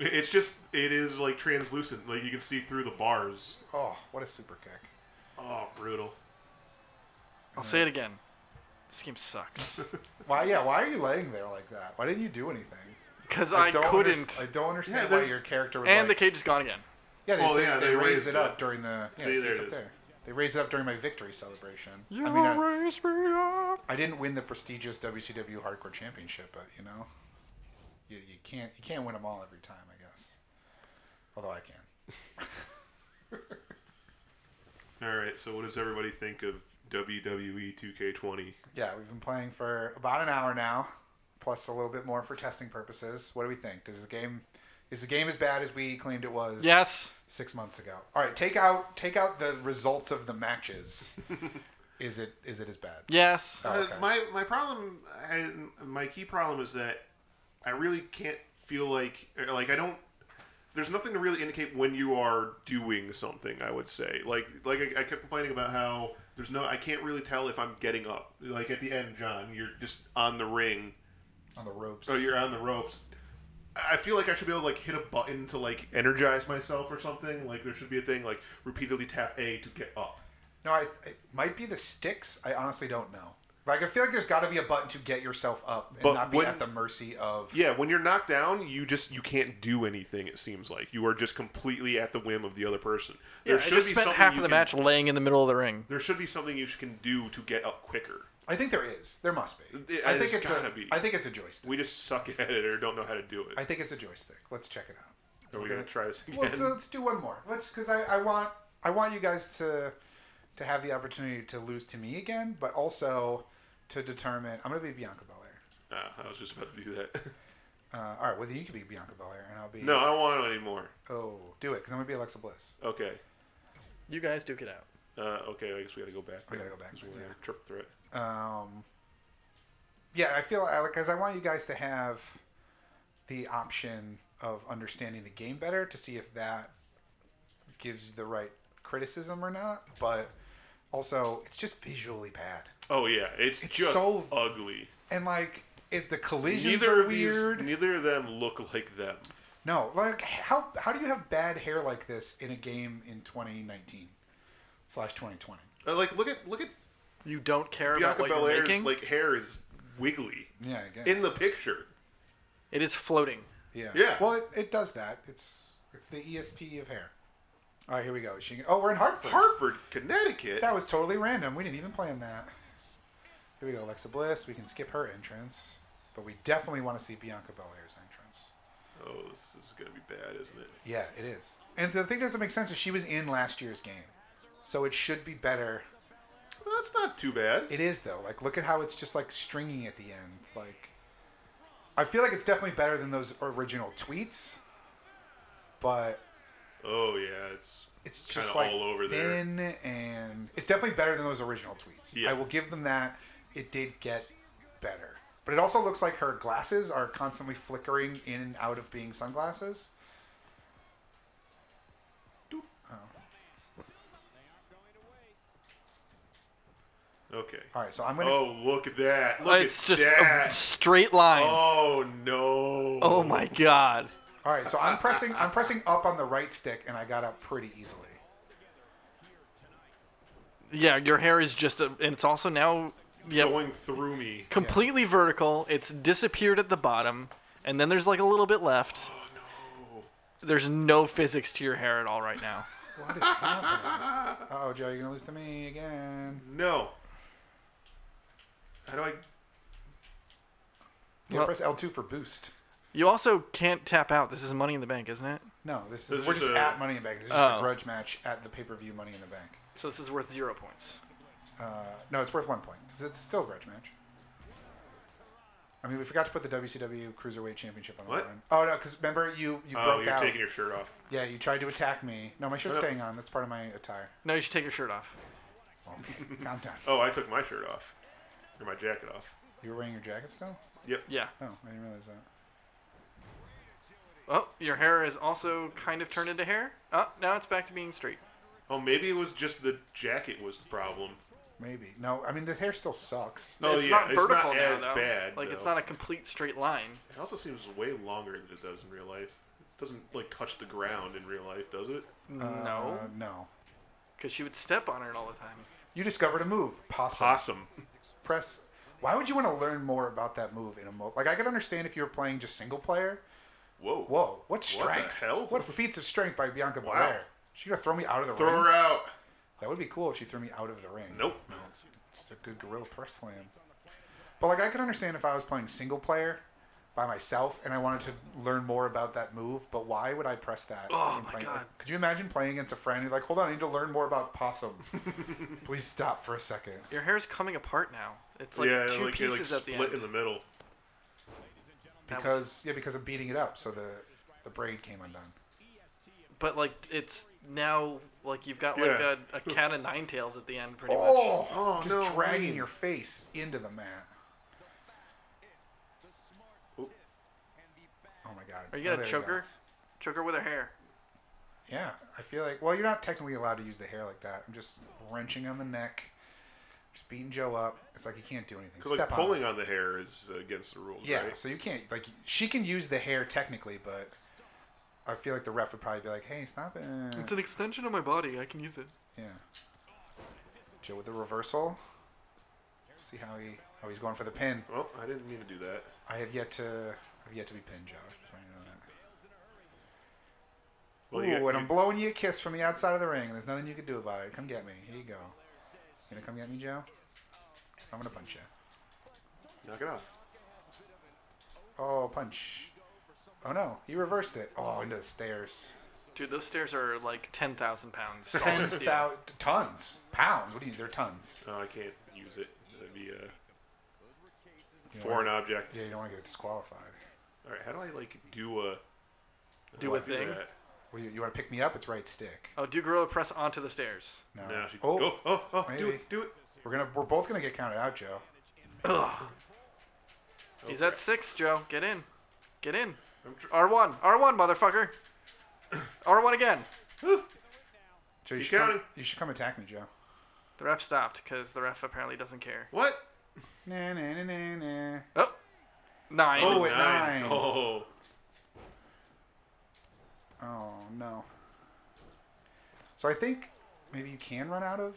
Speaker 2: it's just it is like translucent. Like you can see through the bars.
Speaker 1: Oh, what a super kick!
Speaker 2: Oh, brutal.
Speaker 3: I'll say it again. This game sucks.
Speaker 1: Why? Yeah. Why are you laying there like that? Why didn't you do anything?
Speaker 3: Because I,
Speaker 1: don't under-
Speaker 3: couldn't.
Speaker 1: I don't understand
Speaker 2: Yeah,
Speaker 1: why
Speaker 2: there's-
Speaker 1: your character was.
Speaker 3: and the
Speaker 1: like,
Speaker 3: cage is gone again.
Speaker 1: yeah, they,
Speaker 2: Well,
Speaker 1: they,
Speaker 2: yeah,
Speaker 1: they,
Speaker 2: they
Speaker 1: raised,
Speaker 2: raised
Speaker 1: it
Speaker 2: the-
Speaker 1: up during the. Yeah,
Speaker 2: See,
Speaker 1: it's-
Speaker 2: there
Speaker 1: it's
Speaker 2: it
Speaker 1: up
Speaker 2: is.
Speaker 1: there. They raised it up during my victory celebration.
Speaker 3: You
Speaker 1: I mean, I,
Speaker 3: raise me up.
Speaker 1: I didn't win the prestigious WCW Hardcore Championship, but you know, you, you can't you can't win them all every time, I guess. Although I can.
Speaker 2: All right. So what does everybody think of E WWE 2K20?
Speaker 1: Yeah, we've been playing for about an hour now, plus a little bit more for testing purposes. What do we think? Does the game is the game as bad as we claimed it was?
Speaker 3: Yes.
Speaker 1: Six months ago. All right, take out take out the results of the matches. is it is it as bad?
Speaker 3: Yes.
Speaker 1: Oh, okay.
Speaker 2: Uh, my my problem, I, my key problem is that I really can't feel like or, like I don't. There's nothing to really indicate when you are doing something. I would say, like like I, I kept complaining about how there's no. I can't really tell if I'm getting up. Like at the end, John, you're just on the ring
Speaker 1: On the ropes.
Speaker 2: or you're on the ropes. I feel like I should be able to like hit a button to like energize myself or something. Like there should be a thing like repeatedly tap A to get up.
Speaker 1: No, I, it might be the sticks. I honestly don't know. Like I feel like there's got to be a button to get yourself up and
Speaker 2: But
Speaker 1: not be
Speaker 2: when-
Speaker 1: at the mercy of.
Speaker 2: Yeah, when you're knocked down, you just you can't do anything. It seems like you are just completely at the whim of the other person.
Speaker 3: I just spent half of
Speaker 2: you
Speaker 3: the
Speaker 2: can-
Speaker 3: match laying in the middle of the ring.
Speaker 2: There should be something you sh- can do to get up quicker.
Speaker 1: I think there is. There must be.
Speaker 2: Th-
Speaker 1: I
Speaker 2: there's
Speaker 1: think it's
Speaker 2: gotta
Speaker 1: a,
Speaker 2: be.
Speaker 1: I think it's a joystick.
Speaker 2: We just suck at it or don't know how to do it.
Speaker 1: I think it's a joystick. Let's check it out.
Speaker 2: are we gonna try this again?
Speaker 1: Well, let's, let's do one more. Let's because I, I want I want you guys to to have the opportunity to lose to me again, but also to determine I'm gonna be Bianca Belair.
Speaker 2: Ah, I was just about to do that.
Speaker 1: Uh, all right, well then you can be Bianca Belair, and I'll be
Speaker 2: no, I don't want it anymore.
Speaker 1: Oh, do it because I'm gonna be Alexa Bliss.
Speaker 2: Okay.
Speaker 3: You guys duke it out.
Speaker 2: Uh, okay, I guess we gotta go back.
Speaker 1: We gotta go back,
Speaker 2: Because we're
Speaker 1: yeah.
Speaker 2: gonna Trip through it.
Speaker 1: Um, yeah, I feel because I want you guys to have the option of understanding the game better to see if that gives the right criticism or not. But also, it's just visually bad,
Speaker 2: Oh yeah, it's,
Speaker 1: It's
Speaker 2: just
Speaker 1: so-
Speaker 2: ugly.
Speaker 1: and like it, the collisions
Speaker 2: Neither
Speaker 1: are
Speaker 2: of these,
Speaker 1: weird.
Speaker 2: neither of them look like them.
Speaker 1: No, like how how do you have bad hair like this in a game in 2019 slash 2020?
Speaker 2: Uh, like look at look at
Speaker 3: You don't care
Speaker 2: Bianca
Speaker 3: about what you're
Speaker 2: Belair's
Speaker 3: making.
Speaker 2: like hair is wiggly
Speaker 1: Yeah, I guess
Speaker 2: in the picture.
Speaker 3: It is floating.
Speaker 1: Yeah.
Speaker 2: Yeah.
Speaker 1: Well, it, it does that. It's it's the EST of hair. All right, here we go. She, oh, we're in Hartford.
Speaker 2: Hartford, Connecticut.
Speaker 1: that was totally random. We didn't even plan that. Here we go, Alexa Bliss. We can skip her entrance, but we definitely want to see Bianca Belair's entrance.
Speaker 2: Oh, this is gonna be bad, isn't it?
Speaker 1: Yeah, it is. And the thing that doesn't make sense is she was in last year's game, so it should be better.
Speaker 2: Well, that's not too bad.
Speaker 1: It is though. Like, look at how it's just like stringy at the end. Like, I feel like it's definitely better than those original tweets, but
Speaker 2: oh yeah, it's
Speaker 1: it's
Speaker 2: Kinda
Speaker 1: just like
Speaker 2: all over there.
Speaker 1: thin and it's definitely better than those original tweets.
Speaker 2: Yeah.
Speaker 1: I will give them that. It did get better, but it also looks like her glasses are constantly flickering in and out of being sunglasses.
Speaker 2: Doop. okay.
Speaker 1: All right, so I'm gonna.
Speaker 2: Oh, look at that! Look
Speaker 3: it's
Speaker 2: at
Speaker 3: just a
Speaker 2: that!
Speaker 3: straight line. Oh,
Speaker 2: Oh no!
Speaker 3: my god.
Speaker 1: All right, so I'm pressing. I'm pressing up on the right stick, and I got up pretty easily.
Speaker 3: Yeah, your hair is just a, and it's also now yeah,
Speaker 2: Going through me.
Speaker 3: completely vertical. It's disappeared at the bottom, and then there's like a little bit left.
Speaker 2: Oh no!
Speaker 3: There's no physics to your hair at all right now.
Speaker 1: What is happening? Oh, Joe, you're gonna lose to me again.
Speaker 2: No. How do I?
Speaker 1: You
Speaker 3: Well-
Speaker 1: press L2 for boost.
Speaker 3: You also can't tap out. This is Money in the Bank, isn't it?
Speaker 1: No, this
Speaker 2: This
Speaker 1: is
Speaker 2: is
Speaker 1: we're just
Speaker 2: a-
Speaker 1: at Money in the Bank. This is just
Speaker 3: Oh.
Speaker 1: a grudge match at the pay-per-view Money in the Bank.
Speaker 3: So this is worth zero points.
Speaker 1: Uh, no, it's worth one point. 'cause It's still a grudge match. I mean, we forgot to put the WCW Cruiserweight Championship on the
Speaker 2: What?
Speaker 1: line. Oh no, because remember you you
Speaker 2: Oh,
Speaker 1: broke
Speaker 2: you're
Speaker 1: out.
Speaker 2: taking your Oh. shirt off.
Speaker 1: Yeah, you tried to attack me. No, my shirt's
Speaker 2: No, no.
Speaker 1: staying on. That's part of my attire.
Speaker 3: No, you should take your shirt off.
Speaker 1: Okay, calm down.
Speaker 2: Oh, I took my shirt off. Or my jacket off.
Speaker 1: You were wearing your jacket still?
Speaker 2: Yep.
Speaker 3: Yeah.
Speaker 1: Oh, I didn't realize that.
Speaker 3: Oh, your hair is also kind of turned into hair. Oh, now it's back to being straight.
Speaker 2: Oh, maybe it was just the jacket was the problem.
Speaker 1: Maybe. No, I mean the hair still sucks.
Speaker 2: No,
Speaker 3: it's
Speaker 2: Oh, yeah,
Speaker 3: not vertical
Speaker 2: it's not
Speaker 3: now,
Speaker 2: as
Speaker 3: though.
Speaker 2: bad.
Speaker 3: like it's
Speaker 2: though.
Speaker 3: not a complete straight line.
Speaker 2: It also seems way longer than it does in real life. It doesn't like touch the ground in real life, does it?
Speaker 3: no,
Speaker 1: Uh, no.
Speaker 3: because she would step on it all the time.
Speaker 1: You discovered a move. Possum.
Speaker 2: Possum.
Speaker 1: Press. Why would you want to learn more about that move in a mode? Like I could understand if you were playing just single player.
Speaker 2: Whoa.
Speaker 1: Whoa, what
Speaker 2: the
Speaker 1: strength?
Speaker 2: hell?
Speaker 1: What feats of strength by Bianca Belair? She gonna throw me out of the
Speaker 2: Throw
Speaker 1: ring?
Speaker 2: her out.
Speaker 1: That would be cool if she threw me out of the ring.
Speaker 2: Nope.
Speaker 1: Just a good gorilla press slam. But like I could understand if I was playing single player by myself and I wanted to learn more about that move, but why would I press that?
Speaker 3: Oh
Speaker 1: when
Speaker 3: my
Speaker 1: playing-
Speaker 3: God.
Speaker 1: like, could you imagine playing against a friend who's like, Hold on, I need to learn more about possum. Please stop for a second.
Speaker 3: Your hair's coming apart now. It's like
Speaker 2: yeah,
Speaker 3: two
Speaker 2: like it, like,
Speaker 3: pieces
Speaker 2: split
Speaker 3: at the end.
Speaker 2: in the middle.
Speaker 3: That was-
Speaker 1: Because yeah, because of beating it up, so the the braid came undone.
Speaker 3: but like it's now like you've got like
Speaker 2: Yeah.
Speaker 3: a, a cat of nine tails at the end, pretty much.
Speaker 1: Oh,
Speaker 2: Oh,
Speaker 1: just
Speaker 2: no,
Speaker 1: dragging
Speaker 2: Wayne.
Speaker 1: your face into the mat.
Speaker 2: Oop.
Speaker 1: Oh my god.
Speaker 3: Are you
Speaker 1: Oh,
Speaker 3: gonna
Speaker 1: there
Speaker 3: choke
Speaker 1: go.
Speaker 3: her? Choke her with her hair.
Speaker 1: Yeah, I feel like. Well, you're not technically allowed to use the hair like that. I'm just wrenching on the neck, just beating Joe up. It's like you can't do anything.
Speaker 2: Because like
Speaker 1: Step on
Speaker 2: pulling
Speaker 1: it.
Speaker 2: on, the hair is uh, against the rules,
Speaker 1: Yeah,
Speaker 2: right?
Speaker 1: so you can't. Like she can use the hair technically, but I feel like the ref would probably be like, "Hey, stop it."
Speaker 3: It's an extension of my body. I can use it.
Speaker 1: Yeah. Joe with a reversal. See how he how he's going for the pin.
Speaker 2: Well, I didn't mean to do that.
Speaker 1: I have yet to I've yet to be pinned, Josh. Just want you to know that.
Speaker 2: Well,
Speaker 1: Ooh,
Speaker 2: you got-
Speaker 1: and I'm
Speaker 2: you-
Speaker 1: blowing you a kiss from the outside of the ring, and there's nothing you can do about it. Come get me. Here you go. You gonna come get me, Joe? I'm gonna punch you.
Speaker 2: knock it off.
Speaker 1: Oh, punch. Oh no, he reversed it. Oh, into the stairs.
Speaker 3: Dude, those stairs are like ten thousand pounds.
Speaker 1: Ten
Speaker 3: solid steel.
Speaker 1: thousand tons, pounds. What do you? They're tons.
Speaker 2: No, I can't use it. That'd be a foreign object.
Speaker 1: Yeah, you don't want to get disqualified.
Speaker 2: All right, how do I like do a
Speaker 3: Do a thing.
Speaker 2: That?
Speaker 1: What do you, you want to pick me up? It's right stick.
Speaker 3: Oh, do gorilla press onto the stairs.
Speaker 1: No.
Speaker 2: No, she,
Speaker 1: oh,
Speaker 2: oh, oh, oh, do
Speaker 1: maybe.
Speaker 2: it, do it.
Speaker 1: we're gonna we're both gonna get counted out, Joe.
Speaker 3: He's at six, Joe. Get in. Get in.
Speaker 2: I'm tr-
Speaker 3: R1. R1, motherfucker. R1 again.
Speaker 1: Joe, you
Speaker 2: Keep
Speaker 1: should, come,
Speaker 2: counting.
Speaker 1: you should come attack me, Joe.
Speaker 3: The ref stopped because the ref apparently doesn't care.
Speaker 2: What?
Speaker 1: Nah, nah, nah, nah, nah.
Speaker 3: Oh. Nine.
Speaker 1: Oh, wait. at nine.
Speaker 2: Oh,
Speaker 1: Oh no. So I think maybe you can run out of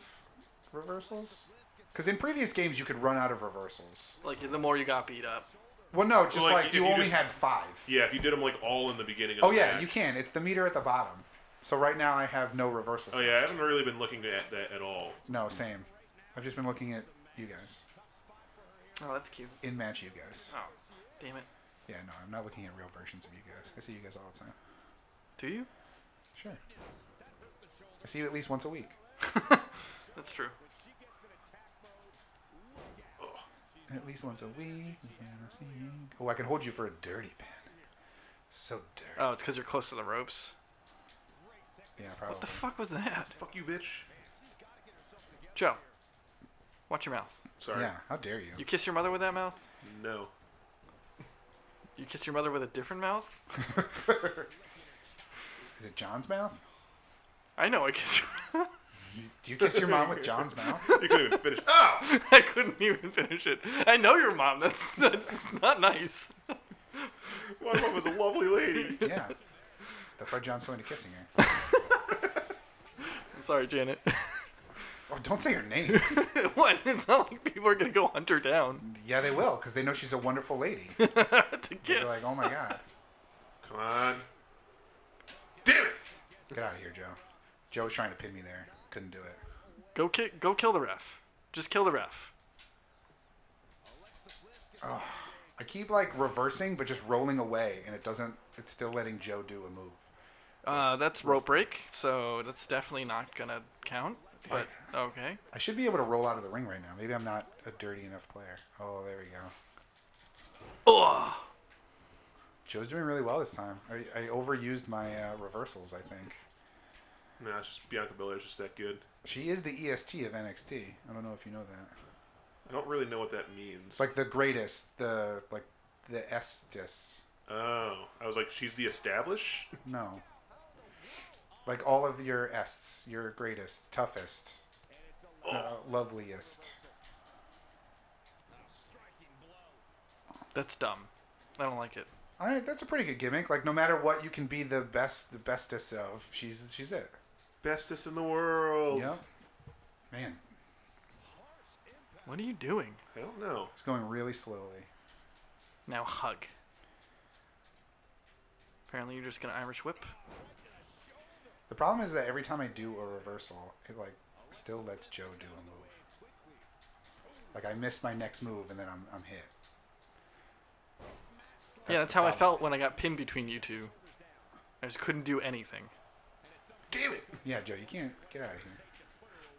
Speaker 1: reversals. Because in previous games you could run out of reversals.
Speaker 3: Like the more you got beat up.
Speaker 1: Well, no, just
Speaker 2: Well, like,
Speaker 1: like,
Speaker 2: if
Speaker 1: you,
Speaker 2: you
Speaker 1: only
Speaker 2: just-
Speaker 1: had five.
Speaker 2: yeah. If you did them like all in the beginning. Of
Speaker 1: Oh
Speaker 2: the
Speaker 1: yeah,
Speaker 2: match.
Speaker 1: you can. It's the meter at the bottom. So right now I have no reversals.
Speaker 2: Oh yeah, I haven't really been looking at that at all.
Speaker 1: No, same. I've just been looking at you guys
Speaker 3: Oh, that's cute.
Speaker 1: in match. You guys.
Speaker 3: Oh, damn it.
Speaker 1: Yeah, no, I'm not looking at real versions of you guys. I see you guys all the time.
Speaker 3: Do you?
Speaker 1: Sure. I see you at least once a week.
Speaker 3: That's true.
Speaker 1: At least once a week. Yeah, I see you. Oh, I can hold you for a dirty pin. So dirty.
Speaker 3: Oh, it's because you're close to the ropes.
Speaker 1: Yeah, probably.
Speaker 3: What the fuck was that?
Speaker 2: Fuck you, bitch.
Speaker 3: Joe, watch your mouth.
Speaker 2: Sorry.
Speaker 1: Yeah, how dare you?
Speaker 3: You kiss your mother with that mouth?
Speaker 2: No.
Speaker 3: You kiss your mother with a different mouth?
Speaker 1: Is it John's mouth?
Speaker 3: I know I kissed your
Speaker 1: Do you kiss your mom with John's mouth?
Speaker 2: You couldn't even finish. Oh,
Speaker 3: I couldn't even finish it. I know your mom. That's, that's not nice.
Speaker 2: my mom was a lovely lady.
Speaker 1: Yeah. That's why John's so into kissing her.
Speaker 3: I'm sorry, Janet.
Speaker 1: Oh, don't say her name.
Speaker 3: what? It's not like people are going to go hunt her down
Speaker 1: Yeah, they will, because they know she's a wonderful lady.
Speaker 3: to
Speaker 1: They're
Speaker 3: kiss.
Speaker 1: like, oh my god,
Speaker 2: Come on. Damn it.
Speaker 1: get out of here, Joe. Joe was trying to pin me there, couldn't do it.
Speaker 3: Go, ki- go kill the ref. Just kill the ref.
Speaker 1: I keep like reversing, but just rolling away, and it doesn't. It's still letting Joe do a move.
Speaker 3: Uh, that's rope break, so that's definitely not going to count. But okay.
Speaker 1: I should be able to roll out of the ring right now. Maybe I'm not a dirty enough player. Oh, there we go.
Speaker 3: Ugh.
Speaker 1: Joe's doing really well this time. I, I overused my uh, reversals, I think.
Speaker 2: Nah, it's just Bianca Belair's just that good.
Speaker 1: She is the EST of NXT. I don't know if you know that.
Speaker 2: I don't really know what that means.
Speaker 1: Like the greatest, the like the Estes.
Speaker 2: oh, I was like, she's the established.
Speaker 1: No. Like all of your ests, your greatest, toughest, uh, loveliest.
Speaker 3: That's dumb. I don't like it.
Speaker 1: All right, that's a pretty good gimmick. Like no matter what, you can be the best, the bestest of. She's she's it.
Speaker 2: Bestest in the world.
Speaker 1: Yep. Man,
Speaker 3: What are you doing?
Speaker 2: I don't know.
Speaker 1: it's going really slowly.
Speaker 3: Now hug. Apparently you're just gonna Irish whip.
Speaker 1: The problem is that every time I do a reversal, it like still lets Joe do a move. Like I miss my next move and then I'm I'm hit.
Speaker 3: yeah,
Speaker 1: That's
Speaker 3: that's
Speaker 1: the
Speaker 3: how I
Speaker 1: problem.
Speaker 3: felt when I got pinned between you two. I just couldn't do anything.
Speaker 2: Damn it!
Speaker 1: Yeah, Joe, you can't get out of here.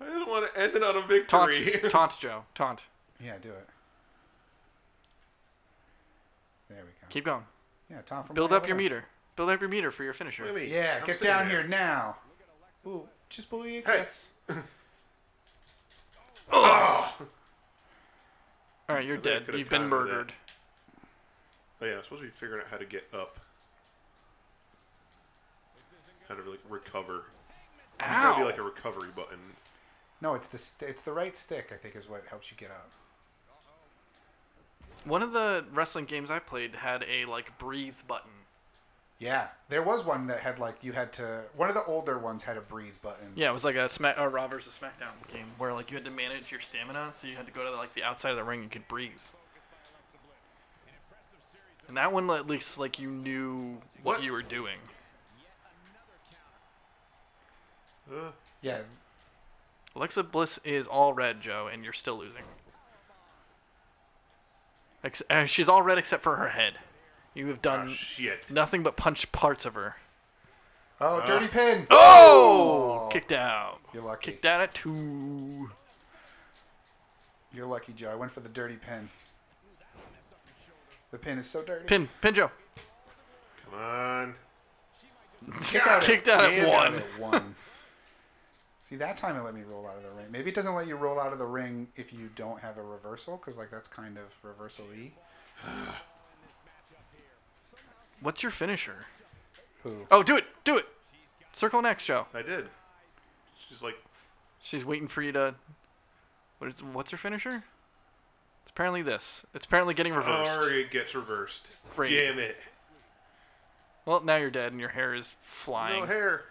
Speaker 2: I didn't want to end it on a
Speaker 3: Taunt,
Speaker 2: victory.
Speaker 3: taunt, Joe, taunt.
Speaker 1: Yeah, do it. There we go.
Speaker 3: Keep going.
Speaker 1: yeah, Tom from
Speaker 3: Build up your
Speaker 1: Alabama.
Speaker 3: meter. Build up your meter for your finisher.
Speaker 2: Wait a minute,
Speaker 1: Yeah,
Speaker 2: I'm
Speaker 1: get
Speaker 2: sitting
Speaker 1: down here now. Ooh, just believe
Speaker 2: Hey.
Speaker 1: yes.
Speaker 2: Oh!
Speaker 3: All right, you're
Speaker 2: think I
Speaker 3: dead.
Speaker 2: could've
Speaker 3: You've been
Speaker 2: countered that.
Speaker 3: murdered.
Speaker 2: Oh yeah, I'm supposed to be figuring out how to get up, how to like recover. There's
Speaker 3: Ow.
Speaker 2: gotta be like a recovery button.
Speaker 1: No, it's the st- it's the right stick. I think is what helps you get up.
Speaker 3: One of the wrestling games I played had a like breathe button.
Speaker 1: Yeah, there was one that had like you had to. One of the older ones had a breathe button.
Speaker 3: Yeah, it was like a smack or Raw versus SmackDown game where like you had to manage your stamina, so you had to go to like the outside of the ring and could breathe. And that one, at least, like you knew what,
Speaker 2: What?
Speaker 3: you were doing.
Speaker 2: Uh,
Speaker 1: Yeah,
Speaker 3: Alexa Bliss is all red, Joe, and you're still losing. Ex- uh, she's all red except for her head. You have
Speaker 2: ah,
Speaker 3: done
Speaker 2: shit.
Speaker 3: nothing but punch parts of her.
Speaker 1: Oh, dirty pin.
Speaker 3: Oh! Kicked out.
Speaker 1: You're lucky.
Speaker 3: Kicked out at two.
Speaker 1: You're lucky, Joe. I went for the dirty pin. The pin is so dirty.
Speaker 3: Pin, pin Joe.
Speaker 2: Come on.
Speaker 1: out
Speaker 3: Kicked out
Speaker 2: Damn it.
Speaker 3: at
Speaker 1: Got
Speaker 3: one.
Speaker 1: it, one. See, that time it let me roll out of the ring. Maybe it doesn't let you roll out of the ring if you don't have a reversal, because like that's kind of reversal-y.
Speaker 3: What's your finisher?
Speaker 1: Who?
Speaker 3: Oh, do it, do it. Circle next, Joe.
Speaker 2: I did. She's like,
Speaker 3: She's waiting for you to. What is, what's her finisher? It's apparently this. It's apparently getting reversed.
Speaker 2: or it gets reversed.
Speaker 3: Great.
Speaker 2: Damn it.
Speaker 3: Well, now you're dead and your hair is flying.
Speaker 2: No hair.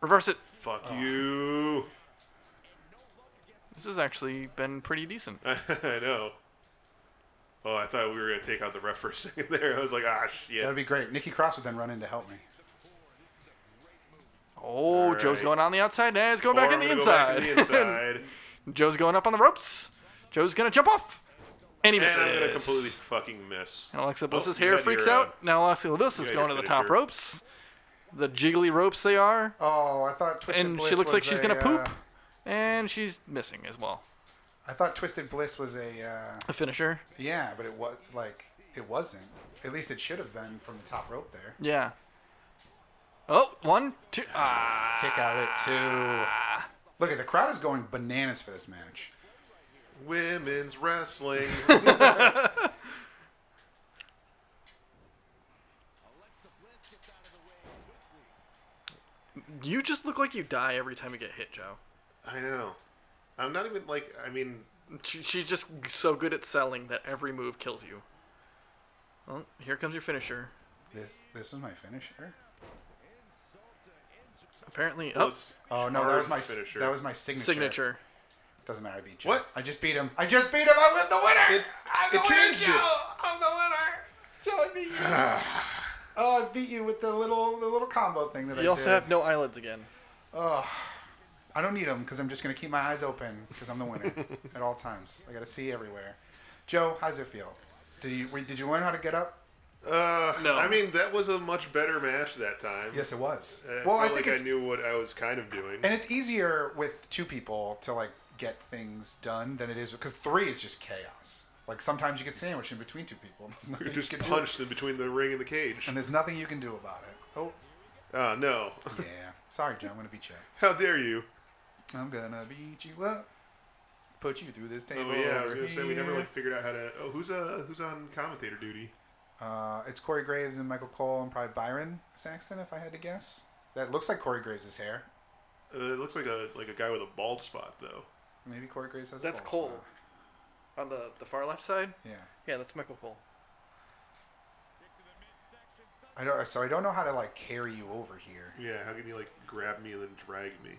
Speaker 3: Reverse it.
Speaker 2: Fuck you.
Speaker 3: This has actually been pretty decent.
Speaker 2: I know. Oh, I thought we were gonna take out the ref for a second there. I was like, ah,
Speaker 1: That'd
Speaker 2: shit.
Speaker 1: be great. Nikki Cross would then run in to help me.
Speaker 3: Oh,
Speaker 2: Alright.
Speaker 3: Joe's going on the outside. Now he's going
Speaker 2: Or
Speaker 3: back in
Speaker 2: I'm
Speaker 3: the
Speaker 2: gonna go back
Speaker 3: inside.
Speaker 2: in the inside.
Speaker 3: Joe's going up on the ropes. Joe's gonna jump off. And he
Speaker 2: and
Speaker 3: misses.
Speaker 2: I'm gonna completely fucking miss.
Speaker 3: And Alexa Bliss's
Speaker 2: you
Speaker 3: hair
Speaker 2: had
Speaker 3: freaks
Speaker 2: your, uh,
Speaker 3: out. Now Alexa Bliss is
Speaker 2: had
Speaker 3: going to
Speaker 2: your
Speaker 3: the top
Speaker 2: finisher.
Speaker 3: ropes. The jiggly ropes they are.
Speaker 1: Oh, I thought Twisted
Speaker 3: and
Speaker 1: Bliss
Speaker 3: she looks
Speaker 1: was
Speaker 3: like she's
Speaker 1: a,
Speaker 3: gonna poop.
Speaker 1: uh,
Speaker 3: And she's missing as well.
Speaker 1: I thought Twisted Bliss was a uh,
Speaker 3: The finisher.
Speaker 1: yeah, but it was like it wasn't. At least it should have been from the top rope there.
Speaker 3: Yeah. Oh, one, two. Ah.
Speaker 1: Kick out at two. Look at the crowd is going bananas for this match.
Speaker 2: Women's wrestling.
Speaker 3: You just look like you die every time you get hit, Joe.
Speaker 2: I know. I'm not even like. I mean,
Speaker 3: She, she's just so good at selling that every move kills you. Well, here comes your finisher.
Speaker 1: This this was my finisher.
Speaker 3: Apparently, oh,
Speaker 2: this
Speaker 1: Oh no, that was my
Speaker 2: finisher.
Speaker 1: that was my signature.
Speaker 3: signature.
Speaker 1: Doesn't matter. I beat Joe.
Speaker 2: What?
Speaker 1: I just beat him. I just beat him. I'm with the winner.
Speaker 2: It-
Speaker 1: I'm
Speaker 2: it
Speaker 1: the winner,
Speaker 2: changed it.
Speaker 1: Joe. I'm the winner. Joe, I beat you. oh, I beat you with the little the little combo thing that I
Speaker 3: You also
Speaker 1: did.
Speaker 3: have no eyelids again.
Speaker 1: I don't need them because I'm just gonna keep my eyes open because I'm the winner at all times. I gotta see everywhere. Joe, how's it feel? Did you wait, did you learn how to get up?
Speaker 2: Uh,
Speaker 3: No.
Speaker 2: I mean, that was a much better match that time.
Speaker 1: Yes, it was.
Speaker 2: I
Speaker 1: well,
Speaker 2: felt
Speaker 1: I think
Speaker 2: like
Speaker 1: it's
Speaker 2: I knew what I was kind of doing.
Speaker 1: and it's easier with two people to like get things done than it is because three is just chaos. Like sometimes you get sandwiched in between two people. and There's nothing
Speaker 2: You're just
Speaker 1: you can do-
Speaker 2: punched in between the ring and the cage.
Speaker 1: and there's nothing you can do about it. Oh,
Speaker 2: Ah, no.
Speaker 1: yeah. Sorry, John. I'm gonna beat you. up.
Speaker 2: How dare you?
Speaker 1: I'm gonna beat you up. Put you through this table.
Speaker 2: Oh yeah, I was
Speaker 1: over
Speaker 2: gonna say we never
Speaker 1: here.
Speaker 2: like figured out how to. Oh, who's uh who's on commentator duty?
Speaker 1: Uh, it's Corey Graves and Michael Cole and probably Byron Saxton, if I had to guess. That looks like Corey Graves' hair.
Speaker 2: Uh, it looks like a like a guy with a bald spot though.
Speaker 1: Maybe Corey Graves has. a
Speaker 3: That's
Speaker 1: bald
Speaker 3: Cole.
Speaker 1: spot.
Speaker 3: On the, the far left side?
Speaker 1: Yeah.
Speaker 3: Yeah, that's Michael Cole.
Speaker 1: I don't. So I don't know how to like carry you over here.
Speaker 2: Yeah, how can you like grab me and then drag me?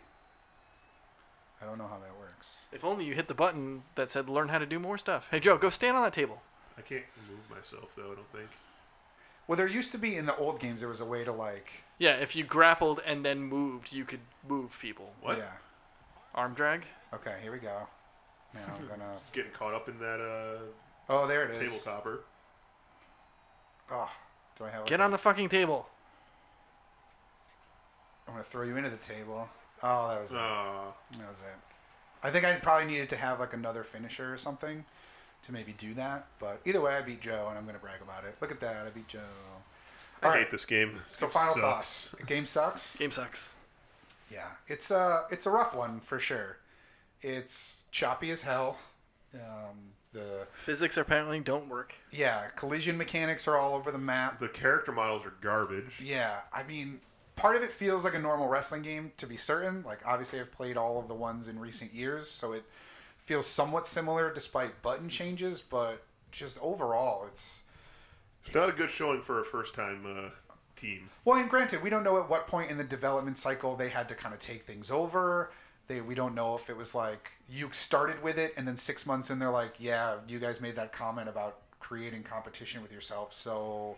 Speaker 1: I don't know how that works.
Speaker 3: If only you hit the button that said learn how to do more stuff. Hey, Joe, go stand on that table.
Speaker 2: I can't move myself though. I don't think.
Speaker 1: Well, there used to be in the old games. There was a way to like.
Speaker 3: Yeah, if you grappled and then moved, you could move people.
Speaker 2: What?
Speaker 1: Yeah.
Speaker 3: Arm drag?
Speaker 1: Okay. Here we go. Now I'm gonna.
Speaker 2: Getting caught up in that uh
Speaker 1: Oh, there it is.
Speaker 2: table topper.
Speaker 1: Oh, do I have?
Speaker 3: Get on the fucking table.
Speaker 1: I'm gonna throw you into the table. Oh, that was it.
Speaker 2: Ah,
Speaker 1: That was it. I think I probably needed to have like another finisher or something to maybe do that. But either way, I beat Joe, and I'm gonna brag about it. Look at that, I beat Joe.
Speaker 2: I
Speaker 1: All
Speaker 2: hate
Speaker 1: right,
Speaker 2: this game. This
Speaker 1: So
Speaker 2: game
Speaker 1: final
Speaker 2: sucks.
Speaker 1: thoughts. The game sucks.
Speaker 3: Game sucks.
Speaker 1: Yeah, it's a it's a rough one for sure. It's choppy as hell. Um, the
Speaker 3: Physics apparently don't work.
Speaker 1: yeah collision mechanics are all over the map.
Speaker 2: The character models are garbage.
Speaker 1: Yeah, I mean, part of it feels like a normal wrestling game to be certain. Like, obviously, I've played all of the ones in recent years, so it feels somewhat similar despite button changes, but just overall, it's.
Speaker 2: It's not a good showing for a first time uh, team.
Speaker 1: Well, and granted, we don't know at what point in the development cycle they had to kind of take things over. They, we don't know if it was like you started with it and then six months in they're like yeah you guys made that comment about creating competition with yourself so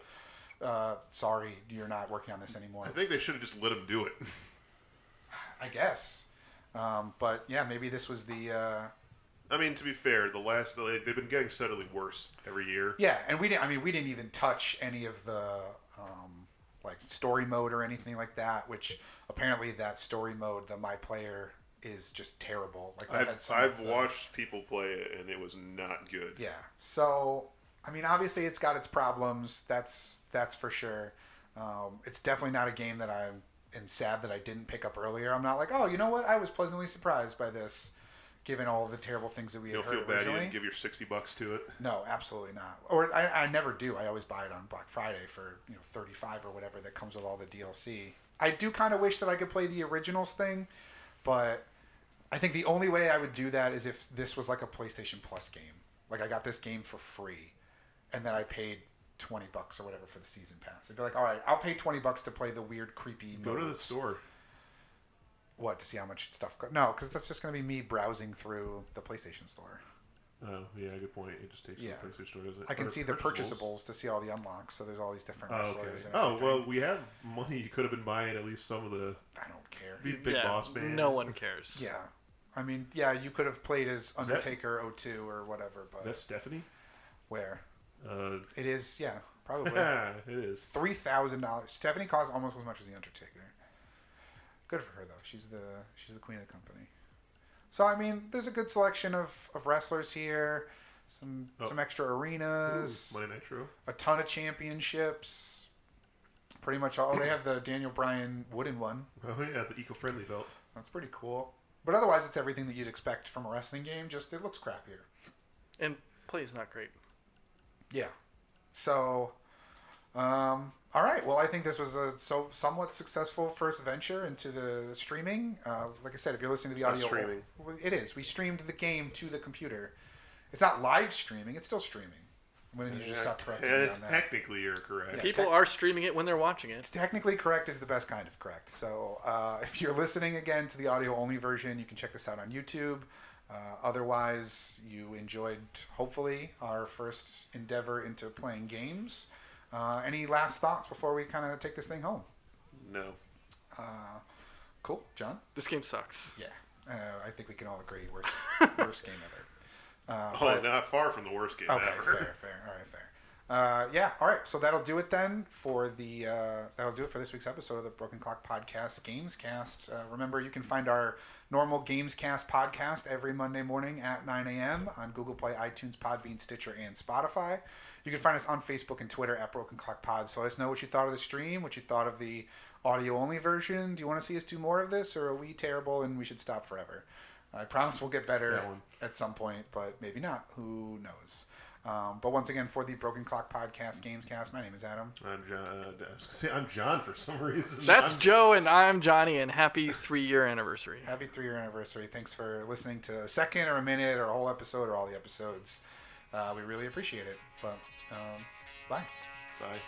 Speaker 1: uh, sorry you're not working on this anymore
Speaker 2: I think they should have just let them do it.
Speaker 1: I guess. Um, but yeah, maybe this was the uh,
Speaker 2: I mean, to be fair, the last like, they've been getting steadily worse every year.
Speaker 1: yeah, and we didn't. I mean, we didn't even touch any of the um, like story mode or anything like that. Which apparently that story mode, the my player, is just terrible. Like that had
Speaker 2: I've,
Speaker 1: some
Speaker 2: I've
Speaker 1: of the-
Speaker 2: watched people play it and it was not good.
Speaker 1: Yeah. So I mean, obviously it's got its problems. That's that's for sure. Um, it's definitely not a game that I am sad that I didn't pick up earlier. I'm not like, oh, you know what? I was pleasantly surprised by this, given all the terrible things that we had
Speaker 2: You'll
Speaker 1: heard
Speaker 2: feel bad
Speaker 1: originally.
Speaker 2: you didn't give your sixty bucks to it.
Speaker 1: No, absolutely not. Or I, I never do. I always buy it on Black Friday for you know thirty five or whatever that comes with all the DLC. I do kind of wish that I could play the originals thing, but I think the only way I would do that is if this was like a PlayStation Plus game. Like I got this game for free, and then I paid twenty bucks or whatever for the season pass. I'd be like, all right, I'll pay twenty bucks to play the weird, creepy.
Speaker 2: Go to the
Speaker 1: modes."
Speaker 2: store.
Speaker 1: What to see how much stuff? Go- no, because that's just gonna be me browsing through the PlayStation Store.
Speaker 2: Oh yeah, good point. It just takes
Speaker 1: Yeah.
Speaker 2: you to the PlayStation store, doesn't it?
Speaker 1: I can
Speaker 2: Or
Speaker 1: see the
Speaker 2: purchasables.
Speaker 1: purchasables to see all the unlocks. So there's all these different
Speaker 2: Oh,
Speaker 1: wrestlers.
Speaker 2: okay.
Speaker 1: and
Speaker 2: Oh
Speaker 1: everything.
Speaker 2: well, we have money. You could have been buying at least some of the
Speaker 1: I don't care.
Speaker 2: be big
Speaker 3: yeah,
Speaker 2: boss man.
Speaker 3: No one cares.
Speaker 1: Yeah, I mean, yeah, you could have played as
Speaker 2: that-
Speaker 1: Undertaker O two 02 or whatever, but
Speaker 2: Is that Stephanie?
Speaker 1: where
Speaker 2: Uh,
Speaker 1: it is, yeah, probably
Speaker 2: it is.
Speaker 1: three thousand dollars. Stephanie costs almost as much as the Undertaker. Good for her though. She's the she's the queen of the company. So I mean, there's a good selection of, of wrestlers here, some
Speaker 2: Oh.
Speaker 1: some extra arenas.
Speaker 2: Monday Nitro.
Speaker 1: a ton of championships. Pretty much all they have the Daniel Bryan wooden one.
Speaker 2: Oh yeah, the eco-friendly belt.
Speaker 1: That's pretty cool. But otherwise, it's everything that you'd expect from a wrestling game. Just it looks crappier.
Speaker 3: And play is not great.
Speaker 1: Yeah. So, um, all right. Well, I think this was a so somewhat successful first venture into the streaming. Uh, like I said, if you're listening to the
Speaker 2: It's
Speaker 1: audio,
Speaker 2: not streaming.
Speaker 1: Well, it is. We streamed the game to the computer. It's not live streaming. It's still streaming. I'm gonna need you to stop correcting me
Speaker 2: Yeah,
Speaker 1: on that.
Speaker 2: technically, you're correct.
Speaker 1: Yeah.
Speaker 3: People
Speaker 1: tech-
Speaker 3: are streaming it when they're watching it.
Speaker 1: technically correct is the best kind of correct. So uh, if you're listening again to the audio only version, you can check this out on YouTube. Uh, otherwise, you enjoyed hopefully our first endeavor into playing games. Uh, any last thoughts before we kind of take this thing home?
Speaker 2: No.
Speaker 1: Cool, John.
Speaker 3: This game sucks.
Speaker 1: Yeah, uh, I think we can all agree worst worst game ever.
Speaker 2: Oh, not far from the worst game
Speaker 1: Uh, Okay,
Speaker 2: ever.
Speaker 1: fair, fair. All right, fair. Uh, yeah. All right. So that'll do it then for the uh, that'll do it for this week's episode of the Broken Clock Podcast Gamescast. Uh, remember, you can find our normal Gamescast podcast every Monday morning at 9 a.m. on Google Play, iTunes, Podbean, Stitcher, and Spotify. You can find us on Facebook and Twitter at Broken Clock Pod. So let us know what you thought of the stream, what you thought of the audio only version. Do you want to see us do more of this, or are we terrible and we should stop forever? I promise we'll get better
Speaker 2: That one.
Speaker 1: at some point, but maybe not. Who knows? Um, but once again, for the Broken Clock Podcast Gamescast, my name is Adam.
Speaker 2: I'm John. uh, I was gonna say I'm John for some reason.
Speaker 3: That's
Speaker 2: I'm-
Speaker 3: Joe, and I'm Johnny, and happy three year anniversary.
Speaker 1: Happy three year anniversary. Thanks for listening to a second or a minute or a whole episode or all the episodes. Uh, we really appreciate it. But um, bye.
Speaker 2: Bye.